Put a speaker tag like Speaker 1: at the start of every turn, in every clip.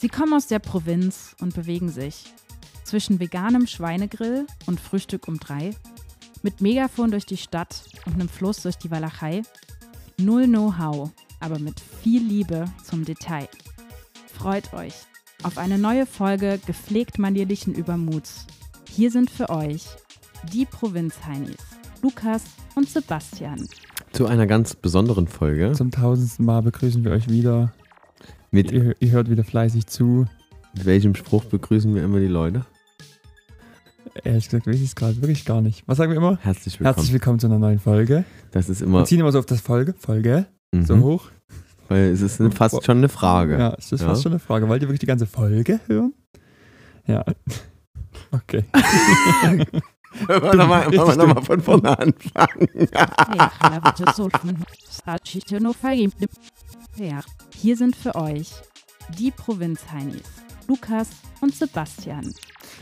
Speaker 1: Sie kommen aus der Provinz und bewegen sich zwischen veganem Schweinegrill und Frühstück um drei, mit Megafon durch die Stadt und einem Fluss durch die Walachei. Null Know-how, aber mit viel Liebe zum Detail. Freut euch auf eine neue Folge gepflegt manierlichen Übermuts. Hier sind für euch die Provinzheinis, Lukas und Sebastian.
Speaker 2: Zu einer ganz besonderen Folge
Speaker 3: Zum tausendsten Mal begrüßen wir euch wieder.
Speaker 2: mit
Speaker 3: Ihr, ihr hört wieder fleißig zu.
Speaker 2: Mit welchem Spruch begrüßen wir immer die Leute?
Speaker 3: Ehrlich gesagt weiß ich es gerade wirklich gar nicht. Was sagen wir immer?
Speaker 2: Herzlich willkommen.
Speaker 3: Herzlich willkommen zu einer neuen Folge.
Speaker 2: das ist
Speaker 3: Wir
Speaker 2: immer,
Speaker 3: ziehen immer so auf das Folge, Folge,
Speaker 2: mhm,
Speaker 3: so hoch.
Speaker 2: weil es ist eine, fast schon eine Frage.
Speaker 3: Ja, ist das
Speaker 2: Ja.
Speaker 3: fast schon eine Frage. Wollt ihr wirklich die ganze Folge hören? Ja. Okay.
Speaker 2: Wollen wir noch mal-
Speaker 3: Richtig
Speaker 2: wollen wir noch
Speaker 3: dumm.
Speaker 2: mal von vorne anfangen?
Speaker 1: Hier sind für euch die Provinzheinis, Lukas und Sebastian.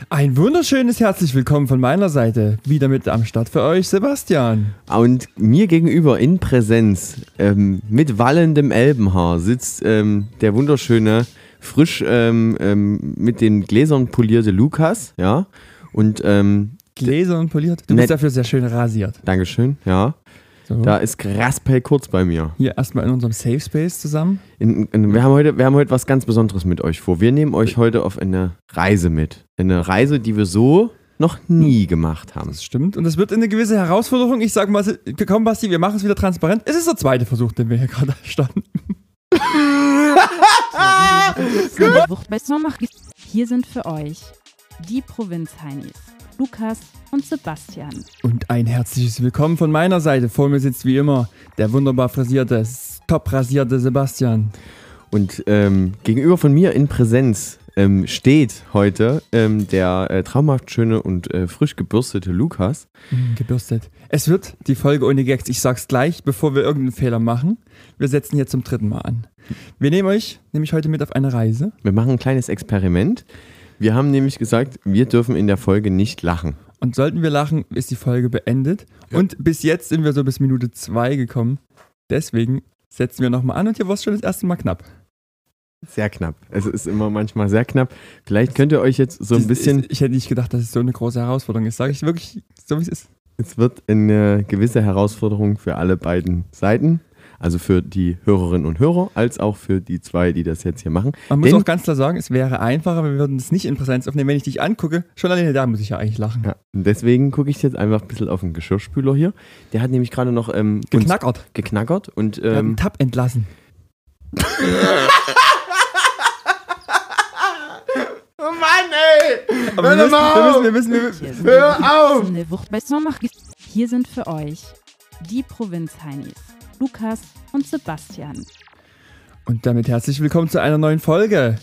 Speaker 3: Ein wunderschönes herzlich willkommen von meiner Seite. Wieder mit am Start für euch, Sebastian.
Speaker 2: Und mir gegenüber in Präsenz ähm, mit wallendem Elbenhaar sitzt ähm, der wunderschöne, frisch ähm, ähm, mit den Gläsern polierte Lukas. Ja. Und ähm,
Speaker 3: Gläser und poliert. Du
Speaker 2: Nett.
Speaker 3: bist dafür sehr schön rasiert.
Speaker 2: Dankeschön. Ja.
Speaker 3: So.
Speaker 2: Da ist Graspel kurz bei mir.
Speaker 3: Hier erstmal in unserem Safe Space zusammen.
Speaker 2: In, in, wir, haben heute, wir haben heute was ganz Besonderes mit euch vor. Wir nehmen euch heute auf eine Reise mit. Eine Reise, die wir so noch
Speaker 3: Hm.
Speaker 2: nie gemacht haben.
Speaker 3: Das stimmt. Und das wird eine gewisse Herausforderung. Ich sag mal, komm, Basti, wir machen es wieder transparent. Es ist der zweite Versuch, den wir hier gerade starten.
Speaker 1: Hier sind für euch die Provinzheinis, Lukas und Sebastian.
Speaker 3: Und ein herzliches Willkommen von meiner Seite. Vor mir sitzt wie immer der wunderbar frisierte, top rasierte Sebastian.
Speaker 2: Und ähm, gegenüber von mir in Präsenz ähm, steht heute ähm, der äh, traumhaft schöne und äh, frisch gebürstete Lukas.
Speaker 3: Mm, Gebürstet. Es wird die Folge ohne Gags. Ich sag's gleich, bevor wir irgendeinen Fehler machen. Wir setzen hier zum dritten Mal an. Wir nehmen euch nämlich heute mit auf eine Reise.
Speaker 2: Wir machen ein kleines Experiment. Wir haben nämlich gesagt, wir dürfen in der Folge nicht lachen.
Speaker 3: Und sollten wir lachen, ist die Folge beendet. Und bis jetzt sind wir so bis Minute 2 gekommen. Deswegen setzen wir nochmal an und hier war es schon das erste Mal knapp.
Speaker 2: Sehr knapp. Es ist immer manchmal sehr knapp. Vielleicht könnt ihr euch jetzt so ein
Speaker 3: Das
Speaker 2: bisschen
Speaker 3: Ist, ich hätte nicht gedacht, dass es so eine große Herausforderung ist. Sage ich wirklich, so wie es ist.
Speaker 2: Es wird eine gewisse Herausforderung für alle beiden Seiten, also für die Hörerinnen und Hörer, als auch für die zwei, die das jetzt hier machen.
Speaker 3: Man muss
Speaker 2: Denn-
Speaker 3: auch ganz klar sagen, es wäre einfacher, wir würden es nicht in Präsenz aufnehmen. Wenn ich dich angucke, schon alleine da muss ich ja eigentlich lachen.
Speaker 2: Ja. Und deswegen gucke ich jetzt einfach ein bisschen auf den Geschirrspüler hier. Der hat nämlich gerade noch ähm, uns
Speaker 3: Geknackert.
Speaker 2: geknackert und
Speaker 3: Wir haben
Speaker 2: ähm,
Speaker 3: einen Tab entlassen.
Speaker 2: Oh Mann, ey!
Speaker 3: Aber wir
Speaker 2: Hör
Speaker 3: müssen,
Speaker 2: mal
Speaker 3: wir müssen, wir müssen, wir müssen.
Speaker 2: Hör auf!
Speaker 1: Hier sind für euch die Provinzheinis, Lukas und Sebastian.
Speaker 3: Und damit herzlich willkommen zu einer neuen Folge.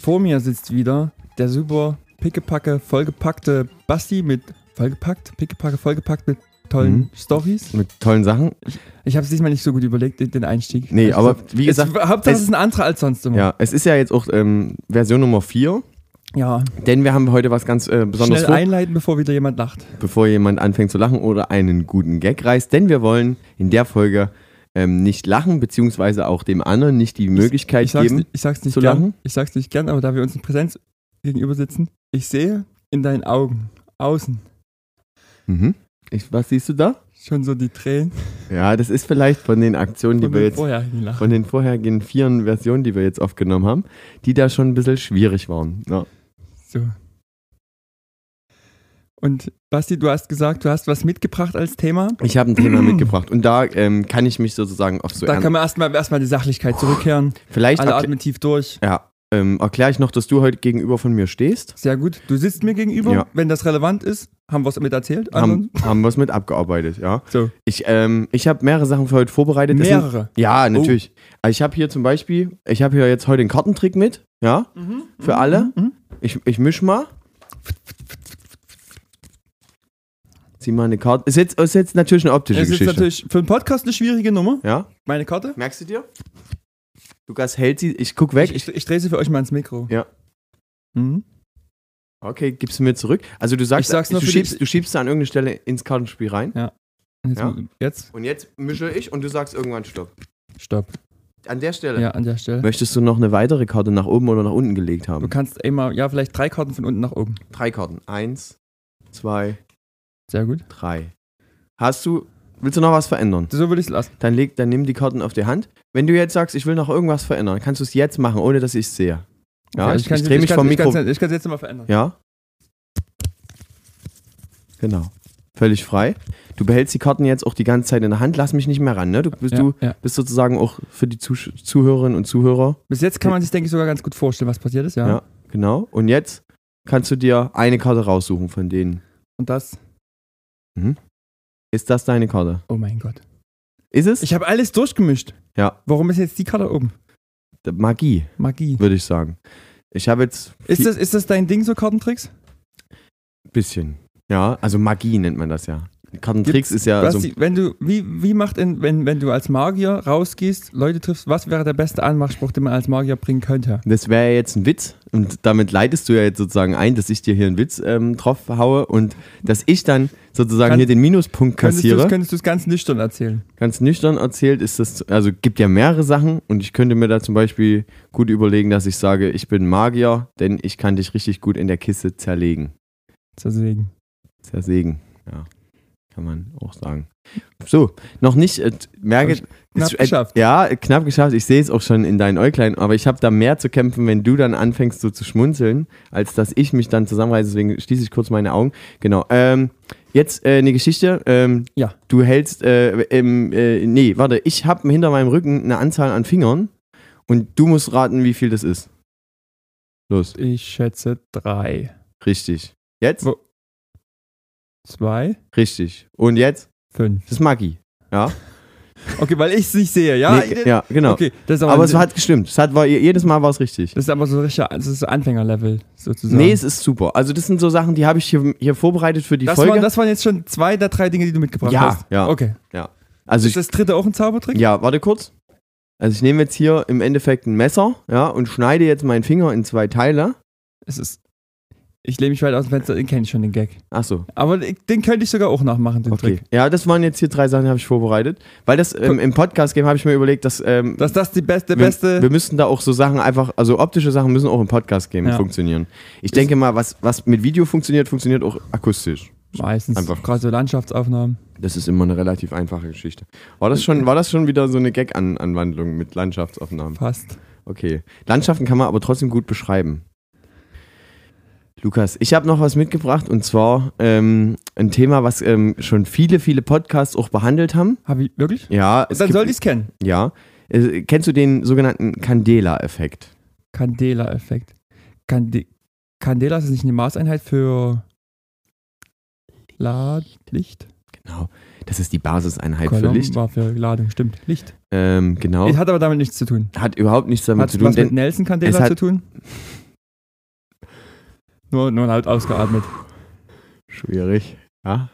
Speaker 3: Vor mir sitzt wieder der super pickepacke, vollgepackte Basti mit vollgepackt, pickepacke, vollgepackt mit tollen
Speaker 2: Mhm.
Speaker 3: Stories.
Speaker 2: Mit tollen Sachen.
Speaker 3: Ich habe es diesmal nicht so gut überlegt, den den Einstieg.
Speaker 2: Nee,
Speaker 3: Ehrlich
Speaker 2: aber
Speaker 3: gesagt.
Speaker 2: wie gesagt,
Speaker 3: es, Hauptsache es
Speaker 2: es-
Speaker 3: ist ein anderer als sonst immer.
Speaker 2: Ja, es ist ja jetzt auch ähm, Version Nummer 4,
Speaker 3: ja.
Speaker 2: denn wir haben heute was ganz äh, Besonderes
Speaker 3: Schnell
Speaker 2: vor.
Speaker 3: einleiten, bevor wieder jemand lacht.
Speaker 2: bevor jemand anfängt zu lachen oder einen guten Gag reißt, denn wir wollen in der Folge ähm, nicht lachen, beziehungsweise auch dem anderen nicht die Möglichkeit
Speaker 3: Ich sag's,
Speaker 2: geben.
Speaker 3: nicht- ich sag's nicht
Speaker 2: zu
Speaker 3: gern.
Speaker 2: lachen?
Speaker 3: Ich sag's nicht gern, aber da wir uns in Präsenz gegenüber sitzen, ich sehe in deinen Augen außen
Speaker 2: Mhm. Ich, was siehst du da?
Speaker 3: schon so die Tränen,
Speaker 2: Ja, das ist vielleicht von den Aktionen, die
Speaker 3: von
Speaker 2: wir
Speaker 3: den
Speaker 2: jetzt,
Speaker 3: vorher hinlachen.
Speaker 2: von den vorherigen vieren Versionen, die wir jetzt aufgenommen haben, die da schon ein bisschen schwierig waren. Ja.
Speaker 3: So. Und Basti, du hast gesagt, du hast was mitgebracht als Thema.
Speaker 2: Ich habe ein Thema mitgebracht und da ähm, kann ich mich sozusagen auf so
Speaker 3: Da kann
Speaker 2: ernst.
Speaker 3: man erstmal erstmal die Sachlichkeit zurückkehren.
Speaker 2: Vielleicht
Speaker 3: Alle
Speaker 2: erkl
Speaker 3: atmen tief durch.
Speaker 2: ja, ähm, erkläre ich noch, dass du heute gegenüber von mir stehst.
Speaker 3: Sehr gut. Du sitzt mir gegenüber.
Speaker 2: Ja.
Speaker 3: Wenn das relevant ist, haben wir es mit erzählt.
Speaker 2: Haben, haben wir es mit abgearbeitet, ja.
Speaker 3: So.
Speaker 2: Ich, ähm, ich habe mehrere Sachen für heute vorbereitet. Das sind-
Speaker 3: Mehrere.
Speaker 2: Ja, natürlich. Also Ich habe hier zum Beispiel, ich habe hier jetzt heute den Kartentrick mit, ja,
Speaker 3: Mhm,
Speaker 2: für alle.
Speaker 3: Hm?
Speaker 2: Ich, ich misch mal. Zieh mal eine Karte. Ist jetzt, ist jetzt natürlich eine optische
Speaker 3: Es ist
Speaker 2: Geschichte.
Speaker 3: natürlich für einen Podcast eine schwierige Nummer.
Speaker 2: ja,
Speaker 3: Meine Karte.
Speaker 2: merkst du dir? Lukas hält sie, ich guck weg.
Speaker 3: Ich, ich, ich drehe sie für euch mal ins Mikro.
Speaker 2: Ja.
Speaker 3: Mhm.
Speaker 2: okay, gibst du mir zurück. Also du sagst,
Speaker 3: Ich sag's nur
Speaker 2: du,
Speaker 3: für die-
Speaker 2: schiebst, du schiebst da an irgendeine Stelle ins Kartenspiel rein.
Speaker 3: Jetzt,
Speaker 2: Ja.
Speaker 3: jetzt.
Speaker 2: Und jetzt mische ich und du sagst irgendwann Stopp.
Speaker 3: Stopp.
Speaker 2: An der Stelle.
Speaker 3: Ja, an der Stelle.
Speaker 2: Möchtest du noch eine weitere Karte nach oben oder nach unten gelegt haben?
Speaker 3: Du kannst immer, ja, vielleicht drei Karten von unten nach oben.
Speaker 2: Drei Karten. Eins, zwei,
Speaker 3: Sehr gut.
Speaker 2: drei. Hast du. Willst du noch was verändern?
Speaker 3: So würde ich es lassen.
Speaker 2: Dann, leg, dann nimm die Karten auf die Hand. Wenn du jetzt sagst, ich will noch irgendwas verändern, kannst du es jetzt machen, ohne dass ich es sehe. Ja,
Speaker 3: Okay,
Speaker 2: ich,
Speaker 3: kann's
Speaker 2: ich
Speaker 3: jetzt-
Speaker 2: drehe mich
Speaker 3: kann's-
Speaker 2: vom
Speaker 3: Also ich
Speaker 2: Mikro.
Speaker 3: kann's jetzt- Ich kann es jetzt mal verändern.
Speaker 2: Ja? Genau. Völlig frei. Du behältst die Karten jetzt auch die ganze Zeit in der Hand. Lass mich nicht mehr ran, ne? Du bist,
Speaker 3: Ja,
Speaker 2: du
Speaker 3: ja.
Speaker 2: bist sozusagen auch für die Zuh Zuhörerinnen und Zuhörer.
Speaker 3: Bis jetzt kann man sich, denke ich, sogar ganz gut vorstellen, was passiert ist, ja.
Speaker 2: Ja. Genau. Und jetzt kannst du dir eine Karte raussuchen von denen.
Speaker 3: Und das,
Speaker 2: Ist das deine Karte?
Speaker 3: oh mein Gott.
Speaker 2: Ist es?
Speaker 3: Ich habe alles durchgemischt.
Speaker 2: Ja.
Speaker 3: Warum ist jetzt die Karte oben?
Speaker 2: Magie,
Speaker 3: Magie.
Speaker 2: würde ich sagen. Ich habe jetzt
Speaker 3: Ist das, ist das dein Ding, so Kartentricks?
Speaker 2: ein bisschen. Ja, also Magie nennt man das ja. Kartentricks
Speaker 3: Gibt's-
Speaker 2: ist ja also-
Speaker 3: Was
Speaker 2: so.
Speaker 3: die, wenn du, wie, wie macht in, wenn, wenn du als Magier rausgehst, Leute triffst, was wäre der beste Anmachspruch, den man als Magier bringen könnte?
Speaker 2: Das wäre ja jetzt ein Witz und damit leitest du ja jetzt sozusagen ein, dass ich dir hier einen Witz ähm, drauf haue und dass ich dann sozusagen
Speaker 3: Kann-
Speaker 2: hier den Minuspunkt
Speaker 3: Könntest du,
Speaker 2: kassiere.
Speaker 3: es- könntest du es ganz nüchtern erzählen?
Speaker 2: Ganz nüchtern erzählt ist das, also gibt ja mehrere Sachen und ich könnte mir da zum Beispiel gut überlegen, dass ich sage, ich bin Magier, denn ich kann dich richtig gut in der Kiste zerlegen.
Speaker 3: Zersägen.
Speaker 2: Zersägen, ja. Kann man auch sagen. So, noch nicht, äh, merke.
Speaker 3: Hab ich knapp
Speaker 2: es-
Speaker 3: geschafft.
Speaker 2: Äh, ja, äh, knapp geschafft. Ich sehe es auch schon in deinen Äuglein, aber ich habe da mehr zu kämpfen, wenn du dann anfängst so zu schmunzeln, als dass ich mich dann zusammenreiße. Deswegen schließe ich kurz meine Augen. Genau. Ähm, jetzt äh, eine Geschichte. Ähm,
Speaker 3: Ja.
Speaker 2: Du hältst, äh, im, äh, nee, warte, ich habe hinter meinem Rücken eine Anzahl an Fingern und du musst raten, wie viel das ist. Los,
Speaker 3: Ich schätze drei.
Speaker 2: richtig. Jetzt?
Speaker 3: Wo- Zwei,
Speaker 2: Richtig. Und jetzt?
Speaker 3: fünf.
Speaker 2: Das ist Magie. Ja?
Speaker 3: Okay, weil ich es nicht sehe, ja?
Speaker 2: Nee, ja, genau.
Speaker 3: Okay, das ist aber,
Speaker 2: Aber, es hat gestimmt. Es hat, war, jedes Mal war es richtig.
Speaker 3: das ist aber so richtig, das ist so Anfängerlevel sozusagen.
Speaker 2: Nee, es ist super. Also das sind so Sachen, die habe ich hier, hier vorbereitet für die
Speaker 3: das,
Speaker 2: Folge.
Speaker 3: waren, das waren jetzt schon zwei der drei Dinge, die du mitgebracht
Speaker 2: Ja,
Speaker 3: hast.
Speaker 2: ja.
Speaker 3: Okay.
Speaker 2: also
Speaker 3: Ist
Speaker 2: ich,
Speaker 3: das dritte auch ein Zaubertrick?
Speaker 2: ja, warte kurz. Also ich nehme jetzt hier im Endeffekt ein Messer, ja, und schneide jetzt meinen Finger in zwei Teile.
Speaker 3: Es ist. Ich lehne mich weit aus dem Fenster, den kenne ich schon, den Gag.
Speaker 2: Ach so,
Speaker 3: Aber ich- den könnte ich sogar auch nachmachen, den
Speaker 2: okay.
Speaker 3: Trick.
Speaker 2: Ja, das waren jetzt hier drei Sachen, die habe ich vorbereitet. Weil das ähm, im Podcast-Game habe ich mir überlegt, dass, ähm,
Speaker 3: Dass das äh, die beste,
Speaker 2: wir,
Speaker 3: beste.
Speaker 2: wir müssten da auch so Sachen einfach, also optische Sachen müssen auch im Podcast-Game
Speaker 3: Ja.
Speaker 2: funktionieren. Ich denke mal, was, was mit Video funktioniert, funktioniert auch akustisch.
Speaker 3: meistens.
Speaker 2: Einfach.
Speaker 3: Gerade so Landschaftsaufnahmen.
Speaker 2: Das ist immer eine relativ einfache Geschichte. War
Speaker 3: Äh,
Speaker 2: das schon, war das schon wieder so eine Gag-Anwandlung mit Landschaftsaufnahmen?
Speaker 3: Fast.
Speaker 2: Okay. Landschaften kann man aber trotzdem gut beschreiben. Lukas, ich habe noch was mitgebracht und zwar ähm, ein Thema, was ähm, schon viele, viele Podcasts auch behandelt haben.
Speaker 3: Habe ich wirklich?
Speaker 2: Ja,
Speaker 3: Dann
Speaker 2: gibt-
Speaker 3: sollte ich es kennen.
Speaker 2: ja. Äh, kennst du den sogenannten Candela-Effekt?
Speaker 3: Candela-Effekt. Cande Candela ist das nicht eine Maßeinheit für Ladlicht?
Speaker 2: Genau. Das ist die Basiseinheit
Speaker 3: Kolumn
Speaker 2: für Licht.
Speaker 3: war für Ladung, stimmt. Licht.
Speaker 2: Ähm, genau.
Speaker 3: Hat aber damit nichts zu tun.
Speaker 2: Hat überhaupt nichts damit
Speaker 3: Hat
Speaker 2: zu
Speaker 3: was
Speaker 2: tun,
Speaker 3: mit
Speaker 2: denn
Speaker 3: Nelson
Speaker 2: es
Speaker 3: Candela
Speaker 2: hat-
Speaker 3: zu tun? Nur, nur laut ausgeatmet.
Speaker 2: schwierig. Ja,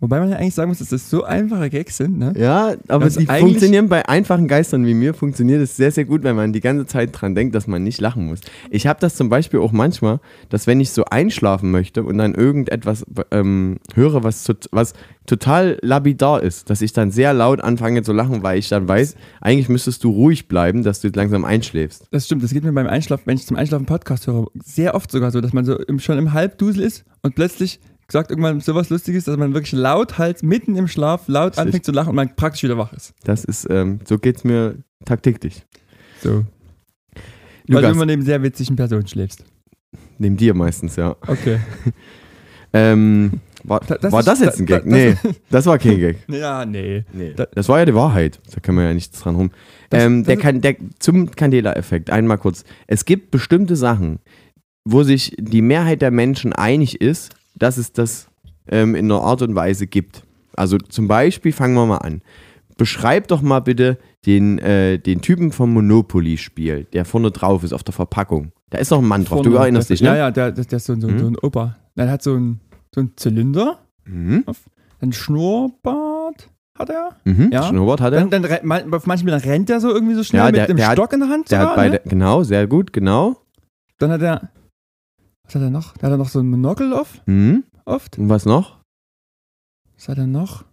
Speaker 3: Wobei man ja eigentlich sagen muss, dass das so einfache Gags sind, ne?
Speaker 2: ja aber
Speaker 3: Das
Speaker 2: die
Speaker 3: eigentlich-
Speaker 2: funktionieren bei einfachen Geistern wie mir, funktioniert es sehr, sehr gut, wenn man die ganze Zeit dran denkt, dass man nicht lachen muss. Ich habe das zum Beispiel auch manchmal, dass wenn ich so einschlafen möchte und dann irgendetwas ähm, höre, was, tot- was total labidar ist, dass ich dann sehr laut anfange zu lachen, weil ich dann weiß, eigentlich müsstest du ruhig bleiben, dass du jetzt langsam einschläfst.
Speaker 3: Das stimmt, das geht mir beim Einschlafen, wenn ich zum Einschlafen Podcast höre, sehr oft sogar so, dass man so im, schon im Halbdusel ist und plötzlich sagt irgendwann sowas Lustiges, dass man wirklich laut halt mitten im Schlaf laut
Speaker 2: Richtig.
Speaker 3: anfängt zu lachen und man praktisch wieder wach ist.
Speaker 2: Das ist, ähm, so geht's mir taktiklich.
Speaker 3: So. Weil du
Speaker 2: Lukas,
Speaker 3: immer neben sehr witzigen Personen schläfst.
Speaker 2: neben dir meistens, ja.
Speaker 3: Okay.
Speaker 2: Ähm, war
Speaker 3: Da-
Speaker 2: das, war
Speaker 3: ist-
Speaker 2: das jetzt ein
Speaker 3: da-
Speaker 2: Gag?
Speaker 3: da-
Speaker 2: nee, das war kein Gag.
Speaker 3: Ja, nee.
Speaker 2: Nee.
Speaker 3: Da-
Speaker 2: Das war ja die Wahrheit. Da können wir ja nichts dran rum.
Speaker 3: Das-
Speaker 2: ähm,
Speaker 3: das
Speaker 2: der
Speaker 3: ist-
Speaker 2: kann, der, zum Candela-Effekt, einmal kurz. Es gibt bestimmte Sachen, wo sich die Mehrheit der Menschen einig ist, dass es das ähm, in einer Art und Weise gibt. Also zum Beispiel, fangen wir mal an. Beschreib doch mal bitte den, äh, den Typen vom Monopoly-Spiel, der vorne drauf ist auf der Verpackung. Da ist noch ein Mann drauf. Du
Speaker 3: Vorne-
Speaker 2: erinnerst
Speaker 3: das-
Speaker 2: dich, ne?
Speaker 3: Ja, ja, der, der, der ist so, ein- so, ein-
Speaker 2: Mhm.
Speaker 3: so ein Opa. Der hat so ein, so ein Zylinder,
Speaker 2: Mhm.
Speaker 3: ein Schnurrbart hat er.
Speaker 2: Mhm.
Speaker 3: Ja.
Speaker 2: Schnurrbart hat er.
Speaker 3: Dann, dann, re- man- auf manchen Bildern rennt er so irgendwie so schnell
Speaker 2: Ja,
Speaker 3: mit
Speaker 2: der-
Speaker 3: einem
Speaker 2: der hat-
Speaker 3: Stock in der Hand.
Speaker 2: Der
Speaker 3: sogar,
Speaker 2: hat beide,
Speaker 3: ne?
Speaker 2: genau, sehr gut, genau.
Speaker 3: Dann hat er. Was hat er noch? Da hat er noch so ein Monokel auf,
Speaker 2: Mhm.
Speaker 3: oft.
Speaker 2: Und was noch?
Speaker 3: Was hat er noch?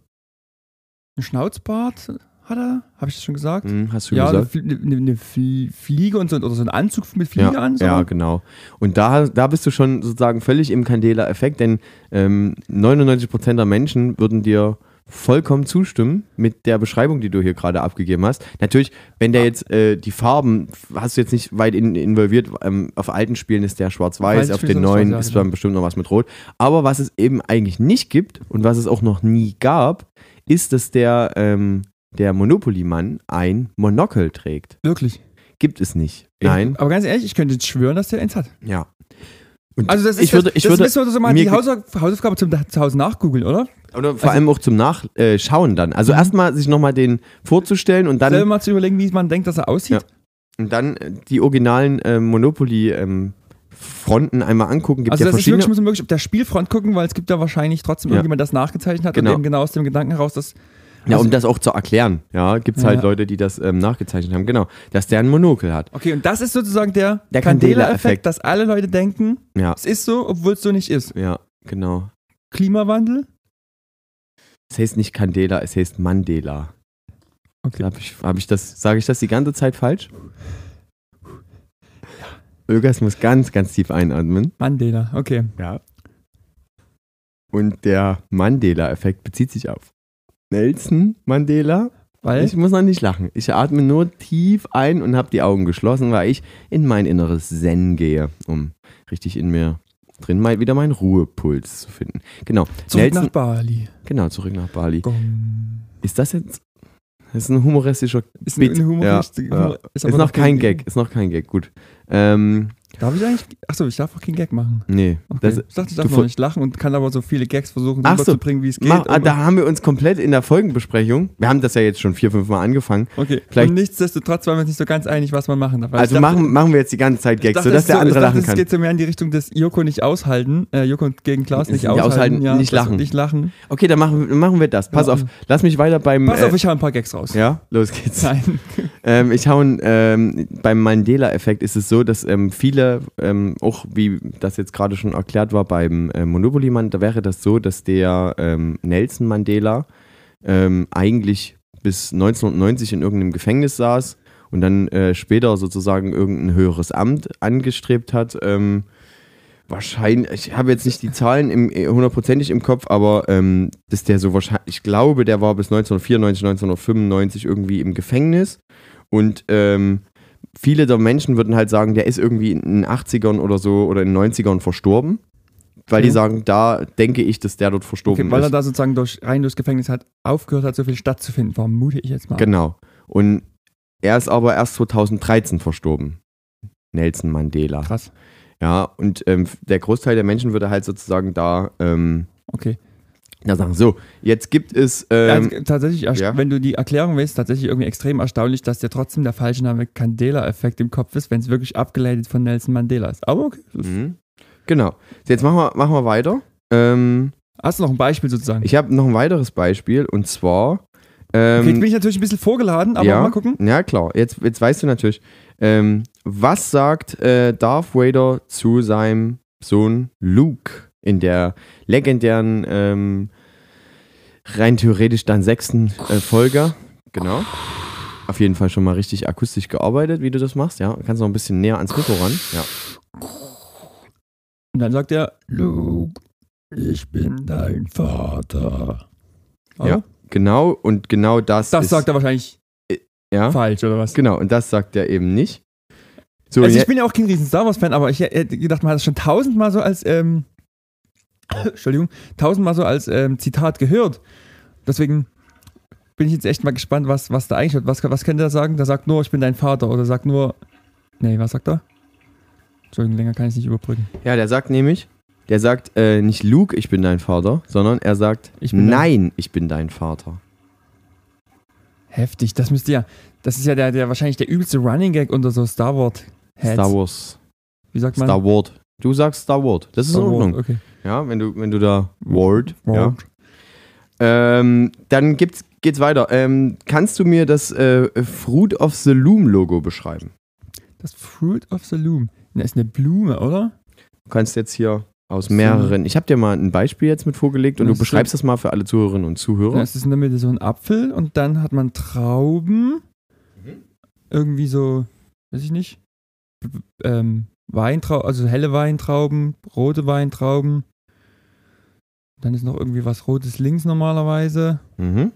Speaker 3: Ein Schnauzbart hat er, habe ich das schon gesagt?
Speaker 2: Hm, hast du
Speaker 3: ja, eine,
Speaker 2: gesagt?
Speaker 3: Fl- eine, eine Fl- Fliege und so, oder so ein Anzug mit Fliege
Speaker 2: ja,
Speaker 3: an. So.
Speaker 2: ja, genau. Und da, da bist du schon sozusagen völlig im Candela-Effekt, denn ähm, 99% der Menschen würden dir vollkommen zustimmen mit der Beschreibung, die du hier gerade abgegeben hast. Natürlich, wenn der jetzt äh, die Farben, hast du jetzt nicht weit in, involviert, ähm, auf alten Spielen ist der schwarz-weiß,
Speaker 3: Alten
Speaker 2: auf
Speaker 3: Spielen
Speaker 2: den
Speaker 3: ist das
Speaker 2: neuen
Speaker 3: schwarz, ja, genau.
Speaker 2: ist dann bestimmt noch was mit rot. Aber was es eben eigentlich nicht gibt und was es auch noch nie gab, ist, dass der, ähm, der Monopoly-Mann ein Monokel trägt.
Speaker 3: Wirklich.
Speaker 2: Gibt es nicht. Nein.
Speaker 3: Aber ganz ehrlich, ich könnte jetzt schwören, dass der eins hat.
Speaker 2: Ja. Und
Speaker 3: Also das ist,
Speaker 2: ich würde, ich
Speaker 3: das,
Speaker 2: würde,
Speaker 3: das müssen wir so mal
Speaker 2: mir
Speaker 3: die
Speaker 2: ge-
Speaker 3: Hausauf Hausaufgabe zum zu Hause nachgoogeln, oder? Mhm.
Speaker 2: oder vor allem Also auch zum Nachschauen dann. Also erstmal sich nochmal den vorzustellen und
Speaker 3: Selber
Speaker 2: dann,
Speaker 3: mal zu überlegen, wie man denkt, dass er aussieht.
Speaker 2: und dann äh, die originalen ähm, Monopoly-Fronten einmal angucken. Gibt
Speaker 3: also
Speaker 2: ja
Speaker 3: das ist wirklich,
Speaker 2: verschiedene.
Speaker 3: muss man wirklich auf der Spielfront gucken, weil es gibt ja wahrscheinlich trotzdem
Speaker 2: Ja.
Speaker 3: irgendjemand, das nachgezeichnet hat
Speaker 2: Genau.
Speaker 3: und eben genau aus dem Gedanken heraus, dass
Speaker 2: ja, um das auch zu erklären. Ja, gibt es
Speaker 3: also Ja,
Speaker 2: halt
Speaker 3: ja.
Speaker 2: Leute, die das ähm, nachgezeichnet haben. Genau, dass der ein Monokel hat.
Speaker 3: Okay, und das ist sozusagen der,
Speaker 2: Der Candela-Effekt.
Speaker 3: Candela-Effekt, dass alle Leute denken,
Speaker 2: Ja,
Speaker 3: es ist so, obwohl es so nicht ist.
Speaker 2: ja, genau.
Speaker 3: Klimawandel?
Speaker 2: Es heißt nicht Candela, es heißt Mandela.
Speaker 3: Okay.
Speaker 2: Hab ich, hab ich das, sage ich das die ganze Zeit falsch? Ögas muss ganz, ganz tief einatmen.
Speaker 3: Mandela, okay.
Speaker 2: Ja. Und der Mandela-Effekt bezieht sich auf Nelson Mandela.
Speaker 3: Weil
Speaker 2: Ich muss noch nicht lachen. Ich atme nur tief ein und habe die Augen geschlossen, weil ich in mein inneres Zen gehe, um richtig in mir drin mal wieder meinen Ruhepuls zu finden. Genau.
Speaker 3: zurück
Speaker 2: Nelson,
Speaker 3: nach Bali.
Speaker 2: genau, zurück nach Bali.
Speaker 3: Gong.
Speaker 2: Ist das jetzt. Das ist ein humoristischer.
Speaker 3: Ist
Speaker 2: Bit.
Speaker 3: Humor,
Speaker 2: Ja,
Speaker 3: ist,
Speaker 2: ja. Ist,
Speaker 3: aber
Speaker 2: noch kein Gag. Ist noch kein Gag. Gut. Ähm,
Speaker 3: Darf ich eigentlich? Achso, ich darf auch keinen Gag machen.
Speaker 2: nee.
Speaker 3: Okay.
Speaker 2: Das,
Speaker 3: ich dachte, ich darf
Speaker 2: du
Speaker 3: noch nicht lachen und kann aber so viele Gags versuchen
Speaker 2: Ach so.
Speaker 3: rüberzubringen, wie es geht.
Speaker 2: mach, ah,
Speaker 3: aber-
Speaker 2: da haben wir uns komplett in der Folgenbesprechung. Wir haben das ja jetzt schon vier, fünf Mal angefangen.
Speaker 3: okay.
Speaker 2: vielleicht-
Speaker 3: und nichtsdestotrotz waren wir uns nicht so ganz einig, was man machen darf. Weil
Speaker 2: Also
Speaker 3: ich dachte-
Speaker 2: machen, machen wir jetzt die ganze Zeit
Speaker 3: ich
Speaker 2: Gags,
Speaker 3: dachte,
Speaker 2: sodass
Speaker 3: es-
Speaker 2: der andere
Speaker 3: ich dachte,
Speaker 2: lachen
Speaker 3: es
Speaker 2: kann.
Speaker 3: geht so mehr in die Richtung des Joko nicht aushalten, äh, Joko gegen Klaas nicht,
Speaker 2: Nicht
Speaker 3: aushalten,
Speaker 2: aushalten,
Speaker 3: ja,
Speaker 2: nicht
Speaker 3: das-
Speaker 2: lachen.
Speaker 3: Nicht lachen.
Speaker 2: Okay, dann machen, machen wir das. Pass
Speaker 3: Ja.
Speaker 2: auf, lass mich weiter beim.
Speaker 3: Genau. Pass
Speaker 2: äh,
Speaker 3: auf, ich habe ein paar Gags raus.
Speaker 2: ja, los geht's.
Speaker 3: Nein.
Speaker 2: Ähm, ich hau, ein- ähm, beim Mandela-Effekt ist es so, dass ähm, viele, ähm, auch wie das jetzt gerade schon erklärt war beim äh, Monopoly-Mann, da wäre das so, dass der ähm, Nelson Mandela ähm, eigentlich bis 1990 in irgendeinem Gefängnis saß und dann äh, später sozusagen irgendein höheres Amt angestrebt hat. Ähm, wahrscheinlich, ich habe jetzt nicht die Zahlen im, äh, hundertprozentig im Kopf, aber ähm, dass der so wahrscheinlich, ich glaube, der war bis 1994, 1995 irgendwie im Gefängnis und ähm, viele der Menschen würden halt sagen, der ist irgendwie in den 80ern oder so oder in den 90ern verstorben. Weil die
Speaker 3: Mhm.
Speaker 2: sagen, da denke ich, dass der dort verstorben
Speaker 3: Okay, weil
Speaker 2: ist.
Speaker 3: er da sozusagen durch, rein durchs Gefängnis hat aufgehört hat, so viel stattzufinden, vermute ich jetzt mal.
Speaker 2: Genau. Und er ist aber erst 2013 verstorben. Nelson Mandela.
Speaker 3: Krass.
Speaker 2: Ja, und ähm, der Großteil der Menschen würde halt sozusagen da, ähm,
Speaker 3: Okay.
Speaker 2: da sagen, so, jetzt gibt es, ähm,
Speaker 3: also, tatsächlich, erst-
Speaker 2: ja.
Speaker 3: wenn du die Erklärung willst, tatsächlich irgendwie extrem erstaunlich, dass dir trotzdem der falsche Name Candela-Effekt im Kopf ist, wenn es wirklich abgeleitet von Nelson Mandela ist. Aber okay. das ist-
Speaker 2: Mhm. genau. So, jetzt machen wir, machen wir weiter. Ähm,
Speaker 3: Hast du noch ein Beispiel sozusagen?
Speaker 2: ich habe noch ein weiteres Beispiel und zwar, ähm,
Speaker 3: okay, jetzt bin ich natürlich ein bisschen vorgeladen, aber
Speaker 2: ja.
Speaker 3: mal gucken.
Speaker 2: ja klar, jetzt, jetzt weißt du natürlich, ähm, was sagt äh, Darth Vader zu seinem Sohn Luke in der legendären, ähm, rein theoretisch dann sechsten äh, Folge? Genau. Auf jeden Fall schon mal richtig akustisch gearbeitet, wie du das machst, ja. Kannst noch ein bisschen näher ans Mikro ran. Ja.
Speaker 3: Und dann sagt er, Luke, ich bin dein Vater. Oder?
Speaker 2: Ja, Genau, und genau das.
Speaker 3: Das
Speaker 2: ist,
Speaker 3: sagt er wahrscheinlich
Speaker 2: ja.
Speaker 3: falsch, oder was?
Speaker 2: Genau, und das sagt er eben nicht. So,
Speaker 3: also
Speaker 2: je-
Speaker 3: ich bin ja auch kein riesen Star Wars Fan, aber ich hätte gedacht, man hat es schon tausendmal so als ähm, Entschuldigung, tausendmal so als ähm, Zitat gehört. Deswegen bin ich jetzt echt mal gespannt, was, was da eigentlich wird. Was, was könnte er sagen? Da sagt nur, ich bin dein Vater oder sagt nur. Nee, was sagt er? Entschuldigung, länger kann ich nicht überbrücken.
Speaker 2: Ja, der sagt nämlich, der sagt äh, nicht Luke, ich bin dein Vater, sondern er sagt
Speaker 3: Ich bin dein-
Speaker 2: Nein, ich bin dein Vater.
Speaker 3: Heftig, das müsste ja. Das ist ja der, der wahrscheinlich der übelste Running Gag unter so Star Wars Heads.
Speaker 2: Star Wars.
Speaker 3: Wie sagt man?
Speaker 2: Star Wars. Du sagst Star Wars. Das ist
Speaker 3: Star
Speaker 2: in
Speaker 3: Wars,
Speaker 2: Ordnung.
Speaker 3: Okay.
Speaker 2: Ja, wenn du, wenn du da Word. Ja.
Speaker 3: Wars.
Speaker 2: Ähm, dann gibt's, geht's weiter. Ähm, kannst du mir das äh, Fruit of the Loom Logo beschreiben?
Speaker 3: Das Fruit of the Loom. Das ist eine Blume, oder?
Speaker 2: Du kannst jetzt hier Aus mehreren. Ich habe dir mal ein Beispiel jetzt mit vorgelegt und
Speaker 3: Ja,
Speaker 2: du beschreibst
Speaker 3: stimmt.
Speaker 2: das mal für alle Zuhörerinnen und Zuhörer.
Speaker 3: Ja, es ist in der Mitte so ein Apfel und dann hat man Trauben.
Speaker 2: Mhm.
Speaker 3: Irgendwie so, weiß ich nicht. b- b- Ähm, Weintrauben, also helle Weintrauben, rote Weintrauben. Dann ist noch irgendwie was Rotes links normalerweise.
Speaker 2: Mhm.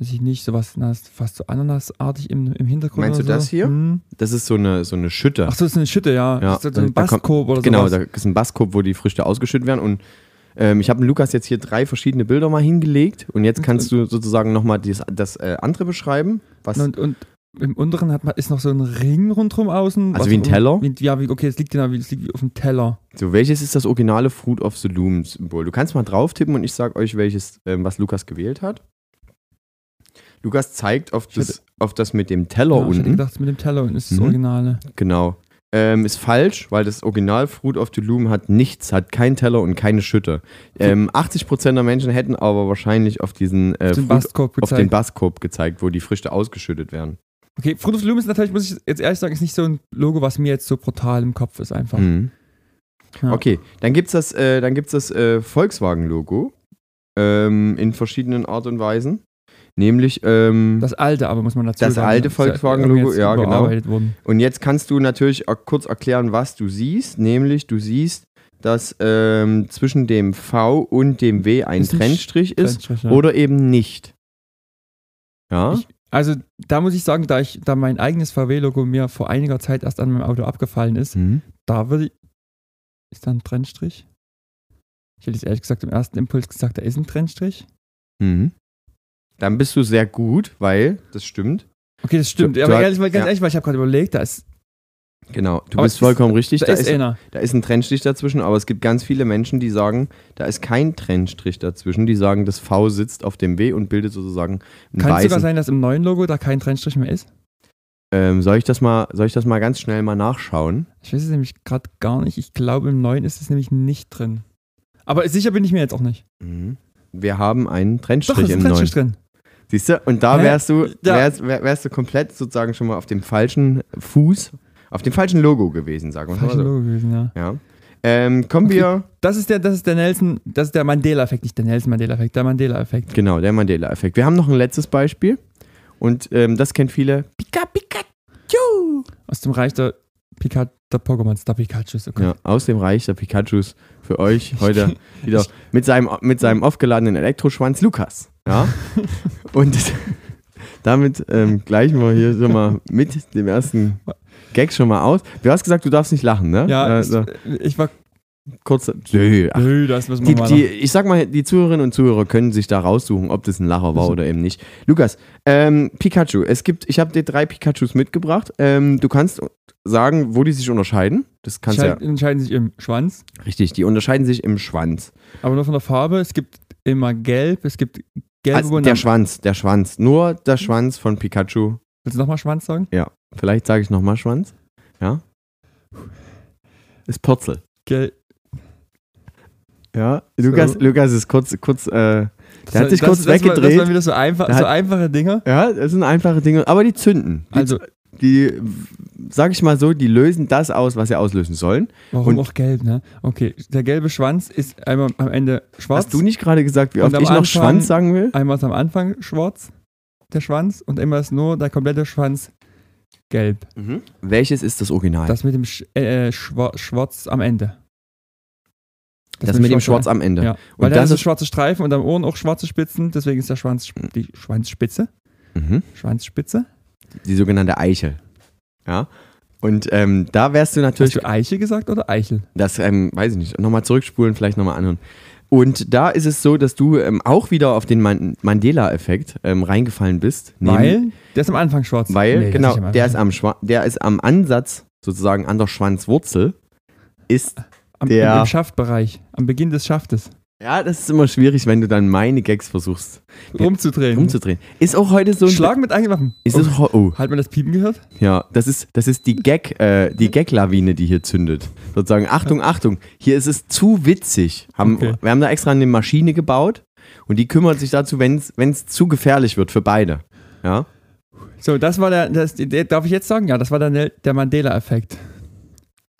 Speaker 3: Weiß ich nicht, sowas na, ist fast so ananasartig im, im Hintergrund.
Speaker 2: Meinst
Speaker 3: oder
Speaker 2: du
Speaker 3: so.
Speaker 2: das hier?
Speaker 3: Hm.
Speaker 2: Das ist so eine, so eine Schütte.
Speaker 3: Ach so, das ist eine Schütte, ja.
Speaker 2: Ja,
Speaker 3: Das ist so ein
Speaker 2: da kommt-
Speaker 3: Bastkorb oder
Speaker 2: genau,
Speaker 3: sowas.
Speaker 2: da ist ein Basskorb, wo die Früchte ausgeschüttet werden. Und ähm, ich habe dem Lukas jetzt hier drei verschiedene Bilder mal hingelegt. Und
Speaker 3: Mhm.
Speaker 2: jetzt kannst du sozusagen nochmal das, das äh, andere beschreiben. Was,
Speaker 3: Und, und im unteren hat man, ist noch so ein Ring rundherum außen.
Speaker 2: Also
Speaker 3: was
Speaker 2: wie ein
Speaker 3: auch immer-
Speaker 2: Teller?
Speaker 3: Wie, ja, wie, okay, es liegt genau wie, es liegt wie auf dem Teller.
Speaker 2: so, welches ist das originale Fruit of the Loom-Symbol? Du kannst mal drauf tippen und ich sage euch, welches, ähm, was Lukas gewählt hat. Lukas zeigt auf
Speaker 3: Ich hätte-
Speaker 2: das, auf das mit dem Teller
Speaker 3: ja, Ich hätte
Speaker 2: unten.
Speaker 3: gedacht, mit dem Teller unten ist das
Speaker 2: Mhm.
Speaker 3: Originale.
Speaker 2: Genau. Ähm, ist falsch, weil das Original Fruit of the Loom hat nichts, hat keinen Teller und keine Schütte. Ähm, 80% der Menschen hätten aber wahrscheinlich auf diesen äh,
Speaker 3: Auf den
Speaker 2: Fruit
Speaker 3: Bastkorb
Speaker 2: auf den
Speaker 3: gezeigt.
Speaker 2: Basskorb gezeigt, wo die Früchte ausgeschüttet werden.
Speaker 3: okay, Fruit of the Loom ist natürlich, muss ich jetzt ehrlich sagen, ist nicht so ein Logo, was mir jetzt so brutal im Kopf ist einfach.
Speaker 2: Mhm.
Speaker 3: Ja.
Speaker 2: Okay, dann gibt es das, äh, dann gibt's das äh, Volkswagen-Logo ähm, in verschiedenen Art und Weisen. Nämlich, ähm,
Speaker 3: Das alte, aber muss man dazu
Speaker 2: Das
Speaker 3: sagen.
Speaker 2: alte
Speaker 3: ist ja
Speaker 2: Volkswagen-Logo,
Speaker 3: irgendwie jetzt
Speaker 2: ja, genau.
Speaker 3: überarbeitet Worden.
Speaker 2: und jetzt kannst du natürlich auch kurz erklären, was du siehst. Nämlich, du siehst, dass ähm, zwischen dem V und dem W ein
Speaker 3: Ist ein
Speaker 2: Trennstrich ist.
Speaker 3: Trennstrich, ja.
Speaker 2: oder eben nicht. Ja,
Speaker 3: Ich- Also da muss ich sagen, da ich da mein eigenes VW-Logo mir vor einiger Zeit erst an meinem Auto abgefallen ist,
Speaker 2: Mhm.
Speaker 3: da würde ich. Ist da ein Trennstrich? Ich hätte jetzt ehrlich gesagt im ersten Impuls gesagt, da ist ein Trennstrich.
Speaker 2: Mhm. dann bist du sehr gut, weil das stimmt.
Speaker 3: Okay, das stimmt.
Speaker 2: Du- du
Speaker 3: aber
Speaker 2: hast-
Speaker 3: ehrlich, mal, ganz
Speaker 2: ja.
Speaker 3: ehrlich, weil ich habe gerade überlegt, da ist,
Speaker 2: Genau, du
Speaker 3: Aber
Speaker 2: bist
Speaker 3: es ist-
Speaker 2: vollkommen richtig.
Speaker 3: da ist einer.
Speaker 2: da ist ein Trennstrich dazwischen, aber es gibt ganz viele Menschen, die sagen, da ist kein Trennstrich dazwischen. Die sagen, das V sitzt auf dem W und bildet sozusagen einen
Speaker 3: Kann es sogar
Speaker 2: weißen.
Speaker 3: sein, dass im neuen Logo da kein Trennstrich mehr ist?
Speaker 2: Ähm, soll, ich das mal, soll ich das mal ganz schnell mal nachschauen?
Speaker 3: Ich weiß es nämlich gerade gar nicht. Ich glaube, im neuen ist es nämlich nicht drin. Aber sicher bin ich mir jetzt auch nicht.
Speaker 2: Mhm. Wir haben einen
Speaker 3: Doch,
Speaker 2: Trennstrich
Speaker 3: es ist
Speaker 2: im
Speaker 3: ein
Speaker 2: Neuen.
Speaker 3: Trennstrich drin.
Speaker 2: Siehst du? Und da
Speaker 3: Hä?
Speaker 2: wärst du,
Speaker 3: Ja.
Speaker 2: wärst, wär- wärst du komplett sozusagen schon mal auf dem falschen Fuß, auf dem falschen Logo gewesen, sagen wir mal
Speaker 3: Falsches
Speaker 2: so.
Speaker 3: Logo gewesen, ja.
Speaker 2: Ja. Ähm, kommen wir,
Speaker 3: Das ist der, das ist der Nelson, das ist der Mandela-Effekt, nicht der Nelson-Mandela-Effekt, der Mandela-Effekt.
Speaker 2: genau, der Mandela-Effekt. Wir haben noch ein letztes Beispiel und ähm, das kennt viele. Pika, Pika.
Speaker 3: Aus dem Reich der, Pika der Pokémons, der Pikachus. Okay.
Speaker 2: Ja, aus dem Reich der Pikachus für euch heute wieder mit seinem, mit seinem aufgeladenen Elektroschwanz Lukas. Ja? Und damit ähm, gleichen wir hier schon mal mit dem ersten Gag schon mal aus. Du hast gesagt, du darfst nicht lachen, ne?
Speaker 3: Ja,
Speaker 2: Äh,
Speaker 3: ich,
Speaker 2: so,
Speaker 3: ich war.
Speaker 2: kurz. Nö, ach,
Speaker 3: Nö, das müssen wir
Speaker 2: Die,
Speaker 3: mal.
Speaker 2: die, ich sag mal, die Zuhörerinnen und Zuhörer können sich da raussuchen, ob das ein Lacher war oder eben nicht. Lukas, ähm, Pikachu. Es gibt, ich habe dir drei Pikachus mitgebracht. Ähm, du kannst sagen, wo die sich unterscheiden. Das kannst du ja.
Speaker 3: Entscheid- entscheiden sich im Schwanz,
Speaker 2: Richtig, die unterscheiden sich im Schwanz.
Speaker 3: aber nur von der Farbe. Es gibt immer gelb, es gibt gelbe
Speaker 2: Also
Speaker 3: und
Speaker 2: der
Speaker 3: dann-
Speaker 2: Schwanz, der Schwanz. Nur der Schwanz von Pikachu.
Speaker 3: Willst du nochmal Schwanz sagen?
Speaker 2: Vielleicht sage ich nochmal Schwanz. Ja. Ist Purzel.
Speaker 3: Gel
Speaker 2: Ja. Lukas, Lukas ist kurz, kurz, äh,
Speaker 3: das
Speaker 2: Der hat
Speaker 3: war-
Speaker 2: sich
Speaker 3: das,
Speaker 2: kurz
Speaker 3: das war- Das
Speaker 2: weggedreht.
Speaker 3: waren wieder so, einfach,
Speaker 2: Der
Speaker 3: so
Speaker 2: hat-
Speaker 3: einfache Dinge.
Speaker 2: ja, das sind einfache Dinge, aber die zünden. Die
Speaker 3: Also,
Speaker 2: die, sag ich mal so, die lösen das aus, was sie auslösen sollen.
Speaker 3: warum
Speaker 2: und-
Speaker 3: auch gelb, ne? Okay, der gelbe Schwanz ist einmal am Ende schwarz,
Speaker 2: Hast du nicht gerade gesagt, wie
Speaker 3: Und
Speaker 2: oft
Speaker 3: am
Speaker 2: ich noch
Speaker 3: Anfang-
Speaker 2: Schwanz sagen will?
Speaker 3: einmal ist am Anfang schwarz, der Schwanz, und einmal ist nur der komplette Schwanz gelb.
Speaker 2: Welches ist das Original? Das,
Speaker 3: Mhm. Das mit dem Sch äh, Schwa Schwarz am Ende.
Speaker 2: mit dem Schwarz am Ende.
Speaker 3: Ja,
Speaker 2: Und
Speaker 3: weil da
Speaker 2: das
Speaker 3: ist so
Speaker 2: ist- Hm.
Speaker 3: schwarze Streifen und am Ohren auch schwarze Spitzen, deswegen ist der Schwanz die Schwanzspitze.
Speaker 2: Mhm.
Speaker 3: Schwanzspitze.
Speaker 2: Die sogenannte Eichel. Ja. Und ähm, da wärst du
Speaker 3: Hast
Speaker 2: natürlich,
Speaker 3: du Eiche gesagt oder Eichel?
Speaker 2: das ähm, weiß ich nicht, nochmal zurückspulen, vielleicht nochmal anhören. Und da ist es so, dass du ähm, auch wieder auf den Man Mandela-Effekt ähm, reingefallen bist. Nehm-
Speaker 3: Weil der ist am Anfang schwarz.
Speaker 2: Weil,
Speaker 3: Nee,
Speaker 2: genau,
Speaker 3: nicht am
Speaker 2: der ist,
Speaker 3: Anfang.
Speaker 2: am Schwa der ist am Ansatz, sozusagen an der Schwanzwurzel, ist
Speaker 3: am,
Speaker 2: der-
Speaker 3: im Schaftbereich, am Beginn des Schaftes.
Speaker 2: Ja, das ist immer schwierig, wenn du dann meine Gags versuchst Ja.
Speaker 3: Rumzudrehen.
Speaker 2: umzudrehen. Ist auch heute so ein
Speaker 3: Schlagen mit eigenen Waffen.
Speaker 2: Ist es ho- oh,
Speaker 3: Hat man das Piepen gehört?
Speaker 2: ja, das ist das ist die Gag äh, die Gaglawine, die hier zündet. Sozusagen Achtung, Achtung, hier ist es zu witzig. Haben,
Speaker 3: Okay.
Speaker 2: wir haben da extra eine Maschine gebaut und die kümmert sich dazu, wenn es zu gefährlich wird für beide. Ja?
Speaker 3: So, das war der, das, der darf ich jetzt sagen? Ja, das war der, Nel- der Mandela-Effekt.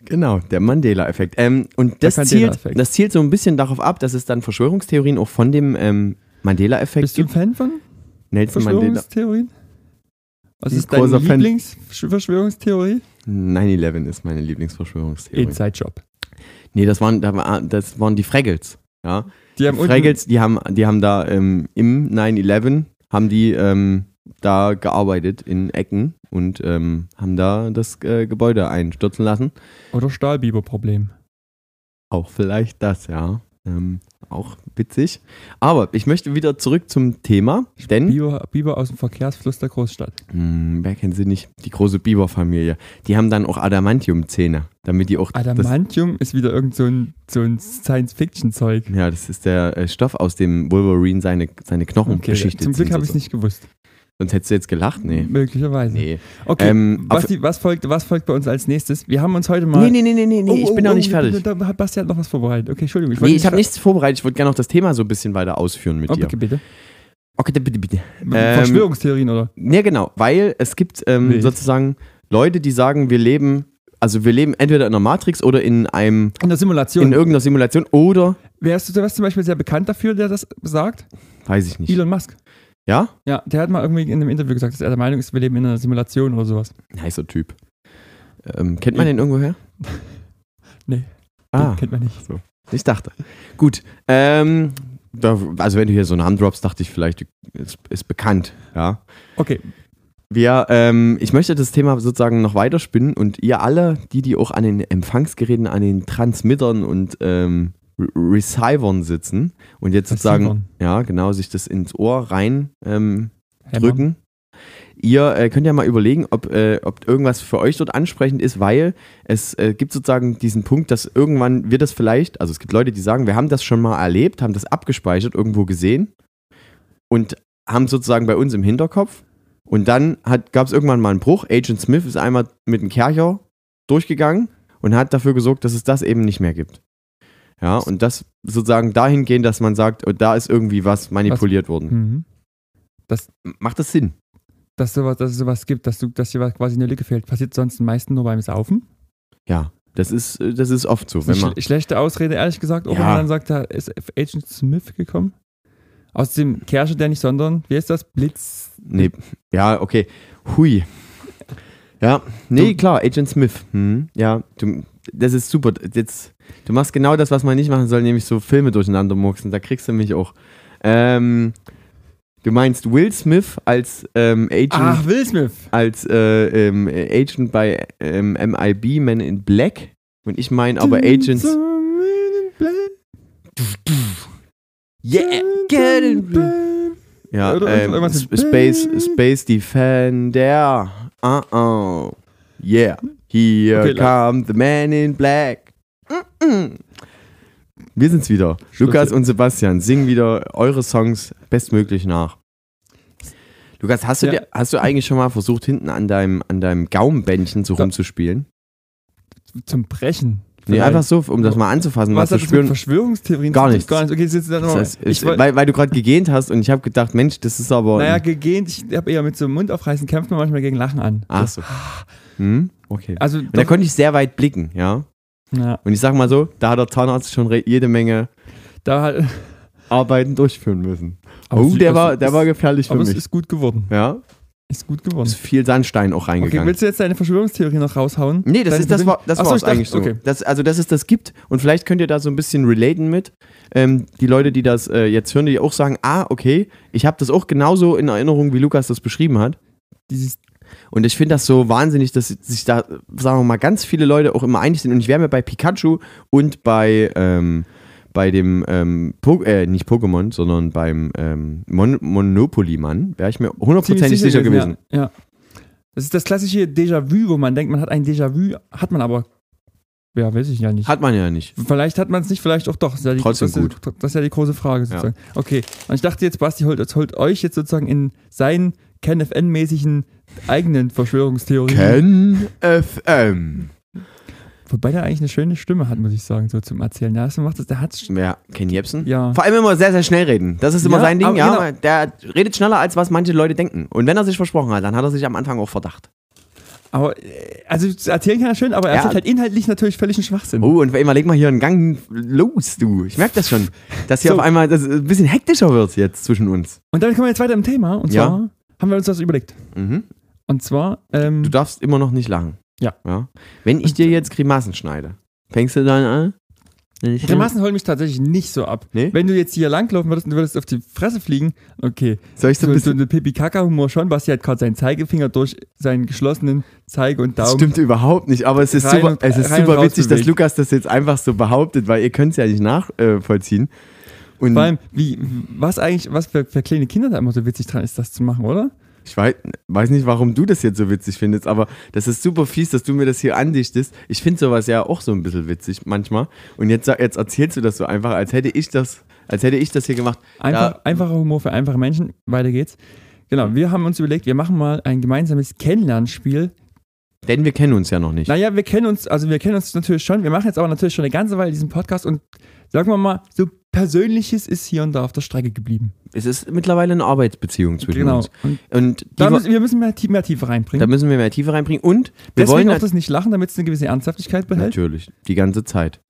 Speaker 2: Genau, der Mandela-Effekt. Ähm, und das zielt,
Speaker 3: Mandela-Effekt.
Speaker 2: das zielt so ein bisschen darauf ab, dass es dann Verschwörungstheorien auch von dem ähm, Mandela-Effekt
Speaker 3: Bist du ein
Speaker 2: gibt.
Speaker 3: Fan von
Speaker 2: Nelson Mandela.
Speaker 3: Verschwörungstheorien? Was
Speaker 2: Ein
Speaker 3: ist deine
Speaker 2: großer Fan.
Speaker 3: Lieblingsverschwörungstheorie?
Speaker 2: 9-11 ist meine Lieblingsverschwörungstheorie.
Speaker 3: Inside-Job.
Speaker 2: Nee, das waren, da war- das waren die Fraggles. Ja?
Speaker 3: Die haben unten,
Speaker 2: Fraggles, die haben, die haben da ähm, im 9-11, haben die ähm, da gearbeitet in Ecken und ähm, haben da das äh, Gebäude einstürzen lassen.
Speaker 3: oder Stahlbiber-Problem.
Speaker 2: Auch vielleicht das, ja. Ähm, auch witzig. Aber ich möchte wieder zurück zum Thema, denn
Speaker 3: Biber, Biber aus dem Verkehrsfluss der Großstadt.
Speaker 2: mh, wer kennt sie nicht? Die große Biberfamilie. Die haben dann auch Adamantium-Zähne, damit die auch das,
Speaker 3: Adamantium ist wieder irgend so ein, so ein Science-Fiction-Zeug.
Speaker 2: ja, das ist der äh, Stoff, aus dem Wolverine seine, seine Knochengeschichte
Speaker 3: zum Glück
Speaker 2: zieht
Speaker 3: habe ich
Speaker 2: und
Speaker 3: es nicht gewusst.
Speaker 2: so. Sonst hättest du jetzt gelacht? Nee.
Speaker 3: Möglicherweise.
Speaker 2: Nee.
Speaker 3: Okay,
Speaker 2: Ähm,
Speaker 3: was,
Speaker 2: auf-
Speaker 3: die, was, folgt, was folgt bei uns als nächstes? Wir haben uns heute mal.
Speaker 2: Nee, nee, nee, nee, nee, nee,
Speaker 3: Oh,
Speaker 2: ich bin
Speaker 3: oh,
Speaker 2: noch
Speaker 3: oh,
Speaker 2: nicht
Speaker 3: da-
Speaker 2: fertig.
Speaker 3: Da, da hat Basti hat noch was vorbereitet. Okay, Entschuldigung.
Speaker 2: Nee,
Speaker 3: wollte
Speaker 2: ich habe
Speaker 3: ver-
Speaker 2: nichts vorbereitet. Ich wollte gerne noch das Thema so ein bisschen weiter ausführen mit
Speaker 3: Oh,
Speaker 2: dir.
Speaker 3: bitte, bitte.
Speaker 2: Okay, bitte, bitte. Ähm,
Speaker 3: Verschwörungstheorien, oder?
Speaker 2: Ja, genau, weil es gibt ähm,
Speaker 3: Wild.
Speaker 2: sozusagen Leute, die sagen, wir leben, also wir leben entweder in einer Matrix oder in einem,
Speaker 3: In der
Speaker 2: in
Speaker 3: Simulation.
Speaker 2: irgendeiner Simulation oder,
Speaker 3: Wer ist, wer ist zum Beispiel sehr bekannt dafür, der das sagt?
Speaker 2: weiß ich nicht.
Speaker 3: Elon Musk.
Speaker 2: Ja?
Speaker 3: Ja, der hat mal irgendwie in einem Interview gesagt, dass er der Meinung ist, wir leben in einer Simulation oder sowas.
Speaker 2: Ein heißer Typ. Ähm, kennt man den irgendwoher?
Speaker 3: Nee.
Speaker 2: Ah,
Speaker 3: Den kennt man nicht.
Speaker 2: ich dachte. Gut, ähm, da, also wenn du hier so Namen droppst, dachte ich vielleicht, ist, ist bekannt, ja.
Speaker 3: Okay,
Speaker 2: Wir, ähm, ich möchte das Thema sozusagen noch weiterspinnen und ihr alle, die, die auch an den Empfangsgeräten, an den Transmittern und ähm, Re- Receivern sitzen und jetzt sozusagen,
Speaker 3: Receivern.
Speaker 2: ja genau, sich das ins Ohr rein ähm,
Speaker 3: Herr Mann.
Speaker 2: drücken. Ihr äh, könnt ja mal überlegen, ob, äh, ob irgendwas für euch dort ansprechend ist, weil es äh, gibt sozusagen diesen Punkt, dass irgendwann wir das vielleicht, also es gibt Leute, die sagen, wir haben das schon mal erlebt, haben das abgespeichert, irgendwo gesehen und haben sozusagen bei uns im Hinterkopf. Und dann gab es irgendwann mal einen Bruch. Agent Smith ist einmal mit einem Kercher durchgegangen und hat dafür gesorgt, dass es das eben nicht mehr gibt. Ja, und das sozusagen dahingehend, dass man sagt, oh, da ist irgendwie was manipuliert worden.
Speaker 3: Mhm.
Speaker 2: Macht das Sinn?
Speaker 3: Dass, sowas, dass es sowas gibt, dass, du, dass dir was quasi eine Lücke fehlt. Passiert sonst am meisten nur beim Saufen.
Speaker 2: Ja, das ist, äh, das ist oft so.
Speaker 3: Das
Speaker 2: Wenn
Speaker 3: ist
Speaker 2: man,
Speaker 3: eine schle schlechte Ausrede, ehrlich gesagt. Auch
Speaker 2: Ja.
Speaker 3: wenn man dann sagt, da ist Agent Smith gekommen. Aus dem Kersche, der nicht, sondern, wie heißt das? Blitz.
Speaker 2: nee, ja, okay. Hui. Ja, nee,
Speaker 3: Du-
Speaker 2: klar, Agent Smith. Hm, ja, du, das ist super. Jetzt, du machst genau das, was man nicht machen soll, nämlich so Filme durcheinander murksen. Da kriegst du mich auch. Ähm, du meinst Will Smith als ähm, Agent,
Speaker 3: Ach, Ah, Will Smith.
Speaker 2: als, äh, ähm, Agent bei ähm, MIB, Men in Black. Und ich meine aber Agents. Yeah, get it. Ja,
Speaker 3: Oder
Speaker 2: ähm,
Speaker 3: irgendwas
Speaker 2: S-
Speaker 3: mit
Speaker 2: Space,
Speaker 3: Bing.
Speaker 2: Space Defender. Uh oh. Yeah. Here
Speaker 3: Okay, la-
Speaker 2: come the man in black. Mm-mm. Wir sind's wieder. Lukas und Sebastian, singen wieder eure Songs bestmöglich nach. Lukas, hast du,
Speaker 3: Ja.
Speaker 2: dir, hast du eigentlich schon mal versucht, hinten an deinem, an deinem Gaumenbändchen so
Speaker 3: Da-
Speaker 2: rumzuspielen?
Speaker 3: Zum Brechen.
Speaker 2: Nee,
Speaker 3: Vielleicht.
Speaker 2: einfach so, um das mal anzufassen, was,
Speaker 3: Was
Speaker 2: zu
Speaker 3: hat das mit
Speaker 2: spüren.
Speaker 3: Verschwörungstheorien
Speaker 2: Gar
Speaker 3: zu tun?
Speaker 2: nichts.
Speaker 3: Gar nichts. Okay, sitzt da
Speaker 2: Das
Speaker 3: nochmal.
Speaker 2: heißt,
Speaker 3: Ich
Speaker 2: es-
Speaker 3: wollte-
Speaker 2: weil, weil du gerade gegähnt hast und ich habe gedacht, Mensch, das ist aber.
Speaker 3: Naja, gegähnt, ich habe eher mit so Mund aufreißen, kämpft man manchmal gegen Lachen an.
Speaker 2: Ach so.
Speaker 3: ah.
Speaker 2: Hm? Okay.
Speaker 3: Also,
Speaker 2: Und da
Speaker 3: doch,
Speaker 2: konnte ich sehr weit blicken, ja.
Speaker 3: ja,
Speaker 2: Und ich sag mal so, da hat der Zahnarzt schon re- jede Menge
Speaker 3: da halt,
Speaker 2: Arbeiten durchführen müssen.
Speaker 3: Aber
Speaker 2: oh,
Speaker 3: es-
Speaker 2: der
Speaker 3: es-
Speaker 2: war, der
Speaker 3: es-
Speaker 2: war gefährlich für
Speaker 3: aber es
Speaker 2: mich.
Speaker 3: ist gut geworden.
Speaker 2: ja,
Speaker 3: Ist gut
Speaker 2: ist
Speaker 3: geworden.
Speaker 2: viel Sandstein auch
Speaker 3: Okay,
Speaker 2: reingegangen.
Speaker 3: willst du jetzt deine Verschwörungstheorie noch raushauen?
Speaker 2: nee, das
Speaker 3: deine
Speaker 2: ist das war das
Speaker 3: Achso,
Speaker 2: war's
Speaker 3: ich dachte-
Speaker 2: eigentlich so.
Speaker 3: Okay.
Speaker 2: Das, also, dass es das gibt und vielleicht könnt ihr da so ein bisschen relaten mit. Ähm, die Leute, die das äh, jetzt hören, die auch sagen, ah, okay, ich habe das auch genauso in Erinnerung, wie Lukas das beschrieben hat.
Speaker 3: Dieses,
Speaker 2: Und ich finde das so wahnsinnig, dass sich da, sagen wir mal, ganz viele Leute auch immer einig sind. Und ich wäre mir bei Pikachu und bei, ähm, bei dem, ähm, po äh, nicht Pokémon, sondern beim ähm, Mon Monopoly-Mann, wäre ich mir hundertprozentig sicher gewesen.
Speaker 3: Ja, ja. Das ist das klassische Déjà-vu, wo man denkt, man hat ein Déjà-vu, hat man aber, ja, weiß ich ja nicht.
Speaker 2: Hat man ja nicht.
Speaker 3: Vielleicht hat man es nicht, vielleicht auch doch. Das ist ja die,
Speaker 2: Trotzdem
Speaker 3: das ist, gut. Das ist ja die große Frage sozusagen. Okay, und ich dachte jetzt, Basti holt, jetzt holt euch jetzt sozusagen in seinen KenFN-mäßigen eigenen Verschwörungstheorien.
Speaker 2: Ken FM.
Speaker 3: Wobei der eigentlich eine schöne Stimme hat, muss ich sagen, so zum Erzählen. Ja, das macht das, der hat
Speaker 2: Ja, Ken Jebsen.
Speaker 3: Ja.
Speaker 2: Vor allem immer sehr, sehr schnell reden. Das ist immer
Speaker 3: Ja,
Speaker 2: sein Ding,
Speaker 3: aber genau.
Speaker 2: ja. Der redet schneller, als was manche Leute denken. Und wenn er sich versprochen hat, dann hat er sich am Anfang auch verdacht.
Speaker 3: Aber, äh, also erzählen kann er schön, aber er
Speaker 2: Ja.
Speaker 3: erzählt halt inhaltlich natürlich völlig einen Schwachsinn.
Speaker 2: Oh, und immer leg mal hier einen Gang los, du. Ich merke das schon, dass hier
Speaker 3: So.
Speaker 2: auf einmal das ein bisschen hektischer wird jetzt zwischen uns.
Speaker 3: Und dann kommen wir jetzt weiter im Thema. Und
Speaker 2: Ja.
Speaker 3: zwar haben wir uns das überlegt.
Speaker 2: Mhm.
Speaker 3: Und zwar, ähm,
Speaker 2: Du darfst immer noch nicht lachen.
Speaker 3: Ja.
Speaker 2: Wenn ich dir jetzt Grimassen schneide, fängst du dann an? Wenn ich-
Speaker 3: Grimassen holen mich tatsächlich nicht so ab.
Speaker 2: Nee?
Speaker 3: Wenn du jetzt hier langlaufen würdest und du würdest auf die Fresse fliegen, okay.
Speaker 2: Soll ich so
Speaker 3: So,
Speaker 2: ein
Speaker 3: so
Speaker 2: bisschen.
Speaker 3: eine Pipi-Kaka-Humor schon. Basti hat gerade seinen Zeigefinger durch seinen geschlossenen Zeige und
Speaker 2: Das
Speaker 3: Daumen.
Speaker 2: stimmt überhaupt nicht, aber es ist
Speaker 3: Rein
Speaker 2: super,
Speaker 3: und-
Speaker 2: es ist
Speaker 3: rein und
Speaker 2: super
Speaker 3: raus
Speaker 2: witzig, dass
Speaker 3: bewegt.
Speaker 2: Lukas das jetzt einfach so behauptet, weil ihr könnt es ja nicht nachvollziehen. Und
Speaker 3: Vor allem, wie, was eigentlich, was für, für kleine Kinder da immer so witzig dran ist, das zu machen, oder?
Speaker 2: Ich weiß, weiß nicht, warum du das jetzt so witzig findest, aber das ist super fies, dass du mir das hier andichtest. Ich finde sowas ja auch so ein bisschen witzig manchmal. Und jetzt, sa- jetzt erzählst du das so einfach, als hätte ich das, als hätte ich das hier gemacht.
Speaker 3: Einfach, Einfacher Humor für einfache Menschen. Weiter geht's. Genau, wir haben uns überlegt, wir machen mal ein gemeinsames Kennenlernspiel.
Speaker 2: Da, denn wir kennen uns ja noch nicht.
Speaker 3: Naja, wir kennen uns, also wir kennen uns natürlich schon. Wir machen jetzt aber natürlich schon eine ganze Weile diesen Podcast und sagen wir mal, so Persönliches ist hier und da auf der Strecke geblieben.
Speaker 2: Es ist mittlerweile eine Arbeitsbeziehung zwischen uns.
Speaker 3: Und
Speaker 2: Und die,
Speaker 3: da
Speaker 2: wa-
Speaker 3: müssen, wir müssen mehr, tie- mehr Tiefe
Speaker 2: da
Speaker 3: reinbringen.
Speaker 2: müssen wir mehr Tiefe reinbringen. Und wir
Speaker 3: Deswegen
Speaker 2: wollen
Speaker 3: auch das nicht lachen, damit es eine gewisse Ernsthaftigkeit behält.
Speaker 2: natürlich die ganze Zeit.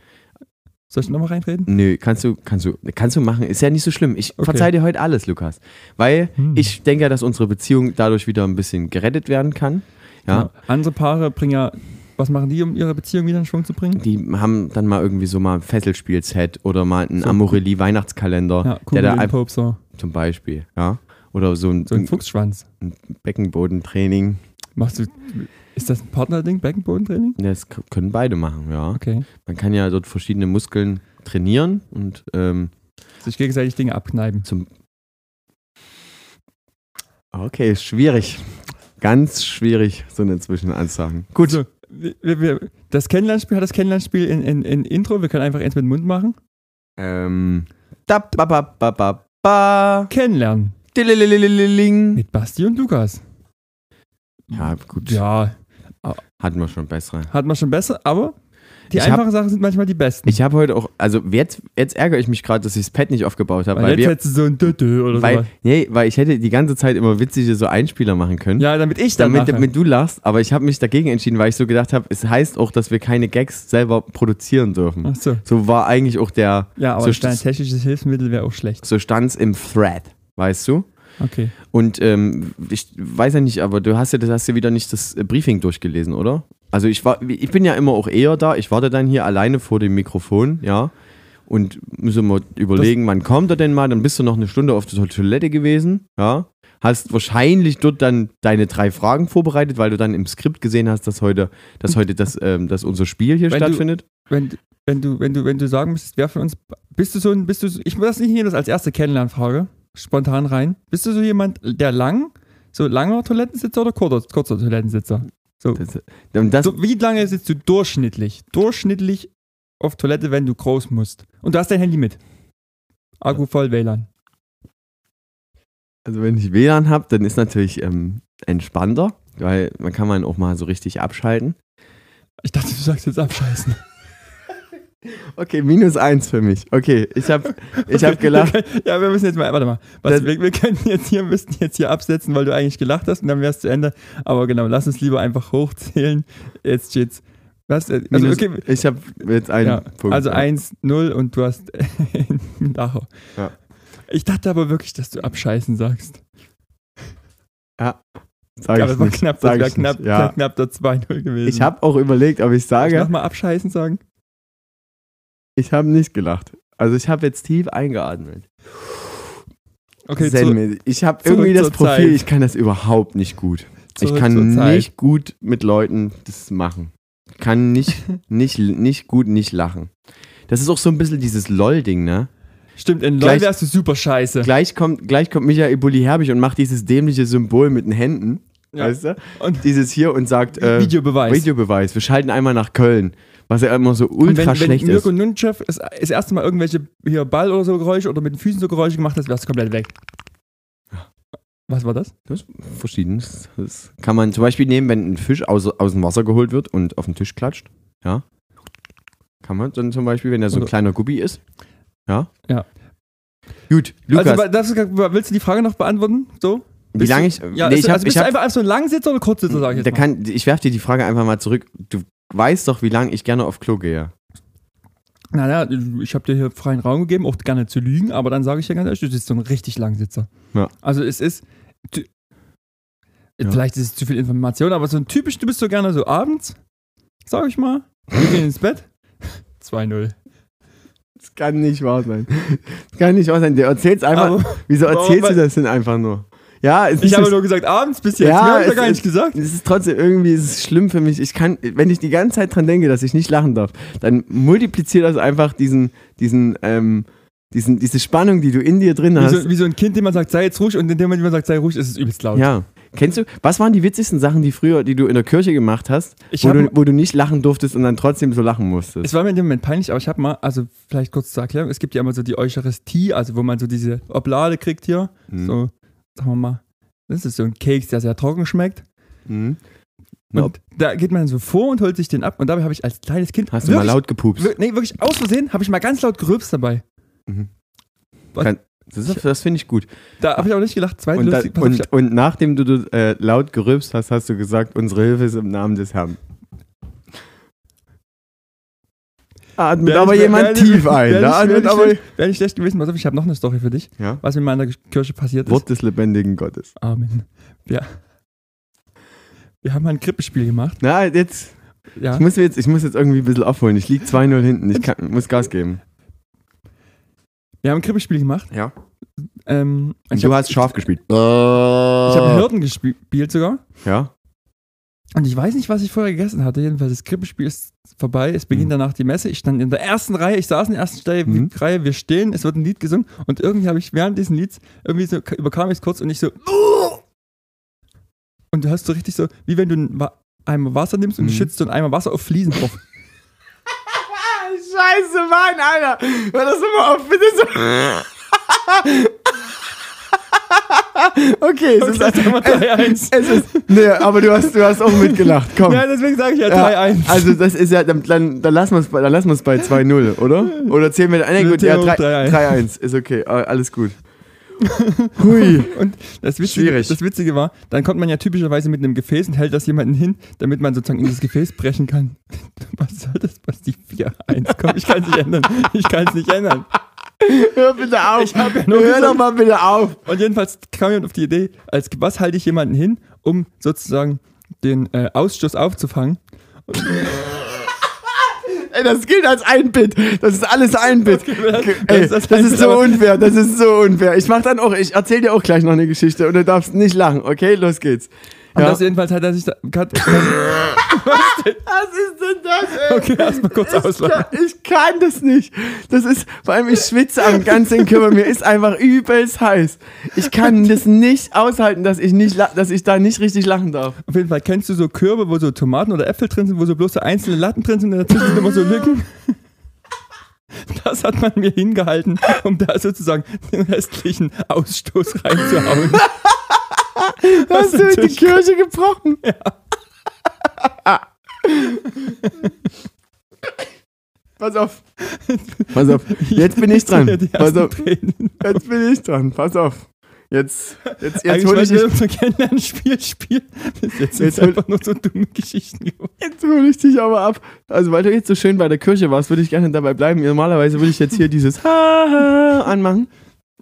Speaker 3: Soll ich nochmal reinreden?
Speaker 2: Nö, kannst du, kannst du, kannst du machen. Ist ja nicht so schlimm. Ich
Speaker 3: Okay.
Speaker 2: verzeih dir heute alles, Lukas, weil
Speaker 3: Hm.
Speaker 2: ich denke ja, dass unsere Beziehung dadurch wieder ein bisschen gerettet werden kann. ja.
Speaker 3: Genau. Andere Paare bringen ja, was machen die, um ihre Beziehung wieder in Schwung zu bringen?
Speaker 2: Die haben dann mal irgendwie so mal ein Fesselspiel-Set oder mal einen
Speaker 3: So.
Speaker 2: Amorelli-Weihnachtskalender,
Speaker 3: Ja,
Speaker 2: der Hm. da
Speaker 3: Kugeln,
Speaker 2: einfach
Speaker 3: Popser,
Speaker 2: zum Beispiel, ja. Oder so ein,
Speaker 3: so ein Fuchsschwanz.
Speaker 2: Beckenbodentraining.
Speaker 3: Machst du, ist das ein Partnerding, Beckenbodentraining?
Speaker 2: Das k- können beide machen, ja.
Speaker 3: Okay.
Speaker 2: Man kann ja dort verschiedene Muskeln trainieren und ähm,
Speaker 3: Sich gegenseitig Dinge abkneipen.
Speaker 2: zum. Okay, ist schwierig. Ganz schwierig, so eine Zwischenansagen.
Speaker 3: Gut. So, wir, wir, das Kennenlernspiel hat das Kennenlernspiel in, in, in Intro. Wir können einfach eins mit dem Mund machen.
Speaker 2: Ähm. Da, ba, ba, ba, ba, ba.
Speaker 3: Kennenlernen.
Speaker 2: Dilililililing.
Speaker 3: Mit Basti und Lukas.
Speaker 2: Ja, gut.
Speaker 3: Ja,
Speaker 2: Hatten wir schon bessere.
Speaker 3: hat man schon besser, aber die
Speaker 2: Ich hab-
Speaker 3: einfachen Sachen sind manchmal die besten.
Speaker 2: Ich habe heute auch, also jetzt, jetzt ärgere ich mich gerade, dass ich das Pad nicht aufgebaut habe,
Speaker 3: weil
Speaker 2: weil,
Speaker 3: jetzt
Speaker 2: wir,
Speaker 3: hättest du so ein Dödö oder
Speaker 2: weil,
Speaker 3: so.
Speaker 2: nee, weil ich hätte die ganze Zeit immer witzige so Einspieler machen können,
Speaker 3: Ja, damit ich dann
Speaker 2: damit,
Speaker 3: mache.
Speaker 2: damit du lachst, aber ich habe mich dagegen entschieden, weil ich so gedacht habe, es heißt auch, dass wir keine Gags selber produzieren dürfen.
Speaker 3: Ach so.
Speaker 2: So war eigentlich auch der,
Speaker 3: Ja, aber
Speaker 2: so,
Speaker 3: ein kleines technisches Hilfsmittel wäre auch schlecht.
Speaker 2: so stand's im Thread, weißt du?
Speaker 3: Okay.
Speaker 2: Und ähm, ich weiß ja nicht, aber du hast ja, das hast ja wieder nicht das äh, Briefing durchgelesen, oder? Also ich war, ich bin ja immer auch eher da. Ich warte dann hier alleine vor dem Mikrofon, ja. Und müssen wir überlegen, wann kommt er denn mal? Dann bist du noch eine Stunde auf der Toilette gewesen, ja. Hast wahrscheinlich dort dann deine drei Fragen vorbereitet, weil du dann im Skript gesehen hast, dass heute, dass heute das, ähm, dass unser Spiel hier
Speaker 3: Wenn du-
Speaker 2: stattfindet.
Speaker 3: Wenn, wenn, du, wenn, du, wenn du sagen müsstest, wer von uns. Bist du so ein. Bist du, so- ich muss das nicht hier das als erste Kennenlernfrage. Spontan rein. Bist du so jemand, der lang, so langer Toilettensitzer oder kurzer, kurzer Toilettensitzer?
Speaker 2: Das, und das,
Speaker 3: So, wie lange sitzt du durchschnittlich? Durchschnittlich auf Toilette, wenn du groß musst. Und du hast dein Handy mit. Akku voll WLAN.
Speaker 2: Also wenn ich WLAN habe, dann ist natürlich ähm, entspannter, weil man kann man auch mal so richtig abschalten.
Speaker 3: Ich dachte, du sagst jetzt abscheißen.
Speaker 2: Okay, minus eins für mich. Okay, ich habe ich hab
Speaker 3: Okay,
Speaker 2: gelacht.
Speaker 3: wir können- Ja, wir müssen jetzt mal, warte mal.
Speaker 2: Das-
Speaker 3: Was, wir, wir könnten jetzt hier, müssten jetzt hier absetzen, weil du eigentlich gelacht hast und dann wär's zu Ende. Aber genau, lass uns lieber einfach hochzählen. Jetzt steht's. Was? äh, Also,
Speaker 2: Minus,
Speaker 3: okay.
Speaker 2: Ich habe jetzt einen
Speaker 3: ja,
Speaker 2: Punkt.
Speaker 3: also 1, 0 und du hast einen Dacher.
Speaker 2: Ja.
Speaker 3: Ich dachte aber wirklich, dass du abscheißen sagst.
Speaker 2: Sag
Speaker 3: aber
Speaker 2: ich
Speaker 3: es war
Speaker 2: nicht.
Speaker 3: knapp,
Speaker 2: sag
Speaker 3: das wäre
Speaker 2: ich
Speaker 3: knapp,
Speaker 2: nicht. Ja.
Speaker 3: knapp, knapp der 2-0 gewesen.
Speaker 2: Ich habe auch überlegt, ob ich
Speaker 3: Darf ich
Speaker 2: sage,
Speaker 3: nochmal abscheißen sagen?
Speaker 2: ich habe nicht gelacht. Also ich habe jetzt tief eingeatmet.
Speaker 3: Okay, zu,
Speaker 2: Zen- ich habe
Speaker 3: zurück
Speaker 2: irgendwie das
Speaker 3: zur Zeit.
Speaker 2: Profil, ich kann das überhaupt nicht gut. ich
Speaker 3: Zurück
Speaker 2: kann
Speaker 3: zur Zeit.
Speaker 2: nicht gut mit Leuten das machen. Kann nicht, nicht, nicht gut nicht lachen. Das ist auch so ein bisschen dieses LOL-Ding, ne?
Speaker 3: stimmt, in
Speaker 2: Gleich-
Speaker 3: LOL wärst du super scheiße.
Speaker 2: Gleich kommt, gleich kommt Michael Bulli Herbig und macht dieses dämliche Symbol mit den Händen.
Speaker 3: Ja.
Speaker 2: Weißt du?
Speaker 3: Und
Speaker 2: Dieses hier und sagt: äh,
Speaker 3: Videobeweis.
Speaker 2: Videobeweis, wir schalten einmal nach Köln. Was ja immer so
Speaker 3: Und
Speaker 2: ultra
Speaker 3: wenn,
Speaker 2: schlecht
Speaker 3: wenn Mirko
Speaker 2: ist.
Speaker 3: Nunchev das, das erste Mal irgendwelche hier Ball oder so Geräusche oder mit den Füßen so Geräusche gemacht hat, wärst du komplett weg. Was war das?
Speaker 2: Das ist verschiedenes. Das kann man zum Beispiel nehmen, wenn ein Fisch aus, aus dem Wasser geholt wird und auf den Tisch klatscht. Ja. Kann man dann zum Beispiel, wenn er so ein
Speaker 3: Oder-
Speaker 2: kleiner Gubbi ist. Also- Ja. Also,
Speaker 3: Ja.
Speaker 2: Gut, Lukas.
Speaker 3: Also, wa- das, willst du die Frage noch beantworten? So?
Speaker 2: Wie lange ich.
Speaker 3: Ja,
Speaker 2: nee,
Speaker 3: ist,
Speaker 2: ich hab,
Speaker 3: also bist
Speaker 2: ich
Speaker 3: du
Speaker 2: hab,
Speaker 3: einfach so ein Langsitzer oder Kurzsitzer, sag ich jetzt
Speaker 2: da
Speaker 3: mal.
Speaker 2: kann, ich werf dir die Frage einfach mal zurück. Du weißt doch, wie lange ich gerne auf Klo gehe.
Speaker 3: Na ja, ich habe dir hier freien Raum gegeben, auch gerne zu lügen, aber dann sage ich dir ganz ehrlich, du bist so ein richtig Langsitzer.
Speaker 2: Ja.
Speaker 3: Also es ist, du,
Speaker 2: Ja.
Speaker 3: vielleicht ist es zu viel Information, aber so ein typisch, du bist so gerne so abends, sag ich mal, wir gehen ins Bett, 2-0.
Speaker 2: Das kann nicht wahr sein. Das kann nicht wahr sein. Du erzählst einfach.
Speaker 3: Aber
Speaker 2: wieso
Speaker 3: warum-
Speaker 2: erzählst du das denn einfach nur? Ja, ist
Speaker 3: ich
Speaker 2: nicht
Speaker 3: habe
Speaker 2: so-
Speaker 3: nur gesagt, abends bis jetzt,
Speaker 2: Ja,
Speaker 3: mehr habe ich
Speaker 2: es
Speaker 3: ja gar
Speaker 2: ist-
Speaker 3: nicht gesagt.
Speaker 2: Es ist trotzdem irgendwie es ist schlimm für mich. Ich kann, wenn ich die ganze Zeit dran denke, dass ich nicht lachen darf, dann multipliziert das einfach diesen, diesen, ähm, diesen, diese Spannung, die du in dir drin
Speaker 3: Wie
Speaker 2: hast.
Speaker 3: so, wie so ein Kind, dem man sagt, sei jetzt ruhig und in dem Moment, wo man sagt, sei ruhig, ist es übelst laut.
Speaker 2: ja. Kennst du, was waren die witzigsten Sachen, die früher, die du in der Kirche gemacht hast,
Speaker 3: Ich
Speaker 2: wo
Speaker 3: hab-
Speaker 2: du, wo du nicht lachen durftest und dann trotzdem so lachen musstest?
Speaker 3: Es war mir in dem Moment peinlich, aber ich habe mal, also vielleicht kurz zur Erklärung, es gibt ja immer so die Eucharistie, also wo man so diese Oblade kriegt hier.
Speaker 2: Hm.
Speaker 3: So, sagen wir mal, das ist so ein Keks, der sehr trocken schmeckt.
Speaker 2: Hm?
Speaker 3: Und
Speaker 2: Ja.
Speaker 3: da geht man dann so vor und holt sich den ab. Und dabei habe ich als kleines Kind.
Speaker 2: Hast du
Speaker 3: wirklich,
Speaker 2: mal laut gepupst?
Speaker 3: Wir, nee, wirklich aus Versehen habe ich mal ganz laut gerülpst dabei.
Speaker 2: Das, ist- das finde ich gut.
Speaker 3: Da habe ich auch nicht gedacht, zweite
Speaker 2: Und, da,
Speaker 3: lustig- pass auf,
Speaker 2: und, und nachdem du, du äh, laut gerülpst hast, hast du gesagt, unsere Hilfe ist im Namen des Herrn. Atmet
Speaker 3: Wäre
Speaker 2: aber
Speaker 3: nicht-
Speaker 2: jemand
Speaker 3: wäre nicht-
Speaker 2: tief ein.
Speaker 3: wäre
Speaker 2: Da
Speaker 3: nicht- wäre
Speaker 2: atmet
Speaker 3: nicht
Speaker 2: aber,
Speaker 3: schlecht- Wäre nicht schlecht gewesen, pass auf, ich habe noch eine Story für dich,
Speaker 2: ja.
Speaker 3: was mir mal in der Kirche passiert ist.
Speaker 2: Wort des lebendigen Gottes.
Speaker 3: Amen. Ja. Wir haben mal ein Krippenspiel gemacht.
Speaker 2: Na, jetzt,
Speaker 3: Ja.
Speaker 2: ich, muss jetzt, ich muss jetzt irgendwie ein bisschen aufholen. Ich lieg 2-0 hinten. Ich kann, muss Gas geben.
Speaker 3: Wir haben ein Krippenspiel gemacht.
Speaker 2: Ja.
Speaker 3: Ähm, und ich
Speaker 2: Und du
Speaker 3: hab-
Speaker 2: hast scharf Oh. gespielt. Ich
Speaker 3: Ich habe
Speaker 2: habe
Speaker 3: Hürden gespielt sogar.
Speaker 2: Ja.
Speaker 3: Und ich weiß nicht, was ich vorher gegessen hatte. Jedenfalls, das Krippenspiel ist vorbei. Es beginnt
Speaker 2: Mhm.
Speaker 3: danach die Messe. Ich stand in der ersten Reihe. Ich saß in der ersten Stelle,
Speaker 2: Mhm.
Speaker 3: Reihe. Wir stehen. Es wird ein Lied gesungen. Und irgendwie habe ich während dieses Lieds, irgendwie so, überkam ich es kurz und ich so. Und du hast so richtig so, wie wenn du einen Wa- Eimer Wasser nimmst und
Speaker 2: Mhm.
Speaker 3: schützt so einen Eimer Wasser auf Fliesen drauf.
Speaker 2: Scheiße, Mann, Alter. Hör das immer auf, bitte so. okay, es
Speaker 3: Und
Speaker 2: ist also
Speaker 3: das ist immer 3-1.
Speaker 2: Es ist. Nee, aber du hast, du hast auch mitgelacht. Komm.
Speaker 3: Ja, deswegen sage ich ja
Speaker 2: Ja,
Speaker 3: 3-1.
Speaker 2: also das ist ja, dann, dann, dann lassen wir es bei, dann lassen wir's bei 2-0, oder? Oder zählen wir, nein,
Speaker 3: Wir
Speaker 2: gut, ja,
Speaker 3: zählen auf
Speaker 2: 3
Speaker 3: 3-1.
Speaker 2: 3-1, ist okay, ah, alles gut. Hui.
Speaker 3: Und das Witzige,
Speaker 2: Schwierig.
Speaker 3: das Witzige war, dann kommt man ja typischerweise mit einem Gefäß und hält das jemanden hin, damit man sozusagen in das Gefäß brechen kann. Was soll das? Was die 4-1 kommt? Ich kann es nicht ändern. Ich kann es nicht ändern.
Speaker 2: Hör bitte auf.
Speaker 3: Ich hab ja nur
Speaker 2: Hör
Speaker 3: gesagt-
Speaker 2: doch mal bitte auf.
Speaker 3: Und jedenfalls kam jemand auf die Idee, als was halte ich jemanden hin, um sozusagen den äh, Ausstoß aufzufangen.
Speaker 2: Ey, das gilt als ein Bit. Das ist alles ein Bit. Ey, das,
Speaker 3: ein-
Speaker 2: ist so
Speaker 3: aber-
Speaker 2: unfair, das ist so unfair. Ich mach dann auch, ich erzähl dir auch gleich noch eine Geschichte und du darfst nicht lachen, okay? Los geht's.
Speaker 3: Und
Speaker 2: Ja.
Speaker 3: das jedenfalls hat er sich da, hat,
Speaker 2: Was ist denn das, ey?
Speaker 3: okay, erstmal kurz
Speaker 2: Ich
Speaker 3: auslachen.
Speaker 2: kann, ich kann das nicht. Das ist, vor allem ich schwitze am ganzen Körper. Mir ist einfach übelst heiß. Ich kann das nicht aushalten, dass ich, nicht, la- dass ich da nicht richtig lachen darf.
Speaker 3: Auf jeden Fall kennst du so Körbe, wo so Tomaten oder Äpfel drin sind, wo so bloß so einzelne Latten drin sind und dazwischen sind immer so Lücken. Das hat man mir hingehalten, um da sozusagen den restlichen Ausstoß reinzuhauen.
Speaker 2: Hast du die Kirche gebrochen? Pass auf. Pass auf. Jetzt bin ich
Speaker 3: Ja,
Speaker 2: dran.
Speaker 3: die
Speaker 2: Pass
Speaker 3: ersten
Speaker 2: auf.
Speaker 3: Tränen.
Speaker 2: Jetzt bin ich dran. Pass auf. Jetzt, jetzt, jetzt
Speaker 3: Eigentlich
Speaker 2: hole
Speaker 3: wollten
Speaker 2: ich
Speaker 3: wir
Speaker 2: dich
Speaker 3: unser Kennenlernspiel spielen. Bis jetzt sind
Speaker 2: Jetzt
Speaker 3: es
Speaker 2: hol-
Speaker 3: einfach nur so dumme Geschichten geworden.
Speaker 2: Jetzt hole ich dich aber ab. Also, weil du jetzt so schön bei der Kirche warst, würde ich gerne dabei bleiben. Normalerweise würde ich jetzt hier dieses Ha ha anmachen.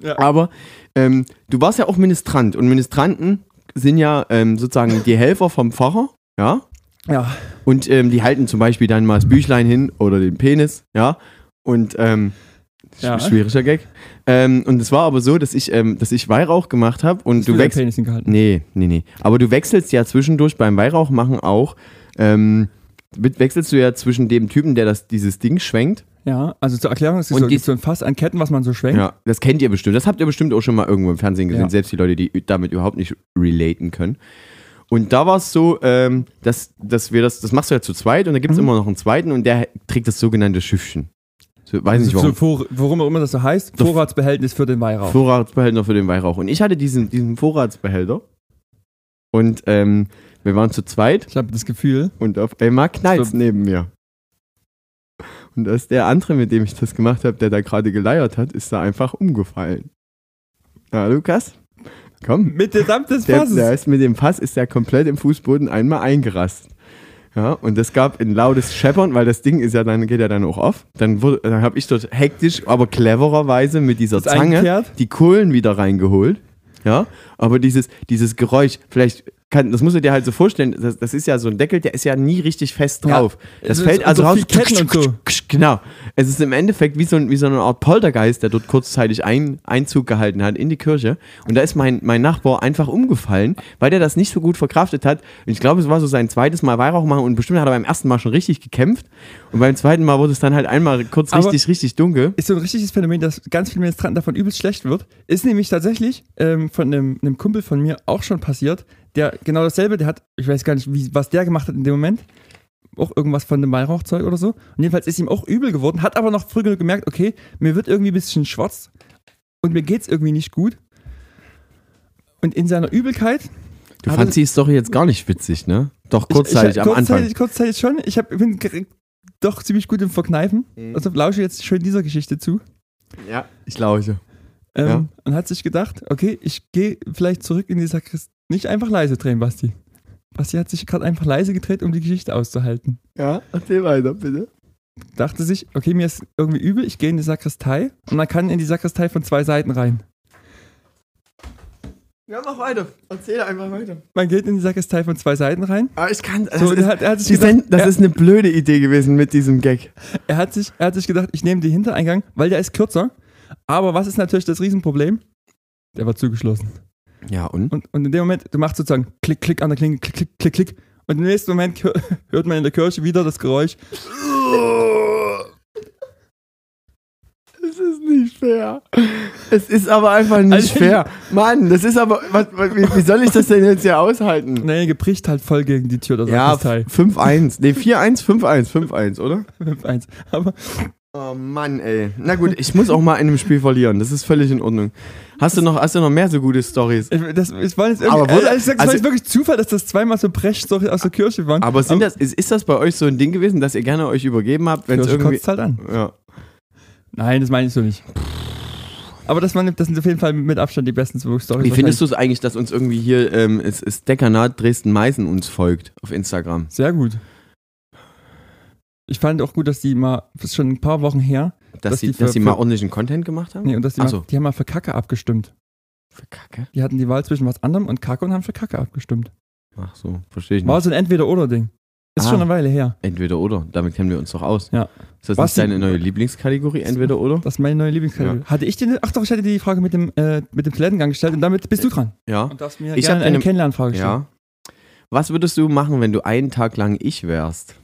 Speaker 3: Ja.
Speaker 2: Aber ähm, du warst ja auch Ministrant und Ministranten sind ja ähm, sozusagen die Helfer vom Pfarrer, ja.
Speaker 3: Ja,
Speaker 2: Und ähm, die halten zum Beispiel dann mal das Büchlein hin oder den Penis, ja. Und ähm, sch-
Speaker 3: Ja.
Speaker 2: schwieriger Gag. Ähm, und es war aber so, dass ich, ähm, dass ich Weihrauch gemacht habe und du wechselst.
Speaker 3: Penis hingehalten.
Speaker 2: Nee, nee, nee. Aber du wechselst ja zwischendurch beim Weihrauch machen auch. Ähm, we- wechselst du ja zwischen dem Typen, der das, dieses Ding schwenkt.
Speaker 3: Ja, also zur Erklärung, es ist
Speaker 2: Und
Speaker 3: so,
Speaker 2: die-
Speaker 3: so ein Fass an Ketten, was man so schwenkt.
Speaker 2: Ja. Das kennt ihr bestimmt. Das habt ihr bestimmt auch schon mal irgendwo im Fernsehen gesehen.
Speaker 3: Ja.
Speaker 2: Selbst die Leute, die damit überhaupt nicht relaten können. Und da war es so, ähm, dass, dass wir das, das machst du ja zu zweit und da
Speaker 3: Mhm.
Speaker 2: gibt es immer noch einen zweiten und der trägt das sogenannte Schiffchen. So, weiß nicht
Speaker 3: So, so
Speaker 2: warum.
Speaker 3: vor, warum auch immer das so heißt,
Speaker 2: So-
Speaker 3: Vorratsbehältnis für den Weihrauch.
Speaker 2: Vorratsbehälter für den Weihrauch. Und ich hatte diesen, diesen Vorratsbehälter und ähm, wir waren zu zweit
Speaker 3: Ich habe das Gefühl,
Speaker 2: Und auf einmal knallt es
Speaker 3: So.
Speaker 2: neben mir. Und als der andere, mit dem ich das gemacht habe, der da gerade geleiert hat, ist da einfach umgefallen. Ja, Lukas? Komm.
Speaker 3: Mitsamt des
Speaker 2: Der, der
Speaker 3: Passes.
Speaker 2: ist mit dem Pass ist der komplett im Fußboden einmal eingerast. Ja, und das gab ein lautes Scheppern, weil das Ding ist ja dann, geht ja dann auch auf. Dann, wurde- dann habe ich dort hektisch, aber clevererweise mit dieser
Speaker 3: Ist
Speaker 2: Zange
Speaker 3: eingekehrt?
Speaker 2: die Kohlen wieder reingeholt. Ja, aber dieses, dieses Geräusch, vielleicht kann, das musst du dir halt so vorstellen, das, das ist ja so ein Deckel, der ist ja nie richtig fest
Speaker 3: Ja.
Speaker 2: drauf. Das
Speaker 3: Es
Speaker 2: fällt
Speaker 3: ist-
Speaker 2: also
Speaker 3: und so
Speaker 2: raus.
Speaker 3: viel Ketten und so.
Speaker 2: Genau. Es ist im Endeffekt wie so, ein, wie so eine Art Poltergeist, der dort kurzzeitig ein, Einzug gehalten hat in die Kirche. Und da ist mein, mein Nachbar einfach umgefallen, weil der das nicht so gut verkraftet hat. Und ich glaube, es war so sein zweites Mal Weihrauch machen und bestimmt hat er beim ersten Mal schon richtig gekämpft. Und beim zweiten Mal wurde es dann halt einmal kurz
Speaker 3: Aber-
Speaker 2: richtig, richtig dunkel.
Speaker 3: Ist so ein richtiges Phänomen, dass ganz vielen Ministranten davon übelst schlecht wird. Ist nämlich tatsächlich ähm, von einem, einem Kumpel von mir auch schon passiert, der genau dasselbe, der hat, ich weiß gar nicht, wie, was der gemacht hat in dem Moment. Auch irgendwas von einem Weihrauchzeug oder so. Und jedenfalls ist ihm auch übel geworden, hat aber noch früh genug gemerkt, okay, mir wird irgendwie ein bisschen schwarz und mir geht's irgendwie nicht gut. Und in seiner Übelkeit
Speaker 2: Du
Speaker 3: Aber-
Speaker 2: fandst die Story jetzt gar nicht witzig, ne? Doch kurzzeitig
Speaker 3: ich,
Speaker 2: am
Speaker 3: kurzzeitig,
Speaker 2: Anfang.
Speaker 3: Kurzzeitig schon. Ich hab, bin gere- doch ziemlich gut im Verkneifen. Also lausche jetzt schön dieser Geschichte zu.
Speaker 2: Ja, ich lausche.
Speaker 3: Ähm,
Speaker 2: Ja.
Speaker 3: Und hat sich gedacht, okay, ich gehe vielleicht zurück in die Sakristei. Nicht einfach leise drehen, Basti. Basti hat sich gerade einfach leise gedreht, um die Geschichte auszuhalten.
Speaker 2: Ja, erzähl weiter, bitte.
Speaker 3: Dachte sich, okay, mir ist irgendwie übel, ich gehe in die Sakristei und man kann in die Sakristei von zwei Seiten rein.
Speaker 2: Ja, mach weiter. Erzähl einfach weiter.
Speaker 3: Man geht in die Sakristei von zwei Seiten rein.
Speaker 2: Aber ich kann. Also Das,
Speaker 3: So,
Speaker 2: ist,
Speaker 3: er hat, er hat sich
Speaker 2: die
Speaker 3: gedacht,
Speaker 2: Sen- das
Speaker 3: er,
Speaker 2: ist eine blöde Idee gewesen mit diesem Gag.
Speaker 3: Er hat sich, er hat sich gedacht, ich nehme den Hintereingang, weil der ist kürzer. Aber was ist natürlich das Riesenproblem? Der war zugeschlossen.
Speaker 2: Ja, und?
Speaker 3: Und, und in dem Moment, du machst sozusagen Klick, Klick an der Klinge, Klick, Klick, Klick, Klick. Und im nächsten Moment hör- hört man in der Kirche wieder das Geräusch.
Speaker 2: Es ist nicht fair. Es ist aber einfach nicht
Speaker 3: Also-
Speaker 2: fair. Mann, das ist aber. Was, was, wie, wie soll ich das denn jetzt hier aushalten?
Speaker 3: Nee, gebricht halt voll gegen die Tür der
Speaker 2: Ja,
Speaker 3: Sakristei.
Speaker 2: 5-1. Nee, 4-1, 5-1, 5-1, oder?
Speaker 3: 5-1. Aber
Speaker 2: Oh Mann, ey. Na gut, ich muss auch mal in einem Spiel verlieren. Das ist völlig in Ordnung. Hast du noch, hast du noch mehr so gute Stories?
Speaker 3: ich, das, ich war jetzt irgendwie,
Speaker 2: Aber wurde-
Speaker 3: also, ich sag, es
Speaker 2: also-
Speaker 3: war jetzt wirklich Zufall, dass das zweimal so brecht so aus der Kirche waren.
Speaker 2: Aber sind das, ist, ist das bei euch so ein Ding gewesen, dass ihr gerne euch übergeben habt, wenn es
Speaker 3: Kirche
Speaker 2: irgendwie.
Speaker 3: kotzt halt an.
Speaker 2: Ja.
Speaker 3: Nein, das meine ich so nicht. Aber das, waren, das sind auf jeden Fall mit Abstand die besten Stories.
Speaker 2: Wie findest du es eigentlich, dass uns irgendwie hier ähm, es ist Dekanat Dresden-Meißen uns folgt auf Instagram?
Speaker 3: Sehr gut. Ich fand auch gut, dass die mal, das ist schon ein paar Wochen her,
Speaker 2: Dass,
Speaker 3: Dass
Speaker 2: sie,
Speaker 3: die für-
Speaker 2: dass sie mal
Speaker 3: für-
Speaker 2: ordentlichen Content gemacht haben?
Speaker 3: nee, und dass die,
Speaker 2: Ach
Speaker 3: mal,
Speaker 2: so.
Speaker 3: die haben mal für Kacke abgestimmt.
Speaker 2: Für Kacke.
Speaker 3: Die hatten die Wahl zwischen was anderem und Kacke und haben für Kacke abgestimmt.
Speaker 2: Ach so, verstehe ich nicht.
Speaker 3: War so ein Entweder-Oder-Ding. Ist
Speaker 2: Ah.
Speaker 3: schon eine Weile her.
Speaker 2: Entweder oder, damit kennen wir uns doch aus.
Speaker 3: Ja.
Speaker 2: Ist das
Speaker 3: Was
Speaker 2: nicht deine
Speaker 3: die-
Speaker 2: neue Lieblingskategorie, entweder oder?
Speaker 3: Das ist meine neue Lieblingskategorie. Hatte ich dir, ach doch, ich hatte dir die Frage mit dem, äh, mit dem Toilettengang gestellt und damit bist du dran.
Speaker 2: Ja.
Speaker 3: Und darfst mir
Speaker 2: Ich
Speaker 3: gerne
Speaker 2: hab dir
Speaker 3: eine
Speaker 2: ne-
Speaker 3: Kennenlernfrage stellen.
Speaker 2: Ja. Was würdest du machen, wenn du einen Tag lang ich wärst?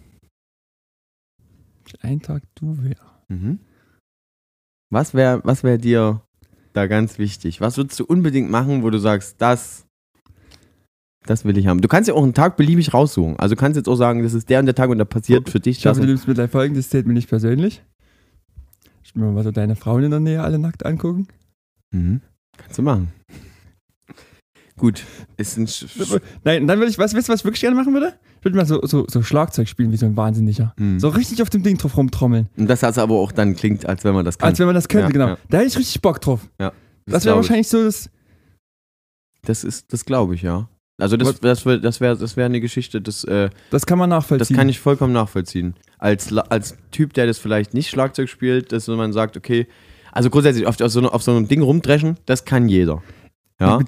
Speaker 3: Ein Tag du wär.
Speaker 2: Mhm. Was wäre was wär dir da ganz wichtig? Was würdest du unbedingt machen, wo du sagst, das, das will ich haben? Du kannst ja auch einen Tag beliebig raussuchen. Also du kannst jetzt auch sagen, das ist der und der Tag und da passiert für dich
Speaker 3: Ich hoffe,
Speaker 2: das.
Speaker 3: du
Speaker 2: und-
Speaker 3: nimmst mir gleich folgendes, zählt mir nicht persönlich. Ich will mir mal so deine Frauen in der Nähe alle nackt angucken.
Speaker 2: Mhm. Kannst du machen. Gut, ist ein Sch- Sch
Speaker 3: Nein, und dann würde ich, was, weißt du, was ich wirklich gerne machen würde? Ich würde mal so, so, so Schlagzeug spielen wie so ein Wahnsinniger.
Speaker 2: Mhm.
Speaker 3: So richtig auf dem Ding drauf rumtrommeln.
Speaker 2: Und das hat aber auch dann klingt, als wenn man das kann.
Speaker 3: Als wenn man das könnte,
Speaker 2: Ja,
Speaker 3: genau.
Speaker 2: ja.
Speaker 3: Da hätte ich richtig Bock drauf. Das wäre
Speaker 2: glaub ich.
Speaker 3: wahrscheinlich so das.
Speaker 2: Das ist, das glaube ich, ja. Also das,
Speaker 3: Was-
Speaker 2: das wäre das wär, das wär eine Geschichte, das, äh,
Speaker 3: Das kann man
Speaker 2: das
Speaker 3: nachvollziehen.
Speaker 2: kann ich vollkommen nachvollziehen. Als, La- als Typ, der das vielleicht nicht Schlagzeug spielt, dass man sagt, okay, also grundsätzlich auf, auf, so, einem- auf so einem Ding rumdreschen, das kann jeder. Ja.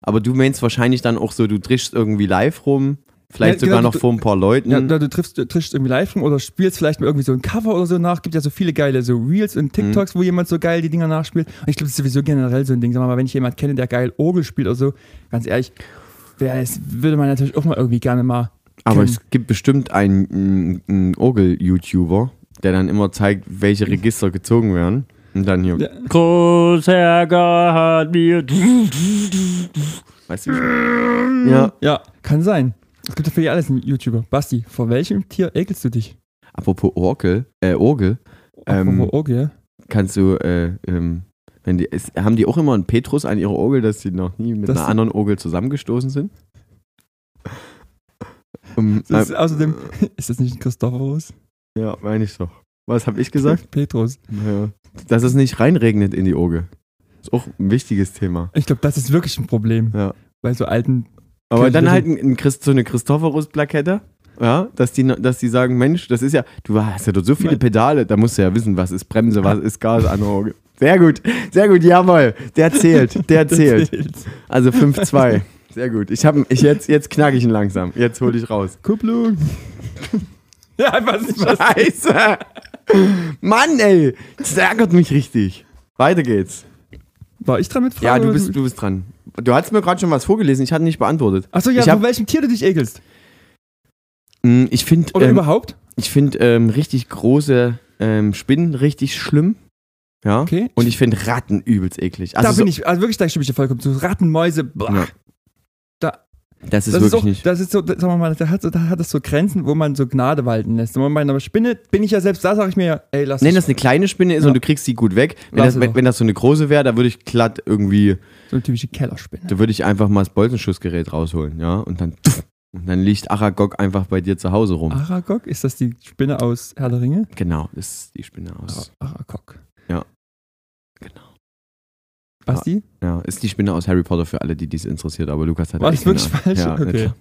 Speaker 2: Aber du meinst wahrscheinlich dann auch so, du drischst irgendwie live rum, vielleicht
Speaker 3: Ja,
Speaker 2: sogar
Speaker 3: genau,
Speaker 2: noch
Speaker 3: du-
Speaker 2: vor ein paar Leuten.
Speaker 3: Ja, oder du triffst, du triffst irgendwie live rum oder spielst vielleicht mal irgendwie so ein Cover oder so nach. Gibt ja so viele geile so Reels
Speaker 2: Mhm.
Speaker 3: und TikToks, wo jemand so geil die Dinger nachspielt. Und ich glaube, das ist sowieso generell so ein Ding. Sag mal, wenn ich jemanden kenne, der geil Orgel spielt oder so, ganz ehrlich, wer ist, würde man natürlich auch mal irgendwie gerne mal.
Speaker 2: Aber
Speaker 3: können.
Speaker 2: es gibt bestimmt einen, einen- einen Orgel-YouTuber, der dann immer zeigt, welche Register gezogen werden. Und dann hier.
Speaker 3: Ja.
Speaker 2: Großherger hat mir. Weißt du? wie- Ja.
Speaker 3: Ja, kann sein. Es gibt ja für alles einen YouTuber. Basti, vor welchem Tier ekelst du dich?
Speaker 2: Apropos Orgel, äh, Orgel, Ähm,
Speaker 3: Apropos Orgel.
Speaker 2: kannst du, äh, ähm, wenn die, ist, haben die auch immer einen Petrus an ihrer Orgel, dass die noch nie mit
Speaker 3: Das-
Speaker 2: einer anderen Orgel zusammengestoßen sind? Um,
Speaker 3: Das ist, außerdem, ist das nicht ein Christophorus?
Speaker 2: äh, ja, meine ich doch. Was habe ich gesagt?
Speaker 3: Petrus.
Speaker 2: Ja. Dass es nicht reinregnet in die Orgel. Ist auch ein wichtiges Thema.
Speaker 3: Ich glaube, das ist wirklich ein Problem.
Speaker 2: Ja.
Speaker 3: Bei so alten.
Speaker 2: Aber
Speaker 3: Könnte
Speaker 2: dann
Speaker 3: das-
Speaker 2: halt ein, ein Christ, so eine Christophorus-Plakette, ja, dass die, dass die sagen, Mensch, das ist ja, du hast ja dort so viele
Speaker 3: Nein.
Speaker 2: Pedale, da musst du ja wissen, was ist Bremse, was ist Gasanhauge. Sehr gut, sehr gut, jawohl, der zählt, der zählt. Also 5-2, sehr gut. Ich hab, ihn- ich jetzt, jetzt knacke ich ihn langsam, jetzt hole ich raus.
Speaker 3: Kupplung. ja, was ist was?
Speaker 2: Scheiße! Mann, ey, das ärgert mich richtig. Weiter geht's.
Speaker 3: War ich dran mit Fragen?
Speaker 2: Ja, du
Speaker 3: oder
Speaker 2: bist, du bist dran. Du hast mir gerade schon was vorgelesen, ich hatte nicht beantwortet.
Speaker 3: Achso, ja,
Speaker 2: ich hab-
Speaker 3: von welchem Tier du dich ekelst.
Speaker 2: Mm, Ich finde
Speaker 3: Oder überhaupt?
Speaker 2: Ich finde ähm, richtig große ähm, Spinnen richtig schlimm. Ja.
Speaker 3: Okay.
Speaker 2: Und ich finde Ratten übelst eklig. Also
Speaker 3: da
Speaker 2: so,
Speaker 3: bin ich, also wirklich, da stimme ich dir vollkommen zu. Ratten, Mäuse, boah.
Speaker 2: Ja.
Speaker 3: Da-
Speaker 2: das ist
Speaker 3: das
Speaker 2: wirklich
Speaker 3: ist so,
Speaker 2: nicht.
Speaker 3: Das ist so, das, sagen wir mal, da hat, so- da hat das so Grenzen, wo man so Gnade walten lässt. Und bei einer Spinne bin ich ja selbst, da sage ich mir ja, ey, lass
Speaker 2: Nee,
Speaker 3: es.
Speaker 2: das eine kleine Spinne ist
Speaker 3: Ja.
Speaker 2: und du kriegst sie gut weg. Wenn
Speaker 3: Lass
Speaker 2: das,
Speaker 3: es
Speaker 2: wenn,
Speaker 3: doch.
Speaker 2: wenn das so eine große wäre, da würde ich glatt irgendwie,
Speaker 3: So eine typische Kellerspinne.
Speaker 2: da würde ich einfach mal das Bolzenschussgerät rausholen, ja. Und dann, tuff, und dann liegt Aragog einfach bei dir zu Hause rum.
Speaker 3: Aragog, ist das die Spinne aus Herr der Ringe?
Speaker 2: Genau, das ist die Spinne aus.
Speaker 3: Aragog.
Speaker 2: Ja. Genau.
Speaker 3: Basti?
Speaker 2: Ja, ist die Spinne aus Harry Potter für alle, die dies interessiert. Aber Lukas hat
Speaker 3: War
Speaker 2: eh
Speaker 3: das
Speaker 2: keine
Speaker 3: wirklich
Speaker 2: Ahnung.
Speaker 3: falsch?
Speaker 2: Ja, na
Speaker 3: okay.
Speaker 2: klar.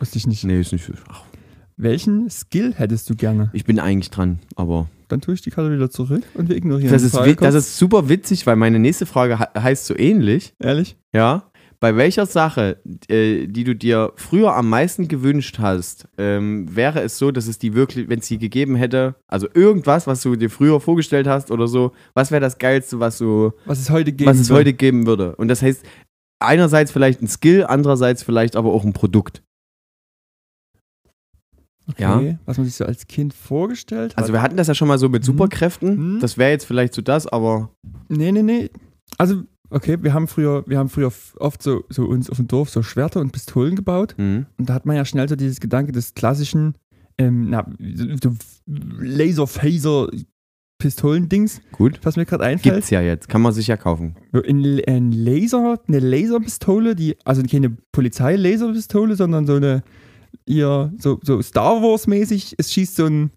Speaker 3: Wusste ich nicht.
Speaker 2: Nee, ist nicht. Ach,
Speaker 3: Welchen Skill hättest du gerne?
Speaker 2: ich bin eigentlich dran, aber.
Speaker 3: Dann tue ich die Karte wieder zurück und wir ignorieren
Speaker 2: Das
Speaker 3: die
Speaker 2: ist,
Speaker 3: Frage
Speaker 2: wi- das
Speaker 3: kurz.
Speaker 2: ist super witzig, weil meine nächste Frage he- heißt so ähnlich.
Speaker 3: Ehrlich?
Speaker 2: Ja. Bei welcher Sache, äh, die du dir früher am meisten gewünscht hast, ähm, wäre es so, dass es die wirklich, wenn es die gegeben hätte, also irgendwas, was du dir früher vorgestellt hast oder so, was wäre das Geilste, was du,
Speaker 3: Was es heute geben
Speaker 2: was es
Speaker 3: wird.
Speaker 2: heute geben würde? Und das heißt, einerseits vielleicht ein Skill, andererseits vielleicht aber auch ein Produkt. Ja.
Speaker 3: Okay, Was man sich so als Kind vorgestellt hat.
Speaker 2: Also wir hatten das ja schon mal so mit
Speaker 3: Mhm.
Speaker 2: Superkräften.
Speaker 3: Mhm.
Speaker 2: Das wäre jetzt vielleicht so das, aber
Speaker 3: Nee, nee, nee. Also, okay, wir haben früher, wir haben früher f- oft so, so uns auf dem Dorf so Schwerter und Pistolen gebaut.
Speaker 2: mh,
Speaker 3: Und da hat man ja schnell so dieses Gedanke des klassischen ähm, na, so Laser-Phaser-Pistolen-Dings,
Speaker 2: gut.
Speaker 3: was mir gerade einfällt.
Speaker 2: Gibt's ja jetzt, kann man sich ja kaufen.
Speaker 3: Ein, ein Laser, eine Laserpistole, die, also keine Polizei-Laserpistole, sondern so eine ihr, so, so Star Wars-mäßig, es schießt so einen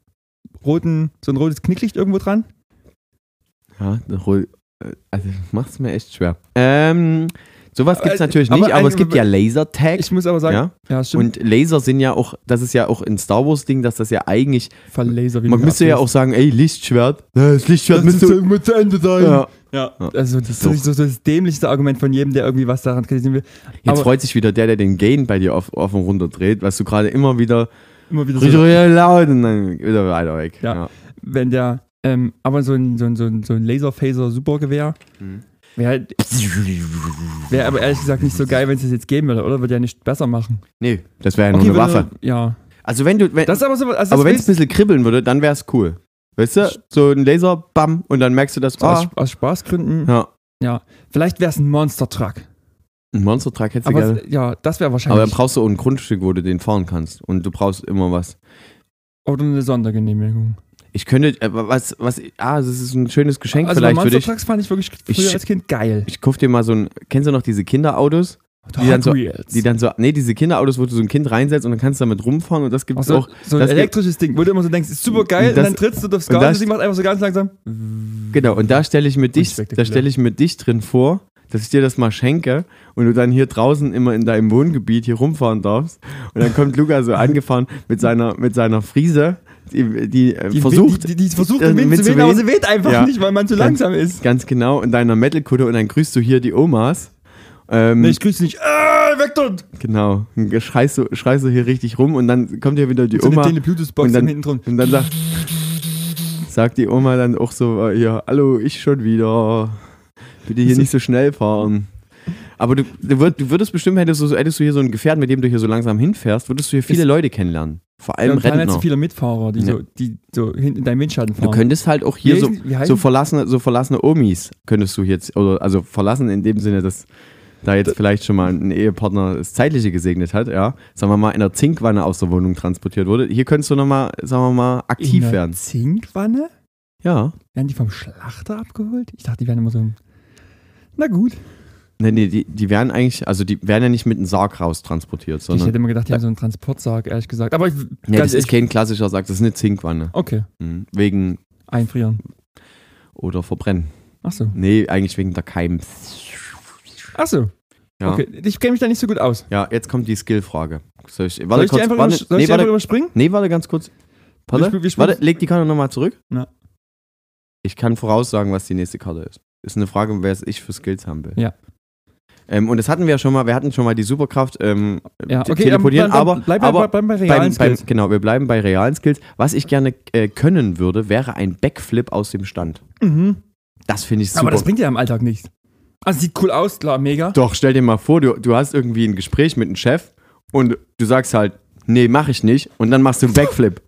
Speaker 3: roten, so ein rotes Knicklicht irgendwo dran.
Speaker 2: Ja, eine Roll- äh, also macht's mir echt schwer. Ähm, sowas gibt's
Speaker 3: Aber-
Speaker 2: natürlich
Speaker 3: Äh, aber
Speaker 2: nicht, aber es
Speaker 3: ein-
Speaker 2: gibt ja Lasertag.
Speaker 3: Ich muss aber sagen,
Speaker 2: Ja?
Speaker 3: ja stimmt,
Speaker 2: Und Laser sind ja auch, das ist ja auch ein Star Wars Ding, dass das ja eigentlich,
Speaker 3: voll Laser wie
Speaker 2: man
Speaker 3: du
Speaker 2: müsste ja auch
Speaker 3: abgehst.
Speaker 2: sagen, ey, Lichtschwert, Ja, das Lichtschwert
Speaker 3: Das
Speaker 2: müsste...
Speaker 3: muss irgendwann zu Ende sein.
Speaker 2: Ja.
Speaker 3: Ja,
Speaker 2: Ja.
Speaker 3: also das ist
Speaker 2: Doch.
Speaker 3: so, so das dämlichste Argument von jedem, der irgendwie was daran kritisieren will.
Speaker 2: Jetzt
Speaker 3: aber
Speaker 2: freut sich wieder der, der den Gain bei dir auf, auf und runter dreht, was du gerade immer wieder
Speaker 3: immer wieder so,
Speaker 2: richtig laut und dann wieder weiter weg.
Speaker 3: Ja. wenn der, ähm, aber so ein, so ein, so ein, so ein Laserphaser-Supergewehr
Speaker 2: Mhm.
Speaker 3: wäre halt, wär aber ehrlich gesagt nicht so geil, wenn es das jetzt geben würde, oder? Würde ja nicht besser machen.
Speaker 2: Nee, das wäre ja nur eine
Speaker 3: würde-
Speaker 2: Waffe.
Speaker 3: Ja.
Speaker 2: Also wenn du, wenn,
Speaker 3: Das ist aber so, also das
Speaker 2: aber wenn es ein
Speaker 3: ist
Speaker 2: bisschen kribbeln würde, dann wär's cool. Weißt du, so ein Laser, bam, und dann merkst du das, ah,
Speaker 3: aus, aus Spaßgründen,
Speaker 2: ja.
Speaker 3: vielleicht wäre es ein Monster-Truck.
Speaker 2: Ein Monster-Truck hättest du
Speaker 3: Aber
Speaker 2: gerne.
Speaker 3: es- ja, das wäre
Speaker 2: Aber dann
Speaker 3: wahrscheinlich.
Speaker 2: brauchst du auch ein Grundstück, wo du den fahren kannst. Und du brauchst immer was.
Speaker 3: oder eine Sondergenehmigung.
Speaker 2: Ich könnte, äh, was, was, ah, das ist ein schönes Geschenk
Speaker 3: Also bei
Speaker 2: vielleicht für dich.
Speaker 3: Monster-Trucks fand ich wirklich früher
Speaker 2: Ich-
Speaker 3: als Kind geil.
Speaker 2: Ich kauf dir mal so ein, kennst du noch diese Kinderautos? die
Speaker 3: Hot
Speaker 2: dann so-
Speaker 3: Wheels.
Speaker 2: Die dann so, nee, diese Kinderautos, wo du so ein Kind reinsetzt und dann kannst du damit rumfahren und das gibt's
Speaker 3: Also,
Speaker 2: auch.
Speaker 3: so ein
Speaker 2: das gibt-
Speaker 3: elektrisches Ding, wo du immer so denkst, ist super geil, und,
Speaker 2: Das-
Speaker 3: dann trittst du aufs
Speaker 2: und
Speaker 3: Gas
Speaker 2: das-
Speaker 3: und sie macht einfach so ganz langsam.
Speaker 2: Genau, und da stelle ich mir dich, da
Speaker 3: Unspektakulär.
Speaker 2: stelle ich mir dich drin vor, dass ich dir das mal schenke und du dann hier draußen immer in deinem Wohngebiet hier rumfahren darfst. Und dann kommt Luca so angefahren mit seiner, mit seiner Friese, die, die, äh,
Speaker 3: Die,
Speaker 2: versucht,
Speaker 3: Die, die, die versucht,
Speaker 2: äh,
Speaker 3: den Wind zu
Speaker 2: mitzuwehen.
Speaker 3: wählen, aber sie weht einfach
Speaker 2: Ja.
Speaker 3: nicht, weil man zu
Speaker 2: Ganz-
Speaker 3: langsam ist.
Speaker 2: Ganz genau, in deiner Metal-Kutte und dann grüßt du hier die Omas. Ähm,
Speaker 3: Nee, ich grüße nicht. Äh, weg dort!
Speaker 2: Genau. Und Schreist du, schreist du hier richtig rum und dann kommt hier wieder die
Speaker 3: So
Speaker 2: Oma.
Speaker 3: eine Bluetooth-Box
Speaker 2: und dann-
Speaker 3: hinten drin.
Speaker 2: Und dann sagt, sagt die Oma dann auch so, äh, ja, hallo, ich schon wieder. Bitte
Speaker 3: Also
Speaker 2: hier nicht so schnell fahren. Aber du, du, würd, du würdest bestimmt, hättest du, so- hättest du hier so ein Gefährt, mit dem du hier so langsam hinfährst, würdest du hier viele
Speaker 3: Ist-
Speaker 2: Leute kennenlernen. Vor
Speaker 3: Ja,
Speaker 2: allem
Speaker 3: und dann halt so
Speaker 2: Rentner.
Speaker 3: viele Mitfahrer, die,
Speaker 2: Ja.
Speaker 3: so, die so hinten in deinen Windschatten fahren.
Speaker 2: Du könntest halt auch hier
Speaker 3: Wie
Speaker 2: so,
Speaker 3: heißen- wie heißen-
Speaker 2: so, verlassene, so verlassene Omis könntest du jetzt, oder also verlassen in dem Sinne, dass da jetzt vielleicht schon mal ein Ehepartner das Zeitliche gesegnet hat, ja. Sagen wir mal, in der Zinkwanne aus der Wohnung transportiert wurde. Hier könntest du nochmal, sagen wir mal, aktiv
Speaker 3: in der
Speaker 2: werden.
Speaker 3: Zinkwanne?
Speaker 2: Ja.
Speaker 3: Werden die vom Schlachter abgeholt? Ich dachte, die werden immer so. Na gut.
Speaker 2: Nee, nee, die, die werden eigentlich, also die werden ja nicht mit einem Sarg raus transportiert,
Speaker 3: ich hätte
Speaker 2: sondern.
Speaker 3: immer gedacht, die haben so einen Transportsarg, ehrlich gesagt. Aber ich,
Speaker 2: Nee, das ist
Speaker 3: ehrlich-
Speaker 2: kein klassischer Sarg, das ist eine Zinkwanne.
Speaker 3: Okay,
Speaker 2: Mhm. Wegen
Speaker 3: einfrieren.
Speaker 2: oder verbrennen.
Speaker 3: Ach so.
Speaker 2: Nee, eigentlich wegen der Keim.
Speaker 3: Ach so.
Speaker 2: Ja,
Speaker 3: Okay, ich kenne mich da nicht so gut aus.
Speaker 2: ja jetzt kommt die Skillfrage. Soll ich,
Speaker 3: Soll
Speaker 2: warte
Speaker 3: ich die
Speaker 2: kurz.
Speaker 3: einfach,
Speaker 2: warte,
Speaker 3: übers- soll ich
Speaker 2: nee,
Speaker 3: die einfach
Speaker 2: warte,
Speaker 3: überspringen?
Speaker 2: nee, warte ganz kurz. Warte,
Speaker 3: Wir spiel- wir spielen-
Speaker 2: warte leg die Karte nochmal zurück.
Speaker 3: Ja.
Speaker 2: Ich kann voraussagen, was die nächste Karte ist. Ist eine Frage, wer es ich für Skills haben will.
Speaker 3: Ja.
Speaker 2: Ähm, und das hatten wir ja schon mal, wir hatten schon mal die Superkraft ähm,
Speaker 3: Ja,
Speaker 2: te-
Speaker 3: okay,
Speaker 2: teleportieren,
Speaker 3: dann, dann,
Speaker 2: aber,
Speaker 3: bleib, bei-
Speaker 2: aber
Speaker 3: bleib bei realen
Speaker 2: beim, beim,
Speaker 3: Skills.
Speaker 2: genau, wir bleiben bei realen Skills. Was ich gerne äh, können würde, wäre ein Backflip aus dem Stand.
Speaker 3: mhm.
Speaker 2: Das finde ich super.
Speaker 3: Aber das bringt ja im Alltag nichts. Also sieht cool aus, klar, mega.
Speaker 2: Doch, stell dir mal vor, du, du hast irgendwie ein Gespräch mit einem Chef und du sagst halt, nee, mach ich nicht. Und dann machst du einen Backflip.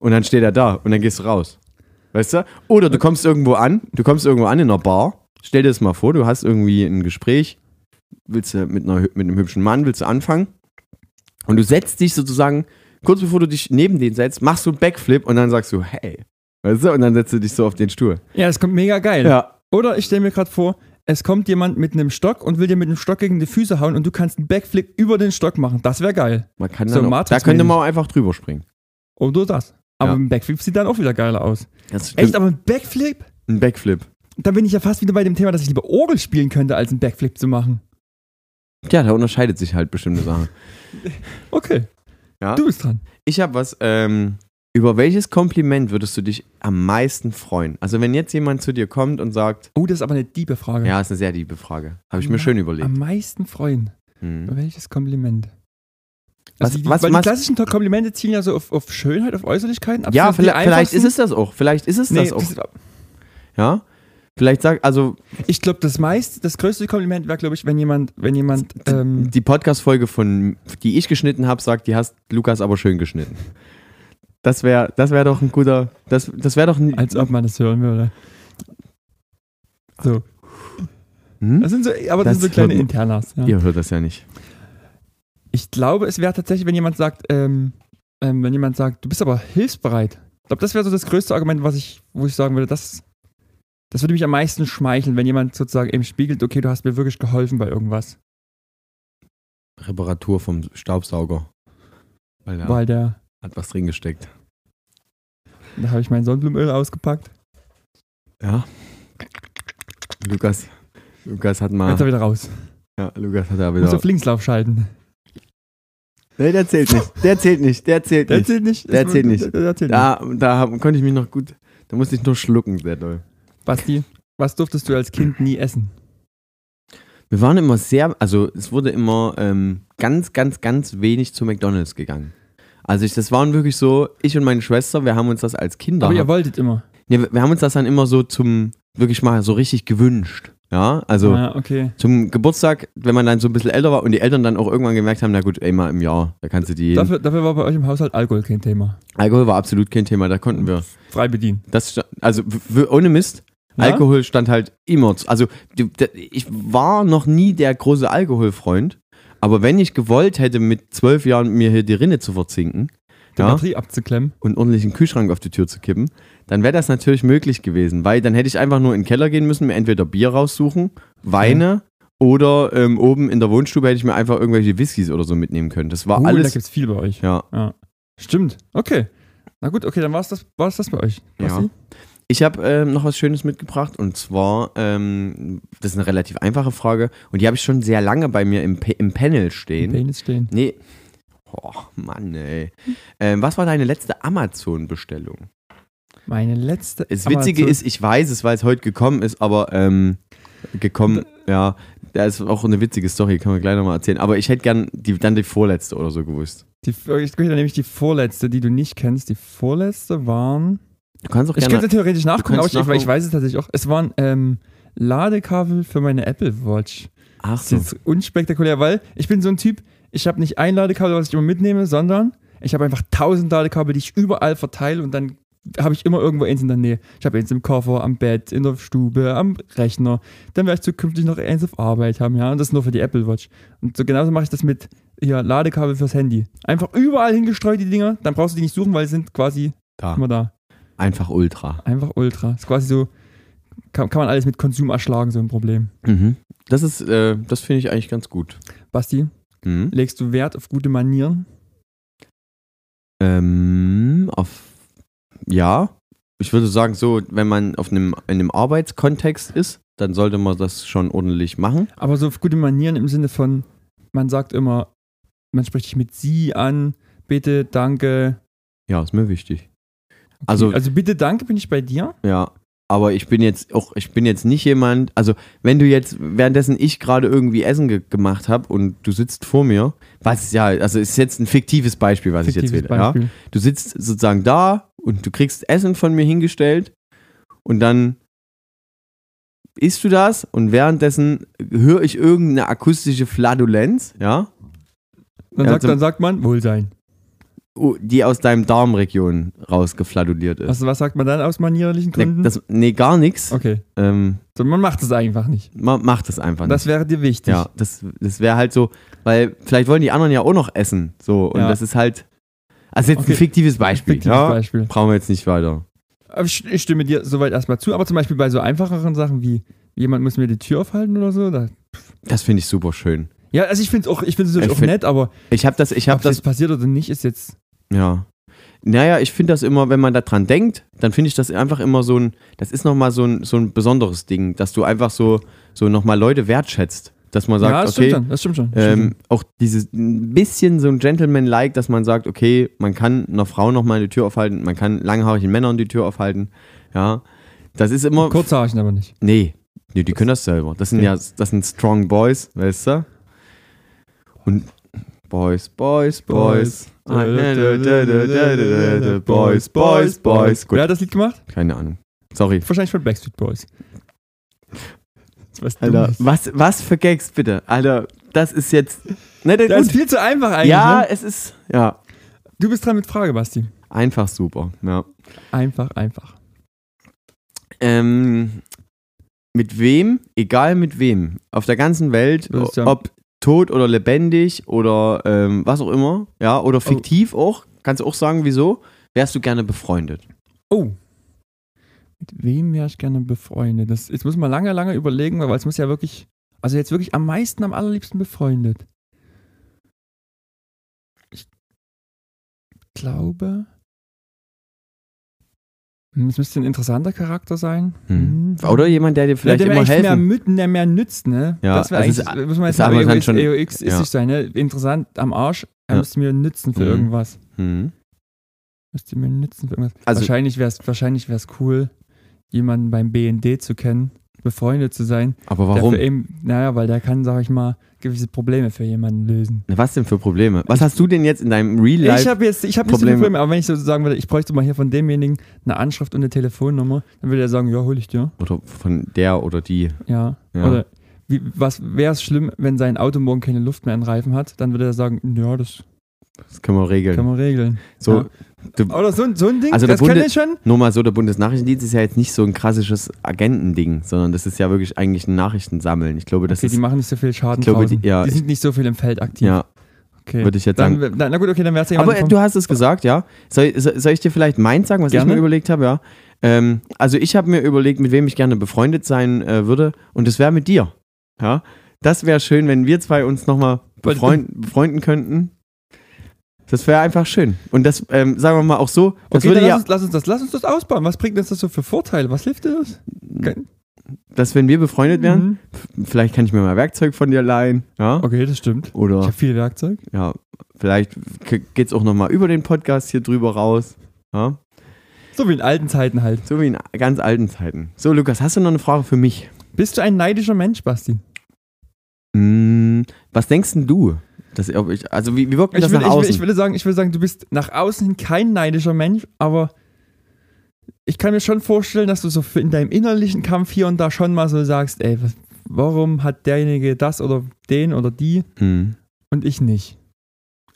Speaker 2: Und dann steht er da und dann gehst du raus. Weißt du? Oder du kommst irgendwo an, du kommst irgendwo an in einer Bar. Stell dir das mal vor, du hast irgendwie ein Gespräch, willst du mit, einer, hü- mit einem hübschen Mann, willst du anfangen. Und du setzt dich sozusagen, kurz bevor du dich neben den setzt, machst du einen Backflip und dann sagst du, hey. Weißt du? Und dann setzt du dich so auf den Stuhl.
Speaker 3: Ja, das kommt mega geil.
Speaker 2: Ja.
Speaker 3: Oder ich stelle mir gerade vor, es kommt jemand mit einem Stock und will dir mit dem Stock gegen die Füße hauen und du kannst einen Backflip über den Stock machen. Das wäre geil.
Speaker 2: Man kann
Speaker 3: So
Speaker 2: dann auch, da
Speaker 3: Matrix-mäßig.
Speaker 2: könnte man auch einfach drüber springen.
Speaker 3: Oder Oh, das. Aber
Speaker 2: Ja.
Speaker 3: ein Backflip sieht dann auch wieder geiler aus.
Speaker 2: Das stimmt.
Speaker 3: Echt, aber ein Backflip?
Speaker 2: Ein Backflip.
Speaker 3: Da bin ich ja fast wieder bei dem Thema, dass ich lieber Orgel spielen könnte, als einen Backflip zu machen.
Speaker 2: Ja, da unterscheidet sich halt bestimmte Sachen.
Speaker 3: Okay.
Speaker 2: Ja.
Speaker 3: Du bist dran.
Speaker 2: Ich habe was. Ähm, über welches Kompliment würdest du dich am meisten freuen? Also wenn jetzt jemand zu dir kommt und sagt,
Speaker 3: Oh, das ist aber eine diebe Frage.
Speaker 2: ja, ist eine sehr liebe Frage, habe ich mir
Speaker 3: Ja.
Speaker 2: schön überlegt.
Speaker 3: Am meisten freuen.
Speaker 2: Mhm.
Speaker 3: Welches Kompliment?
Speaker 2: Was-
Speaker 3: Also die,
Speaker 2: was-
Speaker 3: weil
Speaker 2: was-
Speaker 3: die klassischen Komplimente zielen ja so auf, auf Schönheit, auf Äußerlichkeiten. ab.
Speaker 2: Ja,
Speaker 3: Das sind die
Speaker 2: vielleicht, vielleicht
Speaker 3: einfachsten.
Speaker 2: ist es das auch. Vielleicht ist es
Speaker 3: Nee,
Speaker 2: das auch. ja, vielleicht sagt also
Speaker 3: Ich glaube, das meiste, das größte Kompliment wäre, glaube ich, wenn jemand, wenn jemand, ähm,
Speaker 2: die Podcast-Folge von, die ich geschnitten habe, sagt, die hast Lukas aber schön geschnitten. Das wäre, das wäre doch ein guter, das, das wäre doch ein.
Speaker 3: als ob man das hören würde. So,
Speaker 2: Hm?
Speaker 3: das sind so, aber das,
Speaker 2: Das
Speaker 3: sind so kleine
Speaker 2: hört man-
Speaker 3: Internas. Ja.
Speaker 2: Ihr hört das ja nicht.
Speaker 3: Ich glaube, es wäre tatsächlich, wenn jemand sagt, ähm, ähm, wenn jemand sagt, du bist aber hilfsbereit. Ich glaube, das wäre so das größte Argument, was ich, wo ich sagen würde, das, das würde mich am meisten schmeicheln, wenn jemand sozusagen eben spiegelt, okay, du hast mir wirklich geholfen bei irgendwas.
Speaker 2: Reparatur vom Staubsauger. Weil da
Speaker 3: Weil der,
Speaker 2: hat was drin gesteckt.
Speaker 3: da habe ich mein Sonnenblumenöl ausgepackt.
Speaker 2: Ja. Lukas, Lukas hat mal.
Speaker 3: Jetzt er wieder raus.
Speaker 2: Ja, Lukas hat da
Speaker 3: Muss
Speaker 2: wieder.
Speaker 3: auf Linkslauf schalten.
Speaker 2: Nee, der zählt nicht. Der zählt nicht. Der zählt
Speaker 3: Der
Speaker 2: nicht.
Speaker 3: zählt nicht.
Speaker 2: Der zählt nicht.
Speaker 3: Der zählt nicht.
Speaker 2: Da, da hab- konnte ich mich noch gut. Da musste ich nur schlucken, sehr doll.
Speaker 3: Basti, was durftest du als Kind nie essen?
Speaker 2: Wir waren immer sehr. Also, es wurde immer ähm, ganz, ganz, ganz wenig zu McDonalds gegangen. Also, ich, das waren wirklich so. Ich und meine Schwester, wir haben uns das als Kinder.
Speaker 3: Aber ihr wolltet immer.
Speaker 2: nee, wir wir haben uns das dann immer so zum. Wirklich mal so richtig gewünscht. Ja, also.
Speaker 3: Ah, okay.
Speaker 2: Zum Geburtstag, wenn man dann so ein bisschen älter war und die Eltern dann auch irgendwann gemerkt haben, na gut, einmal im Jahr, da kannst du die.
Speaker 3: Dafür, dafür war bei euch im Haushalt Alkohol kein Thema.
Speaker 2: Alkohol war absolut kein Thema, da konnten wir.
Speaker 3: Frei bedienen.
Speaker 2: Das sta- also w- w- ohne Mist,
Speaker 3: Ja?
Speaker 2: Alkohol stand halt immer. zu- Also die- der- ich war noch nie der große Alkoholfreund, aber wenn ich gewollt hätte, mit zwölf Jahren mir hier die Rinne zu verzinken
Speaker 3: Die
Speaker 2: ja,
Speaker 3: Batterie abzuklemmen.
Speaker 2: und ordentlich einen Kühlschrank auf die Tür zu kippen, dann wäre das natürlich möglich gewesen, weil dann hätte ich einfach nur in den Keller gehen müssen, mir entweder Bier raussuchen, Weine. Oder ähm, oben in der Wohnstube hätte ich mir einfach irgendwelche Whiskys oder so mitnehmen können. Das war
Speaker 3: Oh, da
Speaker 2: alles.
Speaker 3: gibt's viel bei euch.
Speaker 2: Ja.
Speaker 3: Stimmt. Okay. Na gut, okay, dann war's das, war's das bei euch.
Speaker 2: Ja.
Speaker 3: Basti?
Speaker 2: Ich habe ähm, noch was Schönes mitgebracht und zwar, ähm, das ist eine relativ einfache Frage und die habe ich schon sehr lange bei mir im, Pe- im Panel stehen.
Speaker 3: Penis stehen.
Speaker 2: Nee. Oh, Mann, ey. Ähm, was war deine letzte Amazon-Bestellung?
Speaker 3: Meine letzte.
Speaker 2: Das Witzige
Speaker 3: Amazon-
Speaker 2: ist, ich weiß es, weil es heute gekommen ist, aber ähm, gekommen, ja, da ist auch eine witzige Story, kann man gleich nochmal erzählen. Aber ich hätte gern die, dann die vorletzte oder so gewusst.
Speaker 3: Die, oh, ich dann nämlich die vorletzte, die du nicht kennst. Die vorletzte waren.
Speaker 2: Du kannst auch
Speaker 3: Ich
Speaker 2: gerne.
Speaker 3: könnte theoretisch nachgucken, aber
Speaker 2: kannst
Speaker 3: ich, ich-
Speaker 2: nachgucken.
Speaker 3: ich weiß es tatsächlich auch. Es waren ähm, Ladekabel für meine Apple Watch.
Speaker 2: Ach
Speaker 3: Das
Speaker 2: so.
Speaker 3: ist jetzt unspektakulär, weil ich bin so ein Typ, ich habe nicht ein Ladekabel, was ich immer mitnehme, sondern ich habe einfach tausend Ladekabel, die ich überall verteile und dann habe ich immer irgendwo eins in der Nähe. Ich habe eins im Koffer, am Bett, in der Stube, am Rechner. Dann werde ich zukünftig noch eins auf Arbeit haben, ja. Und das nur für die Apple Watch. Und so genauso mache ich das mit hier, Ladekabel fürs Handy. Einfach überall hingestreut, die Dinger. Dann brauchst du die nicht suchen, weil sie sind quasi
Speaker 2: Da.
Speaker 3: immer da.
Speaker 2: Einfach ultra.
Speaker 3: Einfach ultra. Ist quasi so, kann, kann man alles mit Konsum erschlagen, so ein Problem.
Speaker 2: Mhm. Das ist, äh, das finde ich eigentlich ganz gut.
Speaker 3: Basti,
Speaker 2: Mhm.
Speaker 3: legst du Wert auf gute Manieren?
Speaker 2: Ähm, auf. Ja, ich würde sagen, so, wenn man auf einem, in einem Arbeitskontext ist, dann sollte man das schon ordentlich machen.
Speaker 3: Aber so auf gute Manieren im Sinne von, man sagt immer, man spricht dich mit sie an, bitte, danke.
Speaker 2: Ja, ist mir wichtig. Also,
Speaker 3: Also bitte, danke bin ich bei dir.
Speaker 2: ja. Aber ich bin jetzt auch, ich bin jetzt nicht jemand, also wenn du jetzt, währenddessen ich gerade irgendwie Essen ge gemacht habe und du sitzt vor mir, was ja, also ist jetzt ein fiktives Beispiel, was Also ich jetzt
Speaker 3: Fiktives
Speaker 2: wähle. Ja?
Speaker 3: Beispiel.
Speaker 2: Du sitzt sozusagen da und du kriegst Essen von mir hingestellt und dann isst du das und währenddessen höre ich irgendeine akustische Flatulenz, ja,
Speaker 3: Dann,
Speaker 2: Ja, also
Speaker 3: sagt,
Speaker 2: zum-
Speaker 3: dann sagt man, Wohlsein.
Speaker 2: oh, die aus deinem Darmregion rausgeflatuliert ist.
Speaker 3: Also was sagt man dann aus manierlichen
Speaker 2: Ne,
Speaker 3: Gründen?
Speaker 2: das, nee, gar nichts.
Speaker 3: okay.
Speaker 2: Ähm,
Speaker 3: So, man macht es einfach nicht.
Speaker 2: ma, mach das einfach
Speaker 3: Das wäre dir wichtig.
Speaker 2: Ja, das, das wäre halt so, weil vielleicht wollen die anderen ja auch noch essen. So, und
Speaker 3: Ja.
Speaker 2: das ist halt. Also jetzt
Speaker 3: Okay.
Speaker 2: ein fiktives Beispiel.
Speaker 3: Fiktives
Speaker 2: ja?
Speaker 3: Beispiel.
Speaker 2: Brauchen wir jetzt nicht weiter.
Speaker 3: Aber Ich ich stimme dir soweit erstmal zu, aber zum Beispiel bei so einfacheren Sachen wie jemand muss mir die Tür aufhalten oder so. Da,
Speaker 2: Das finde ich super schön.
Speaker 3: ja, also ich finde es auch, ich find's
Speaker 2: Ich
Speaker 3: natürlich auch
Speaker 2: find-
Speaker 3: nett, aber
Speaker 2: Ich habe das, ich
Speaker 3: ob
Speaker 2: habe
Speaker 3: das
Speaker 2: das,
Speaker 3: passiert oder nicht, ist jetzt.
Speaker 2: ja. Naja, ich finde das immer, wenn man da dran denkt, dann finde ich das einfach immer so ein, das ist nochmal so ein, so ein besonderes Ding, dass du einfach so, so nochmal Leute wertschätzt. Dass man sagt,
Speaker 3: ja, das
Speaker 2: okay,
Speaker 3: stimmt schon, das stimmt schon. das stimmt
Speaker 2: ähm, auch dieses ein bisschen so ein Gentleman-like, dass man sagt, okay, man kann einer Frau nochmal die Tür aufhalten, man kann langhaarigen Männern die Tür aufhalten. Ja, das ist immer.
Speaker 3: schon. Kurzhaarchen aber nicht.
Speaker 2: nee, nee, die können das selber. Das sind
Speaker 3: Okay.
Speaker 2: ja, das sind Strong Boys, weißt du? Und Boys, Boys, Boys.
Speaker 3: Ah,
Speaker 2: Boys, Boys, Boys.
Speaker 3: Wer
Speaker 2: Gut,
Speaker 3: hat das Lied gemacht?
Speaker 2: keine Ahnung. Sorry.
Speaker 3: Wahrscheinlich von Backstreet Boys. Das was
Speaker 2: Alter,
Speaker 3: Dummes.
Speaker 2: was, was für Gags bitte? Alter, das ist jetzt. Ne, der-
Speaker 3: Das ist
Speaker 2: gut.
Speaker 3: viel zu einfach eigentlich.
Speaker 2: Ja,
Speaker 3: Ne?
Speaker 2: es ist. Ja,
Speaker 3: Du bist dran mit Frage, Basti.
Speaker 2: Einfach super, ja.
Speaker 3: Einfach, einfach.
Speaker 2: Ähm, mit wem, egal mit wem, auf der ganzen Welt,
Speaker 3: Das ist ja-
Speaker 2: ob tot oder lebendig oder ähm, was auch immer, ja,
Speaker 3: Oh.
Speaker 2: oder fiktiv auch, kannst du auch sagen, wieso, wärst du gerne befreundet.
Speaker 3: Oh. Mit wem wäre ich gerne befreundet? Das, jetzt muss man lange, lange überlegen, weil es muss ja wirklich, also jetzt wirklich am meisten, am allerliebsten befreundet. Ich glaube. Hm, Es müsste ein interessanter Charakter sein.
Speaker 2: Hm.
Speaker 3: Hm.
Speaker 2: Oder jemand, der dir vielleicht
Speaker 3: ja, der mir
Speaker 2: immer
Speaker 3: echt mehr
Speaker 2: helfen.
Speaker 3: Mütten, der mehr nützt, ne?
Speaker 2: Ja,
Speaker 3: das wäre
Speaker 2: also es
Speaker 3: eigentlich, muss man
Speaker 2: ist
Speaker 3: jetzt mal
Speaker 2: aber dann
Speaker 3: egoistisch
Speaker 2: schon-
Speaker 3: egoistisch
Speaker 2: ja.
Speaker 3: sein, ne? Interessant am Arsch, er
Speaker 2: Ja.
Speaker 3: müsste mir nützen für
Speaker 2: Mhm.
Speaker 3: irgendwas.
Speaker 2: Hm.
Speaker 3: Müsste mir nützen für irgendwas.
Speaker 2: Also-
Speaker 3: wahrscheinlich wäre es wahrscheinlich wär's cool, jemanden beim BND zu kennen, befreundet zu sein.
Speaker 2: Aber warum?
Speaker 3: Der für eben, naja, weil der kann, sag ich mal, gewisse Probleme für jemanden lösen.
Speaker 2: Na, Was denn für Probleme? Was hast du denn jetzt in deinem Real
Speaker 3: ich
Speaker 2: Life?
Speaker 3: habe jetzt, ich habe nicht so viele
Speaker 2: Probleme.
Speaker 3: Probleme, aber wenn ich so sagen würde, ich bräuchte mal hier von demjenigen eine Anschrift und eine Telefonnummer, dann würde er sagen, ja, hol ich dir.
Speaker 2: Oder von der oder die?
Speaker 3: Ja.
Speaker 2: Ja.
Speaker 3: Oder wie, was wäre es schlimm, wenn sein Auto morgen keine Luft mehr in den Reifen hat? Dann würde er sagen, ja, das
Speaker 2: Das können wir regeln.
Speaker 3: kann man regeln.
Speaker 2: so,
Speaker 3: Ja. Oder so, ein- so ein Ding,
Speaker 2: Also der
Speaker 3: das kann
Speaker 2: Bunde-
Speaker 3: ich schon.
Speaker 2: Nur mal so, der Bundesnachrichtendienst ist ja jetzt nicht so ein klassisches Agentending, sondern das ist ja wirklich eigentlich ein Nachrichtensammeln. Ich glaube, das
Speaker 3: Okay, die
Speaker 2: ist,
Speaker 3: machen nicht so viel Schaden.
Speaker 2: Ich glaube,
Speaker 3: draußen.
Speaker 2: die- ja,
Speaker 3: die
Speaker 2: ich-
Speaker 3: sind nicht so viel im Feld aktiv.
Speaker 2: ja,
Speaker 3: Okay.
Speaker 2: würde ich jetzt
Speaker 3: dann,
Speaker 2: sagen.
Speaker 3: dann- na gut, okay, dann wär's ja
Speaker 2: Aber
Speaker 3: jemand
Speaker 2: äh, du hast es gesagt, ja. Soll, soll soll ich dir vielleicht meins sagen, was
Speaker 3: Gerne.
Speaker 2: ich mir überlegt habe, ja? Ähm, also ich habe mir überlegt, mit wem ich gerne befreundet sein äh, würde und das wäre mit dir, ja. Das wäre schön, wenn wir zwei uns nochmal befreund, befreunden könnten. Das wäre einfach schön. Und das, ähm, sagen wir mal auch so, das
Speaker 3: okay,
Speaker 2: würde
Speaker 3: dann
Speaker 2: ja,
Speaker 3: lass, uns, lass, uns das, lass uns das ausbauen. Was bringt uns das so für Vorteile? Was hilft dir das?
Speaker 2: dass wenn wir befreundet wären,
Speaker 3: Mhm.
Speaker 2: vielleicht kann ich mir mal Werkzeug von dir leihen, ja.
Speaker 3: Okay, das stimmt.
Speaker 2: Oder
Speaker 3: Ich habe viel Werkzeug.
Speaker 2: ja, vielleicht geht es auch nochmal über den Podcast hier drüber raus. Ja?
Speaker 3: So wie in alten Zeiten halt.
Speaker 2: So wie in ganz alten Zeiten. So, Lukas, hast du noch eine Frage für mich?
Speaker 3: Bist du ein neidischer Mensch, Basti?
Speaker 2: Hm, was denkst denn du? Dass, ob ich, also, wie, wie wirkt denn
Speaker 3: Ich
Speaker 2: das
Speaker 3: will,
Speaker 2: nach
Speaker 3: ich, will,
Speaker 2: außen?
Speaker 3: ich will sagen, ich will sagen, du bist nach außen hin kein neidischer Mensch, aber ich kann mir schon vorstellen, dass du so für- in deinem innerlichen Kampf hier und da schon mal so sagst, ey, was, warum hat derjenige das oder den oder die
Speaker 2: Hm.
Speaker 3: und ich nicht?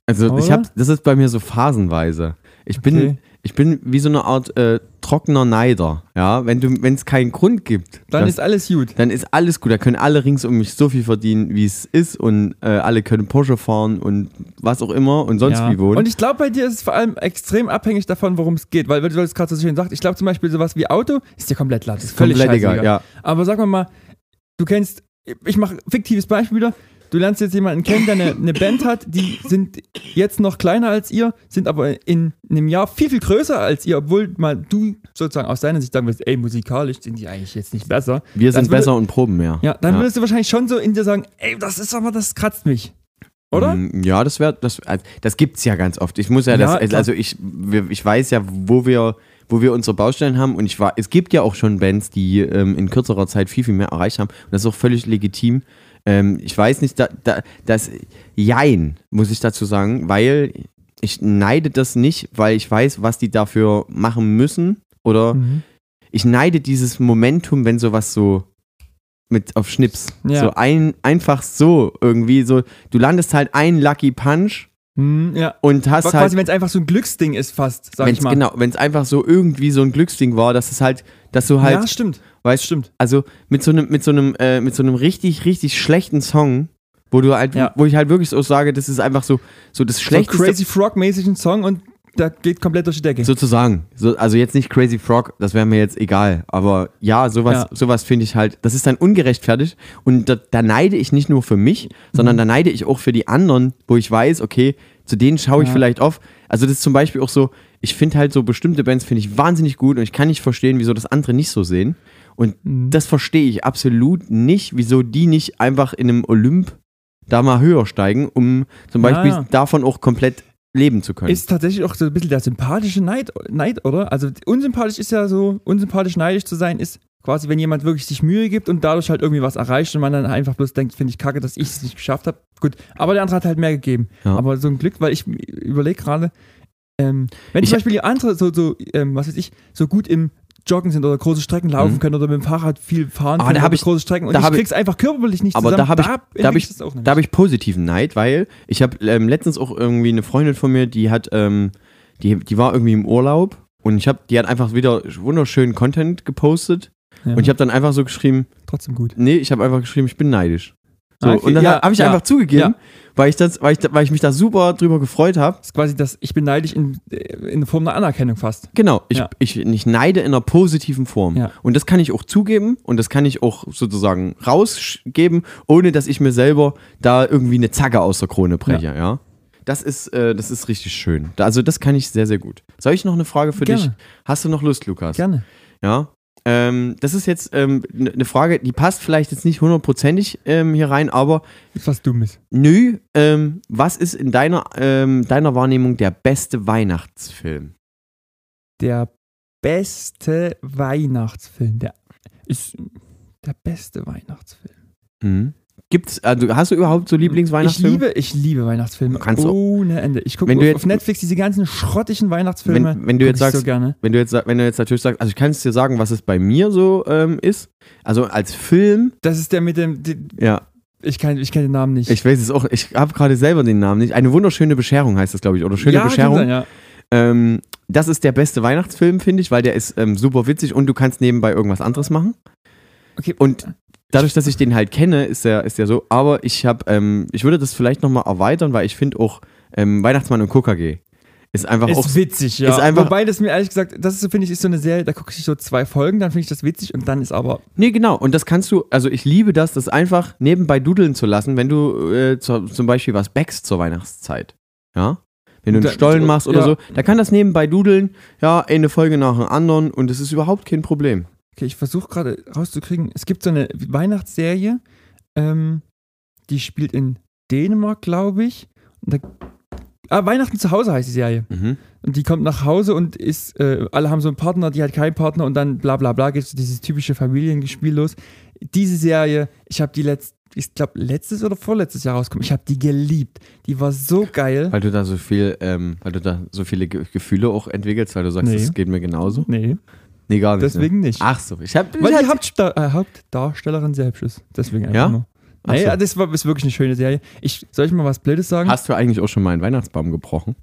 Speaker 2: Also, ich
Speaker 3: Oder?
Speaker 2: hab, das ist bei mir so phasenweise. Ich bin,
Speaker 3: Okay.
Speaker 2: ich bin wie so eine Art äh, trockener Neider. Ja, wenn es keinen Grund gibt,
Speaker 3: Dann
Speaker 2: dass-
Speaker 3: ist alles gut.
Speaker 2: dann ist alles gut. Da können alle rings um mich so viel verdienen, wie es ist. Und äh, alle können Porsche fahren und was auch immer und sonst
Speaker 3: Ja.
Speaker 2: wie wohnen.
Speaker 3: Und ich glaube, bei dir ist es vor allem extrem abhängig davon, worum es geht. Weil, weil du das gerade so schön sagst, ich glaube zum Beispiel sowas wie Auto ist dir komplett latt. Ist völlig
Speaker 2: Komplett egal,
Speaker 3: scheißegal.
Speaker 2: ja.
Speaker 3: Aber sag mal mal, du kennst, ich mache fiktives Beispiel wieder, du lernst jetzt jemanden kennen, der eine, eine Band hat, die sind jetzt noch kleiner als ihr, sind aber in einem Jahr viel, viel größer als ihr, obwohl mal du sozusagen aus deiner Sicht sagen würdest, ey, musikalisch sind die eigentlich jetzt nicht besser.
Speaker 2: Wir
Speaker 3: Dann
Speaker 2: sind
Speaker 3: würde-
Speaker 2: besser und proben mehr.
Speaker 3: Ja, dann würdest du wahrscheinlich schon so in dir sagen, ey, das ist aber, das kratzt mich. Oder?
Speaker 2: Mm, Ja, das wäre das also, das gibt's ja ganz oft. Ich muss ja,
Speaker 3: Ja,
Speaker 2: das
Speaker 3: klar.
Speaker 2: also ich wir, ich weiß ja, wo wir wo wir unsere Baustellen haben und ich war es gibt ja auch schon Bands, die ähm, in kürzerer Zeit viel viel mehr erreicht haben und das ist auch völlig legitim. Ähm, ich weiß nicht, da, da das jein muss ich dazu sagen, weil ich neide das nicht, weil ich weiß, was die dafür machen müssen oder
Speaker 3: Mhm.
Speaker 2: ich neide dieses Momentum, wenn sowas so mit auf Schnips,
Speaker 3: Ja.
Speaker 2: so ein, einfach so irgendwie so, du landest halt ein Lucky Punch
Speaker 3: Mhm, ja.
Speaker 2: und hast
Speaker 3: Quasi,
Speaker 2: halt,
Speaker 3: wenn es einfach so ein Glücksding ist fast, sag
Speaker 2: wenn's,
Speaker 3: ich mal.
Speaker 2: genau, wenn es einfach so irgendwie so ein Glücksding war, dass es halt, dass du halt,
Speaker 3: Ja, stimmt.
Speaker 2: weißt,
Speaker 3: Stimmt.
Speaker 2: also mit so einem, mit so einem, äh, mit so einem richtig, richtig schlechten Song, wo du halt,
Speaker 3: Ja.
Speaker 2: wo ich halt wirklich so sage, das ist einfach so, so das
Speaker 3: So einen
Speaker 2: schlechteste,
Speaker 3: Crazy Frog-mäßigen Song und da geht komplett durch die Decke.
Speaker 2: Sozusagen. So, also jetzt nicht Crazy Frog, das wäre mir jetzt egal. Aber ja, sowas,
Speaker 3: Ja.
Speaker 2: sowas finde ich halt, das ist dann ungerechtfertigt. Und da, da neide ich nicht nur für mich,
Speaker 3: Mhm.
Speaker 2: sondern da neide ich auch für die anderen, wo ich weiß, okay, zu denen schaue ich
Speaker 3: Ja.
Speaker 2: vielleicht auf. Also das ist zum Beispiel auch so, ich finde halt so bestimmte Bands finde ich wahnsinnig gut und ich kann nicht verstehen, wieso das andere nicht so sehen. Und
Speaker 3: Mhm.
Speaker 2: das verstehe ich absolut nicht, wieso die nicht einfach in einem Olymp da mal höher steigen, um zum
Speaker 3: Ja,
Speaker 2: Beispiel
Speaker 3: ja.
Speaker 2: davon auch komplett leben zu können.
Speaker 3: Ist tatsächlich auch so ein bisschen der sympathische Neid, Neid, oder? Also unsympathisch ist ja so, unsympathisch neidisch zu sein ist quasi, wenn jemand wirklich sich Mühe gibt und dadurch halt irgendwie was erreicht und man dann einfach bloß denkt, finde ich kacke, dass ich es nicht geschafft habe. Gut, aber der andere hat halt mehr gegeben.
Speaker 2: Ja.
Speaker 3: Aber so ein Glück, weil ich überlege gerade, ähm, wenn
Speaker 2: Ich-
Speaker 3: zum Beispiel die andere so, so ähm, was weiß ich, so gut im Joggen sind oder große Strecken laufen
Speaker 2: Mhm.
Speaker 3: können oder mit dem Fahrrad viel fahren
Speaker 2: Ah,
Speaker 3: können
Speaker 2: da hab
Speaker 3: oder
Speaker 2: ich-
Speaker 3: große Strecken und
Speaker 2: da
Speaker 3: ich
Speaker 2: hab ich-
Speaker 3: krieg's einfach körperlich nicht
Speaker 2: Aber da
Speaker 3: zusammen.
Speaker 2: hab ich- da hab
Speaker 3: entwickle
Speaker 2: ich-
Speaker 3: das auch nicht.
Speaker 2: Da habe ich positiven Neid, weil ich habe ähm, letztens auch irgendwie eine Freundin von mir, die hat, ähm, die, die war irgendwie im Urlaub und ich habe, die hat einfach wieder wunderschönen Content gepostet
Speaker 3: ja,
Speaker 2: und ich habe dann einfach so geschrieben,
Speaker 3: trotzdem gut.
Speaker 2: nee, ich habe einfach geschrieben, ich bin neidisch. So,
Speaker 3: Ah, okay.
Speaker 2: Und dann
Speaker 3: Ja,
Speaker 2: habe ich
Speaker 3: ja.
Speaker 2: einfach zugegeben,
Speaker 3: Ja.
Speaker 2: weil ich das, weil ich, da- weil ich mich da super drüber gefreut habe.
Speaker 3: Das ist quasi das, ich bin neidisch in, äh, in Form einer Anerkennung fast.
Speaker 2: Genau, ich,
Speaker 3: Ja.
Speaker 2: ich, ich neide in einer positiven Form.
Speaker 3: Ja.
Speaker 2: Und das kann ich auch zugeben und das kann ich auch sozusagen rausgeben, ohne dass ich mir selber da irgendwie eine Zacke aus der Krone breche, ja. Das ist, äh, das ist richtig schön. Da- Also das kann ich sehr, sehr gut. Soll ich noch eine Frage für
Speaker 3: Gerne.
Speaker 2: dich? Hast du noch Lust, Lukas?
Speaker 3: Gerne.
Speaker 2: Ja. Ähm, das ist jetzt ähm, ne- eine Frage, die passt vielleicht jetzt nicht hundertprozentig ähm, hier rein, aber
Speaker 3: Ist was Dummes.
Speaker 2: nö, ähm, was ist in deiner, ähm, deiner Wahrnehmung der beste Weihnachtsfilm?
Speaker 3: Der beste Weihnachtsfilm. Der ist der beste Weihnachtsfilm.
Speaker 2: Mhm. Gibt's, also hast du überhaupt so
Speaker 3: Ich
Speaker 2: Lieblingsweihnachtsfilme?
Speaker 3: liebe, ich liebe Weihnachtsfilme.
Speaker 2: Du kannst auch-
Speaker 3: ohne Ende. Ich gucke
Speaker 2: Wenn du
Speaker 3: auf,
Speaker 2: jetzt-
Speaker 3: auf Netflix diese ganzen schrottigen Weihnachtsfilme.
Speaker 2: Wenn- wenn du
Speaker 3: Guck
Speaker 2: jetzt
Speaker 3: ich
Speaker 2: sagst-
Speaker 3: so gerne.
Speaker 2: Wenn du jetzt, sag- wenn du jetzt natürlich sagst, also ich kann es dir sagen, was es bei mir so ähm, ist. Also als Film,
Speaker 3: Das ist der mit dem. Die,
Speaker 2: ja,
Speaker 3: ich kenne ich kenn den Namen nicht.
Speaker 2: ich weiß es auch, ich habe gerade selber den Namen nicht. Eine wunderschöne Bescherung heißt das, glaube ich, oder schöne
Speaker 3: ja,
Speaker 2: Bescherung.
Speaker 3: Kann sein, ja.
Speaker 2: Ähm, das ist der beste Weihnachtsfilm, finde ich, weil der ist ähm, super witzig und du kannst nebenbei irgendwas anderes machen.
Speaker 3: Okay.
Speaker 2: Und dadurch, dass ich den halt kenne, ist der, ist der so. Aber ich habe, ähm, ich würde das vielleicht nochmal erweitern, weil ich finde auch ähm, Weihnachtsmann und KKG ist einfach auch
Speaker 3: Ist witzig, ja.
Speaker 2: ist einfach-
Speaker 3: Wobei das mir ehrlich gesagt, das ist, so, finde ich, ist so eine Serie, da gucke ich so zwei Folgen, dann finde ich das witzig und dann ist aber.
Speaker 2: Nee, genau. Und das kannst du, also ich liebe das, das einfach nebenbei dudeln zu lassen, wenn du äh, zu, zum Beispiel was backst zur Weihnachtszeit. Ja? Wenn du einen
Speaker 3: Da-
Speaker 2: Stollen machst oder
Speaker 3: ja.
Speaker 2: so, da kann das nebenbei dudeln, ja, eine Folge nach der anderen und es ist überhaupt kein Problem.
Speaker 3: Okay, ich versuche gerade rauszukriegen. Es gibt so eine Weihnachtsserie, ähm, die spielt in Dänemark, glaube ich. Und da, ah, Weihnachten zu Hause heißt die Serie.
Speaker 2: Mhm.
Speaker 3: Und die kommt nach Hause und ist, äh, alle haben so einen Partner, die hat keinen Partner und dann bla bla bla geht so dieses typische Familiengespiel los. Diese Serie, ich habe die letzt, ich glaube letztes oder vorletztes Jahr rausgekommen. Ich habe die geliebt. Die war so geil.
Speaker 2: Weil du da so viel, ähm, weil du da so viele Ge Gefühle auch entwickelst, weil du sagst,
Speaker 3: Nee.
Speaker 2: das geht mir genauso.
Speaker 3: Nee,
Speaker 2: Nee, gar nicht. Ne?
Speaker 3: deswegen nicht.
Speaker 2: Ach so, ich hab.
Speaker 3: Weil
Speaker 2: ich
Speaker 3: die
Speaker 2: hab-
Speaker 3: Hauptsta äh, Hauptdarstellerin selbst ist. Deswegen einfach
Speaker 2: Ja?
Speaker 3: nur.
Speaker 2: Ach
Speaker 3: Naja,
Speaker 2: so.
Speaker 3: das war, ist wirklich eine schöne Serie. Ich, soll ich mal was Blödes sagen?
Speaker 2: Hast du eigentlich auch schon mal einen Weihnachtsbaum gebrochen?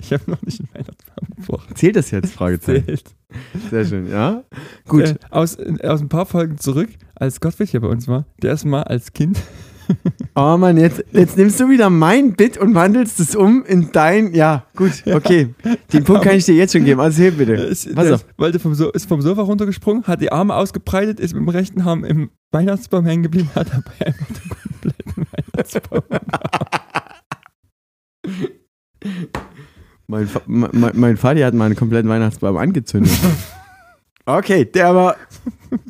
Speaker 3: Ich habe noch nicht in Weihnachtsbaum gebrochen.
Speaker 2: Zählt das jetzt? Fragezeichen. Sehr schön, ja. Gut.
Speaker 3: Äh, aus, äh, aus ein paar Folgen zurück, als Gottfried hier bei uns war, der ist mal als Kind
Speaker 2: Oh Mann, jetzt, jetzt nimmst du wieder mein Bit und wandelst es um in dein. Ja, gut, okay. Den Punkt kann ich dir jetzt schon geben. Also heb bitte.
Speaker 3: Ist,
Speaker 2: Pass
Speaker 3: der
Speaker 2: auf.
Speaker 3: ist- wollte vom so ist vom Sofa runtergesprungen, hat die Arme ausgebreitet, ist mit dem rechten Arm im Weihnachtsbaum hängen geblieben, hat dabei einfach den kompletten Weihnachtsbaum.
Speaker 2: Mein, Fa- mein, mein- mein Vati hat meinen kompletten Weihnachtsbaum angezündet. okay, der war.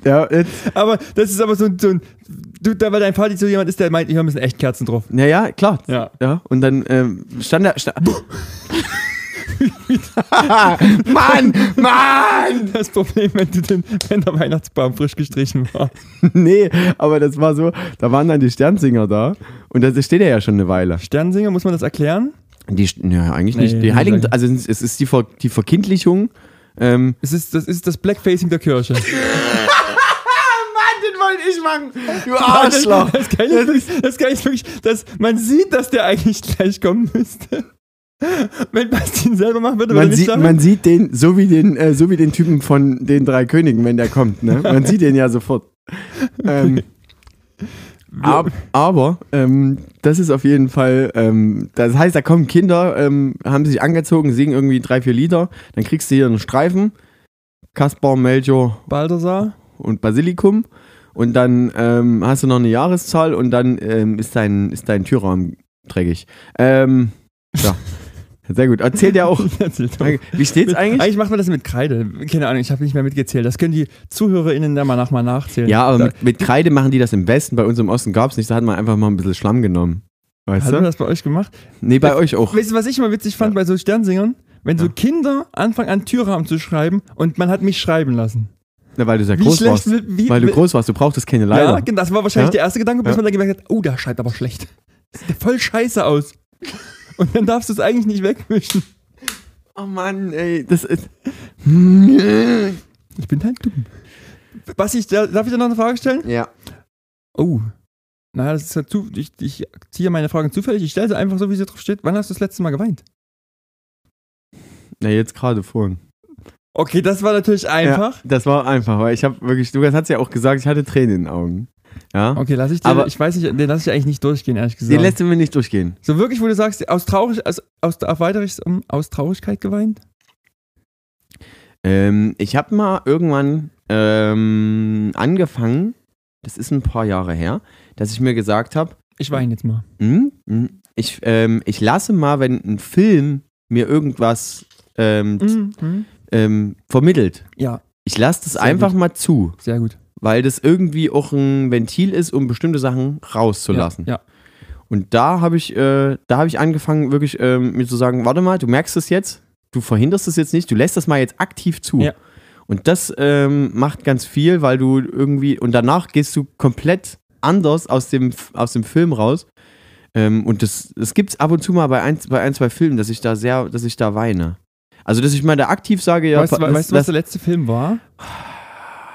Speaker 2: Der, jetzt,
Speaker 3: aber das ist aber so ein, so ein du, da, weil dein Vati so jemand ist, der meint, hier müssen echt Kerzen drauf.
Speaker 2: na ja, klar.
Speaker 3: Ja.
Speaker 2: Ja, und dann ähm, stand er. Sta Mann, Mann!
Speaker 3: Das Problem, wenn, du den, wenn der Weihnachtsbaum frisch gestrichen war.
Speaker 2: Nee, aber das war so, da waren dann die Sternsinger da und da steht er ja schon eine Weile.
Speaker 3: Sternsinger, muss man das erklären?
Speaker 2: Die, ja, eigentlich
Speaker 3: Nee,
Speaker 2: nicht.
Speaker 3: muss
Speaker 2: die
Speaker 3: ich
Speaker 2: Heiligen,
Speaker 3: sagen.
Speaker 2: also es ist- es ist die, Ver, die Verkindlichung. Ähm,
Speaker 3: Es ist, das ist das Blackfacing der Kirche.
Speaker 2: den wollte ich machen. Du
Speaker 3: Das, das, kann ich wirklich, das kann ich wirklich, das, man sieht, dass der eigentlich gleich kommen müsste. Wenn Bastin selber machen würde, würde er
Speaker 2: Man
Speaker 3: nicht
Speaker 2: sieht,
Speaker 3: sagen.
Speaker 2: man sieht den, so wie den, äh, so wie den Typen von den drei Königen, wenn der kommt. Ne? Man sieht den ja sofort. Ähm, ab, aber ähm, das ist auf jeden Fall, ähm, das heißt, da kommen Kinder, ähm, haben sich angezogen, singen irgendwie drei, vier Lieder, dann kriegst du hier einen Streifen, Kaspar, Melchior
Speaker 3: Balthasar.
Speaker 2: und Basilikum und dann ähm, hast du noch eine Jahreszahl und dann ähm, ist, dein, ist dein Türrahmen dreckig. Ähm, ja, sehr gut. Erzählt ja auch.
Speaker 3: Erzähl doch.
Speaker 2: Danke. Wie steht's
Speaker 3: Mit,
Speaker 2: eigentlich?
Speaker 3: eigentlich macht man das mit Kreide. Keine Ahnung, ich habe nicht mehr mitgezählt. Das können die ZuhörerInnen da mal nach mal nachzählen.
Speaker 2: Ja, aber
Speaker 3: da,
Speaker 2: mit, mit Kreide machen die das im Westen, bei uns im Osten gab's nicht, da hat man einfach mal ein bisschen Schlamm genommen. Weißt
Speaker 3: hat man
Speaker 2: du?
Speaker 3: das bei euch gemacht?
Speaker 2: Nee, bei euch auch.
Speaker 3: Weißt du, was ich immer witzig fand bei so Sternsingern? Wenn so Kinder anfangen an Türrahmen zu schreiben und man hat mich schreiben lassen.
Speaker 2: Na, weil du sehr groß warst.
Speaker 3: will- wie,
Speaker 2: Weil du groß warst, du brauchtest keine
Speaker 3: Ja,
Speaker 2: Leiter.
Speaker 3: genau, das war wahrscheinlich
Speaker 2: Ja?
Speaker 3: der erste Gedanke, bis
Speaker 2: Ja.
Speaker 3: man dann gemerkt hat, oh, der schreibt aber schlecht. Das sieht ja voll scheiße aus. Und dann darfst du es eigentlich nicht wegmischen.
Speaker 2: Oh Mann, ey, das ist.
Speaker 3: Ich bin halt dumm. Was ich, darf ich dir noch eine Frage stellen?
Speaker 2: Ja.
Speaker 3: Oh. Naja, das ist ja zu, ich, ich ziehe meine Fragen zufällig. Ich stelle sie einfach so, wie sie drauf steht. Wann hast du das letzte Mal geweint?
Speaker 2: Na, jetzt gerade vorhin.
Speaker 3: Okay, das war natürlich einfach.
Speaker 2: Ja, das war einfach, weil ich habe wirklich, Lukas hat's ja auch gesagt, ich hatte Tränen in den Augen. Ja.
Speaker 3: Okay, lass ich den,
Speaker 2: Aber-
Speaker 3: ich weiß nicht, den lasse ich eigentlich nicht durchgehen, ehrlich
Speaker 2: Den
Speaker 3: gesagt.
Speaker 2: lässt du mir nicht durchgehen.
Speaker 3: So wirklich, wo du sagst, aus traurig, aus, aus, auf weiteres, ähm, aus Traurigkeit geweint?
Speaker 2: Ähm, ich habe mal irgendwann ähm, angefangen, das ist ein paar Jahre her, dass ich mir gesagt habe,
Speaker 3: Ich weine jetzt mal.
Speaker 2: Hm? Hm. Ich, ähm, ich lasse mal, wenn ein Film mir irgendwas ähm,
Speaker 3: Mhm.
Speaker 2: ähm, vermittelt,
Speaker 3: Ja,
Speaker 2: ich lasse das
Speaker 3: Sehr
Speaker 2: einfach
Speaker 3: gut.
Speaker 2: mal zu,
Speaker 3: sehr gut.
Speaker 2: weil das irgendwie auch ein Ventil ist, um bestimmte Sachen rauszulassen.
Speaker 3: Ja, ja.
Speaker 2: Und da habe ich, äh, da habe ich angefangen, wirklich ähm, mir zu sagen, warte mal, du merkst es jetzt, du verhinderst es jetzt nicht, du lässt das mal jetzt aktiv zu.
Speaker 3: Ja.
Speaker 2: Und das ähm, macht ganz viel, weil du irgendwie, und danach gehst du komplett anders aus dem, aus dem Film raus. Ähm, und das, das gibt es ab und zu mal bei ein, bei ein, zwei Filmen, dass ich da sehr, dass ich da weine. Also, dass ich mal da aktiv sage, ja,
Speaker 3: weißt, du,
Speaker 2: das,
Speaker 3: weißt du, was
Speaker 2: das
Speaker 3: der letzte Film war?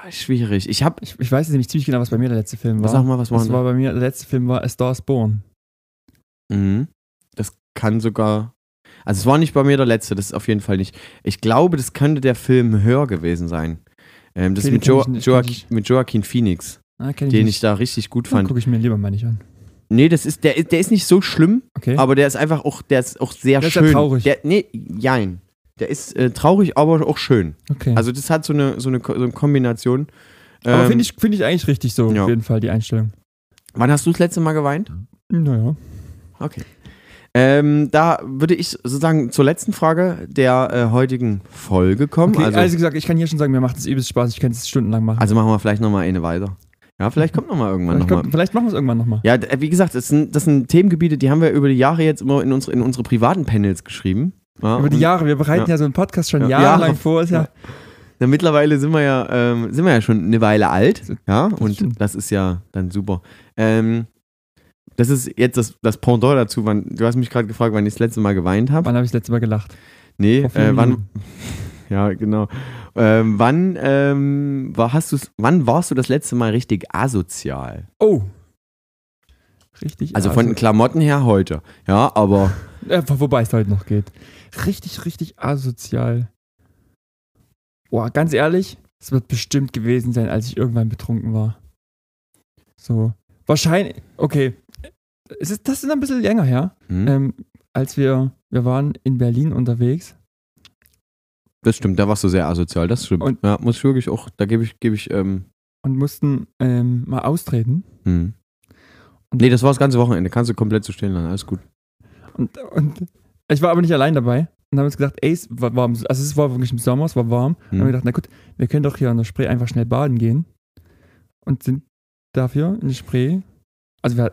Speaker 2: ist schwierig. Ich habe,
Speaker 3: Ich, ich weiß jetzt nämlich ziemlich genau, was bei mir der letzte Film war.
Speaker 2: sag mal, was
Speaker 3: das
Speaker 2: machen
Speaker 3: war bei mir, der letzte Film war A Star is Born.
Speaker 2: Mhm. Das kann sogar. Also es war nicht bei mir der letzte, das ist auf jeden Fall nicht. Ich glaube, das könnte der Film Hör gewesen sein. Ähm, das
Speaker 3: Okay,
Speaker 2: ist mit,
Speaker 3: den
Speaker 2: jo
Speaker 3: kenn ich nicht,
Speaker 2: Joa
Speaker 3: kenn ich
Speaker 2: mit Joaquin Phoenix,
Speaker 3: Ah, kenn
Speaker 2: den
Speaker 3: nicht.
Speaker 2: ich da richtig gut
Speaker 3: Dann
Speaker 2: fand.
Speaker 3: gucke ich mir lieber mal nicht an.
Speaker 2: Nee, das ist, der, ist- der ist nicht so schlimm,
Speaker 3: Okay.
Speaker 2: aber der ist einfach auch, der ist auch sehr
Speaker 3: Der ist ja
Speaker 2: schön.
Speaker 3: traurig.
Speaker 2: Der, nee, jein. Der ist äh, traurig, aber auch schön.
Speaker 3: okay.
Speaker 2: Also das hat so eine, so eine, Ko- so eine Kombination.
Speaker 3: aber
Speaker 2: Ähm,
Speaker 3: finde ich, find ich eigentlich richtig so,
Speaker 2: ja.
Speaker 3: auf jeden Fall, die Einstellung.
Speaker 2: wann hast du das letzte Mal geweint?
Speaker 3: Naja.
Speaker 2: Okay. Ähm, da würde ich sozusagen zur letzten Frage der äh, heutigen Folge kommen.
Speaker 3: Okay, also,
Speaker 2: also,
Speaker 3: gesagt, ich kann hier schon sagen, mir macht es übelst Spaß, ich kann es stundenlang machen.
Speaker 2: also machen wir vielleicht nochmal eine weiter. Ja, vielleicht kommt nochmal irgendwann
Speaker 3: vielleicht,
Speaker 2: nochmal.
Speaker 3: kommt, vielleicht machen wir es irgendwann nochmal.
Speaker 2: Ja, d- äh, wie gesagt, das sind, das sind Themengebiete, die haben wir über die Jahre jetzt immer in unsere, in unsere privaten Panels geschrieben. Ja,
Speaker 3: Über die
Speaker 2: und-
Speaker 3: Jahre, wir bereiten ja,
Speaker 2: ja.
Speaker 3: so einen Podcast schon
Speaker 2: Ja.
Speaker 3: jahrelang
Speaker 2: Ja.
Speaker 3: vor. Ist ja,
Speaker 2: Ja. Na, mittlerweile sind wir ja, ähm, sind wir ja schon eine Weile alt, ja, und
Speaker 3: stimmt.
Speaker 2: das ist ja dann super. Ähm, das ist jetzt das, das Pendant dazu, wann, du hast mich gerade gefragt, wann ich das letzte Mal geweint habe.
Speaker 3: Wann habe ich das letzte Mal gelacht?
Speaker 2: Nee,
Speaker 3: Vor vielen
Speaker 2: äh, wann,
Speaker 3: Minuten.
Speaker 2: Ja, genau. Ähm, wann, ähm, war, hast du's, wann warst du das letzte Mal richtig asozial?
Speaker 3: Oh. Richtig.
Speaker 2: Also von den
Speaker 3: asozial.
Speaker 2: Klamotten her heute. Ja, aber
Speaker 3: äh, wobei es heute noch geht. Richtig, richtig asozial. Boah, ganz ehrlich, es wird bestimmt gewesen sein, als ich irgendwann betrunken war. So. Wahrscheinlich, okay. Es ist, das ist ein bisschen länger her,
Speaker 2: Hm?
Speaker 3: ähm, als wir, wir waren in Berlin unterwegs.
Speaker 2: Das stimmt, da warst du sehr asozial, das stimmt.
Speaker 3: Und-
Speaker 2: ja, muss ich wirklich auch, da gebe ich, gebe ich, ähm,
Speaker 3: und mussten ähm, mal austreten.
Speaker 2: hm. Nee, das war das ganze Wochenende. Kannst du komplett so stehen lassen, alles gut.
Speaker 3: Und, und ich war aber nicht allein dabei. Und dann haben wir uns gedacht, ey, es war warm. Also es war wirklich im Sommer, es war warm. Und
Speaker 2: Hm.
Speaker 3: haben wir gedacht, na gut, wir können doch hier an der Spree einfach schnell baden gehen. Und sind dafür in die Spree. Also wir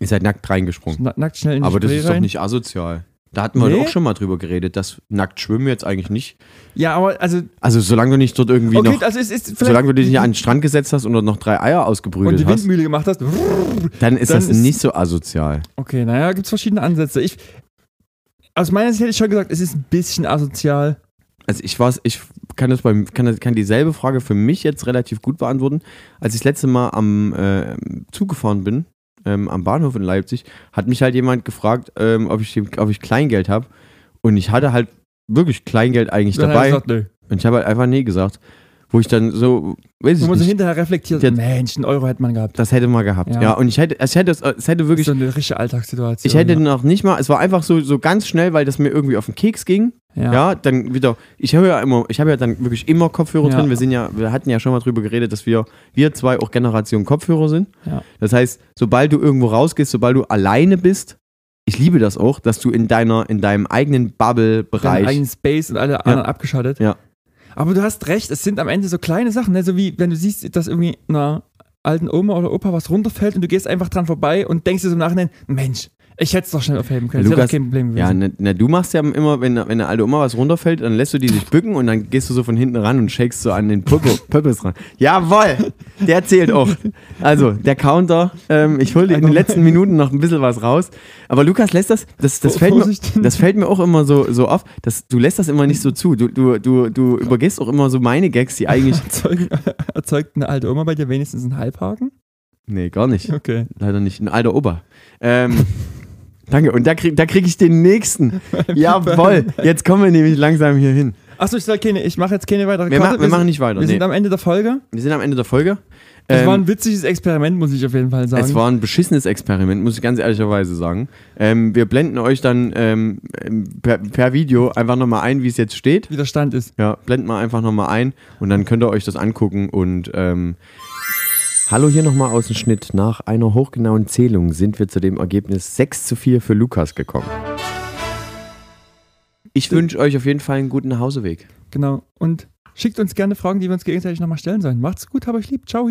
Speaker 2: Ihr seid nackt reingesprungen.
Speaker 3: na- nackt schnell in die
Speaker 2: Oh. Aber das
Speaker 3: Spree
Speaker 2: ist doch
Speaker 3: rein.
Speaker 2: nicht asozial. Da hatten wir
Speaker 3: Nee.
Speaker 2: auch schon mal drüber geredet, dass nackt schwimmen jetzt eigentlich nicht.
Speaker 3: Ja, aber also,
Speaker 2: Also solange du nicht dort irgendwie
Speaker 3: okay,
Speaker 2: noch,
Speaker 3: also es ist vielleicht...
Speaker 2: solange du dich nicht an den Strand gesetzt hast und dort noch drei Eier
Speaker 3: und
Speaker 2: ausgebrütet
Speaker 3: die
Speaker 2: hast,
Speaker 3: Windmühle gemacht hast.
Speaker 2: dann ist
Speaker 3: dann
Speaker 2: das
Speaker 3: ist-
Speaker 2: nicht so asozial.
Speaker 3: Okay, naja, gibt es verschiedene Ansätze. Ich, aus meiner Sicht hätte ich schon gesagt, es ist ein bisschen asozial.
Speaker 2: Also ich war's, ich kann das beim, kann, das- kann dieselbe Frage für mich jetzt relativ gut beantworten. Als ich das letzte Mal am äh, Zug gefahren bin, ähm, am Bahnhof in Leipzig, hat mich halt jemand gefragt, ähm, ob, ich, dem- ob ich Kleingeld habe. Und ich hatte halt wirklich Kleingeld eigentlich
Speaker 3: Dann
Speaker 2: dabei.
Speaker 3: habe ich gesagt, nö.
Speaker 2: und ich habe halt einfach nee gesagt. Wo ich dann so, weiß
Speaker 3: Wo
Speaker 2: ich
Speaker 3: man so
Speaker 2: nicht,
Speaker 3: hinterher reflektiert,
Speaker 2: Der-
Speaker 3: Mensch, einen Euro hätte man gehabt.
Speaker 2: das hätte mal gehabt. Ja,
Speaker 3: Ja.
Speaker 2: und ich hätte, es hätte, es hätte
Speaker 3: Wirklich
Speaker 2: wirklich
Speaker 3: so eine richtige Alltagssituation.
Speaker 2: Ich hätte noch nicht mal, es war einfach so, so ganz schnell, weil das mir irgendwie auf den Keks ging. Ja,
Speaker 3: Ja.
Speaker 2: dann wieder, ich höre ja immer, ich habe ja dann wirklich immer Kopfhörer
Speaker 3: Ja.
Speaker 2: drin. Wir sind ja, wir hatten ja schon mal drüber geredet, dass wir, wir zwei auch Generation Kopfhörer sind.
Speaker 3: Ja.
Speaker 2: Das heißt, sobald du irgendwo rausgehst, sobald du alleine bist, ich liebe das auch, dass du in deiner, in deinem eigenen
Speaker 3: Deinen
Speaker 2: Bubble-Bereich.
Speaker 3: eigenen Space und alle anderen abgeschaltet.
Speaker 2: Ja.
Speaker 3: Aber du hast recht, es sind am Ende so kleine Sachen, ne? so wie wenn du siehst, dass irgendwie einer alten Oma oder Opa was runterfällt und du gehst einfach dran vorbei und denkst dir so im Nachhinein, Mensch, ich hätte es doch schnell aufheben können.
Speaker 2: Lukas-
Speaker 3: das wäre kein Problem
Speaker 2: Ja,
Speaker 3: gewesen.
Speaker 2: na, na, du machst ja immer, wenn, wenn eine alte Oma was runterfällt, dann lässt du die sich bücken und dann gehst du so von hinten ran und shakest so an den Pöppel- Pöppels ran. Jawoll, der zählt auch. Also, der Counter, ähm, ich hole in den letzten Minuten noch ein bisschen was raus. Aber Lukas lässt das, das, das,
Speaker 3: Vor-
Speaker 2: fällt, mir,
Speaker 3: Vorsicht.
Speaker 2: das fällt mir auch immer so, so auf, dass, du lässt das immer nicht so zu. Du, du, du, du übergehst auch immer so meine Gags, die eigentlich...
Speaker 3: Erzeugt, erzeugt eine alte Oma bei dir wenigstens einen Halbhaken?
Speaker 2: Nee, gar nicht.
Speaker 3: Okay.
Speaker 2: Leider nicht. Ein alter Opa. Ähm, danke. Und da kriege da krieg ich den nächsten. Jawoll, jetzt kommen wir nämlich langsam hier hin.
Speaker 3: Achso, ich sag keine, ich mache jetzt keine weitere
Speaker 2: Wir, ma
Speaker 3: Karte.
Speaker 2: wir machen
Speaker 3: sind,
Speaker 2: nicht weiter.
Speaker 3: Wir
Speaker 2: Wir, nee.
Speaker 3: sind am Ende der Folge.
Speaker 2: wir sind am Ende der Folge.
Speaker 3: Das
Speaker 2: Ähm,
Speaker 3: war ein witziges Experiment, muss ich auf jeden Fall sagen.
Speaker 2: es war ein beschissenes Experiment, muss ich ganz ehrlicherweise sagen. Ähm, wir blenden euch dann ähm, per, per Video einfach nochmal ein, wie es jetzt steht.
Speaker 3: Widerstand ist.
Speaker 2: Ja, blenden wir einfach nochmal ein und dann könnt ihr euch das angucken und ähm, Hallo hier nochmal aus dem Schnitt. Nach einer hochgenauen Zählung sind wir zu dem Ergebnis 6 zu 4 für Lukas gekommen. Ich wünsche euch auf jeden Fall einen guten Hauseweg.
Speaker 3: Genau. Und schickt uns gerne Fragen, die wir uns gegenseitig nochmal stellen sollen. Macht's gut, hab euch lieb. Ciao.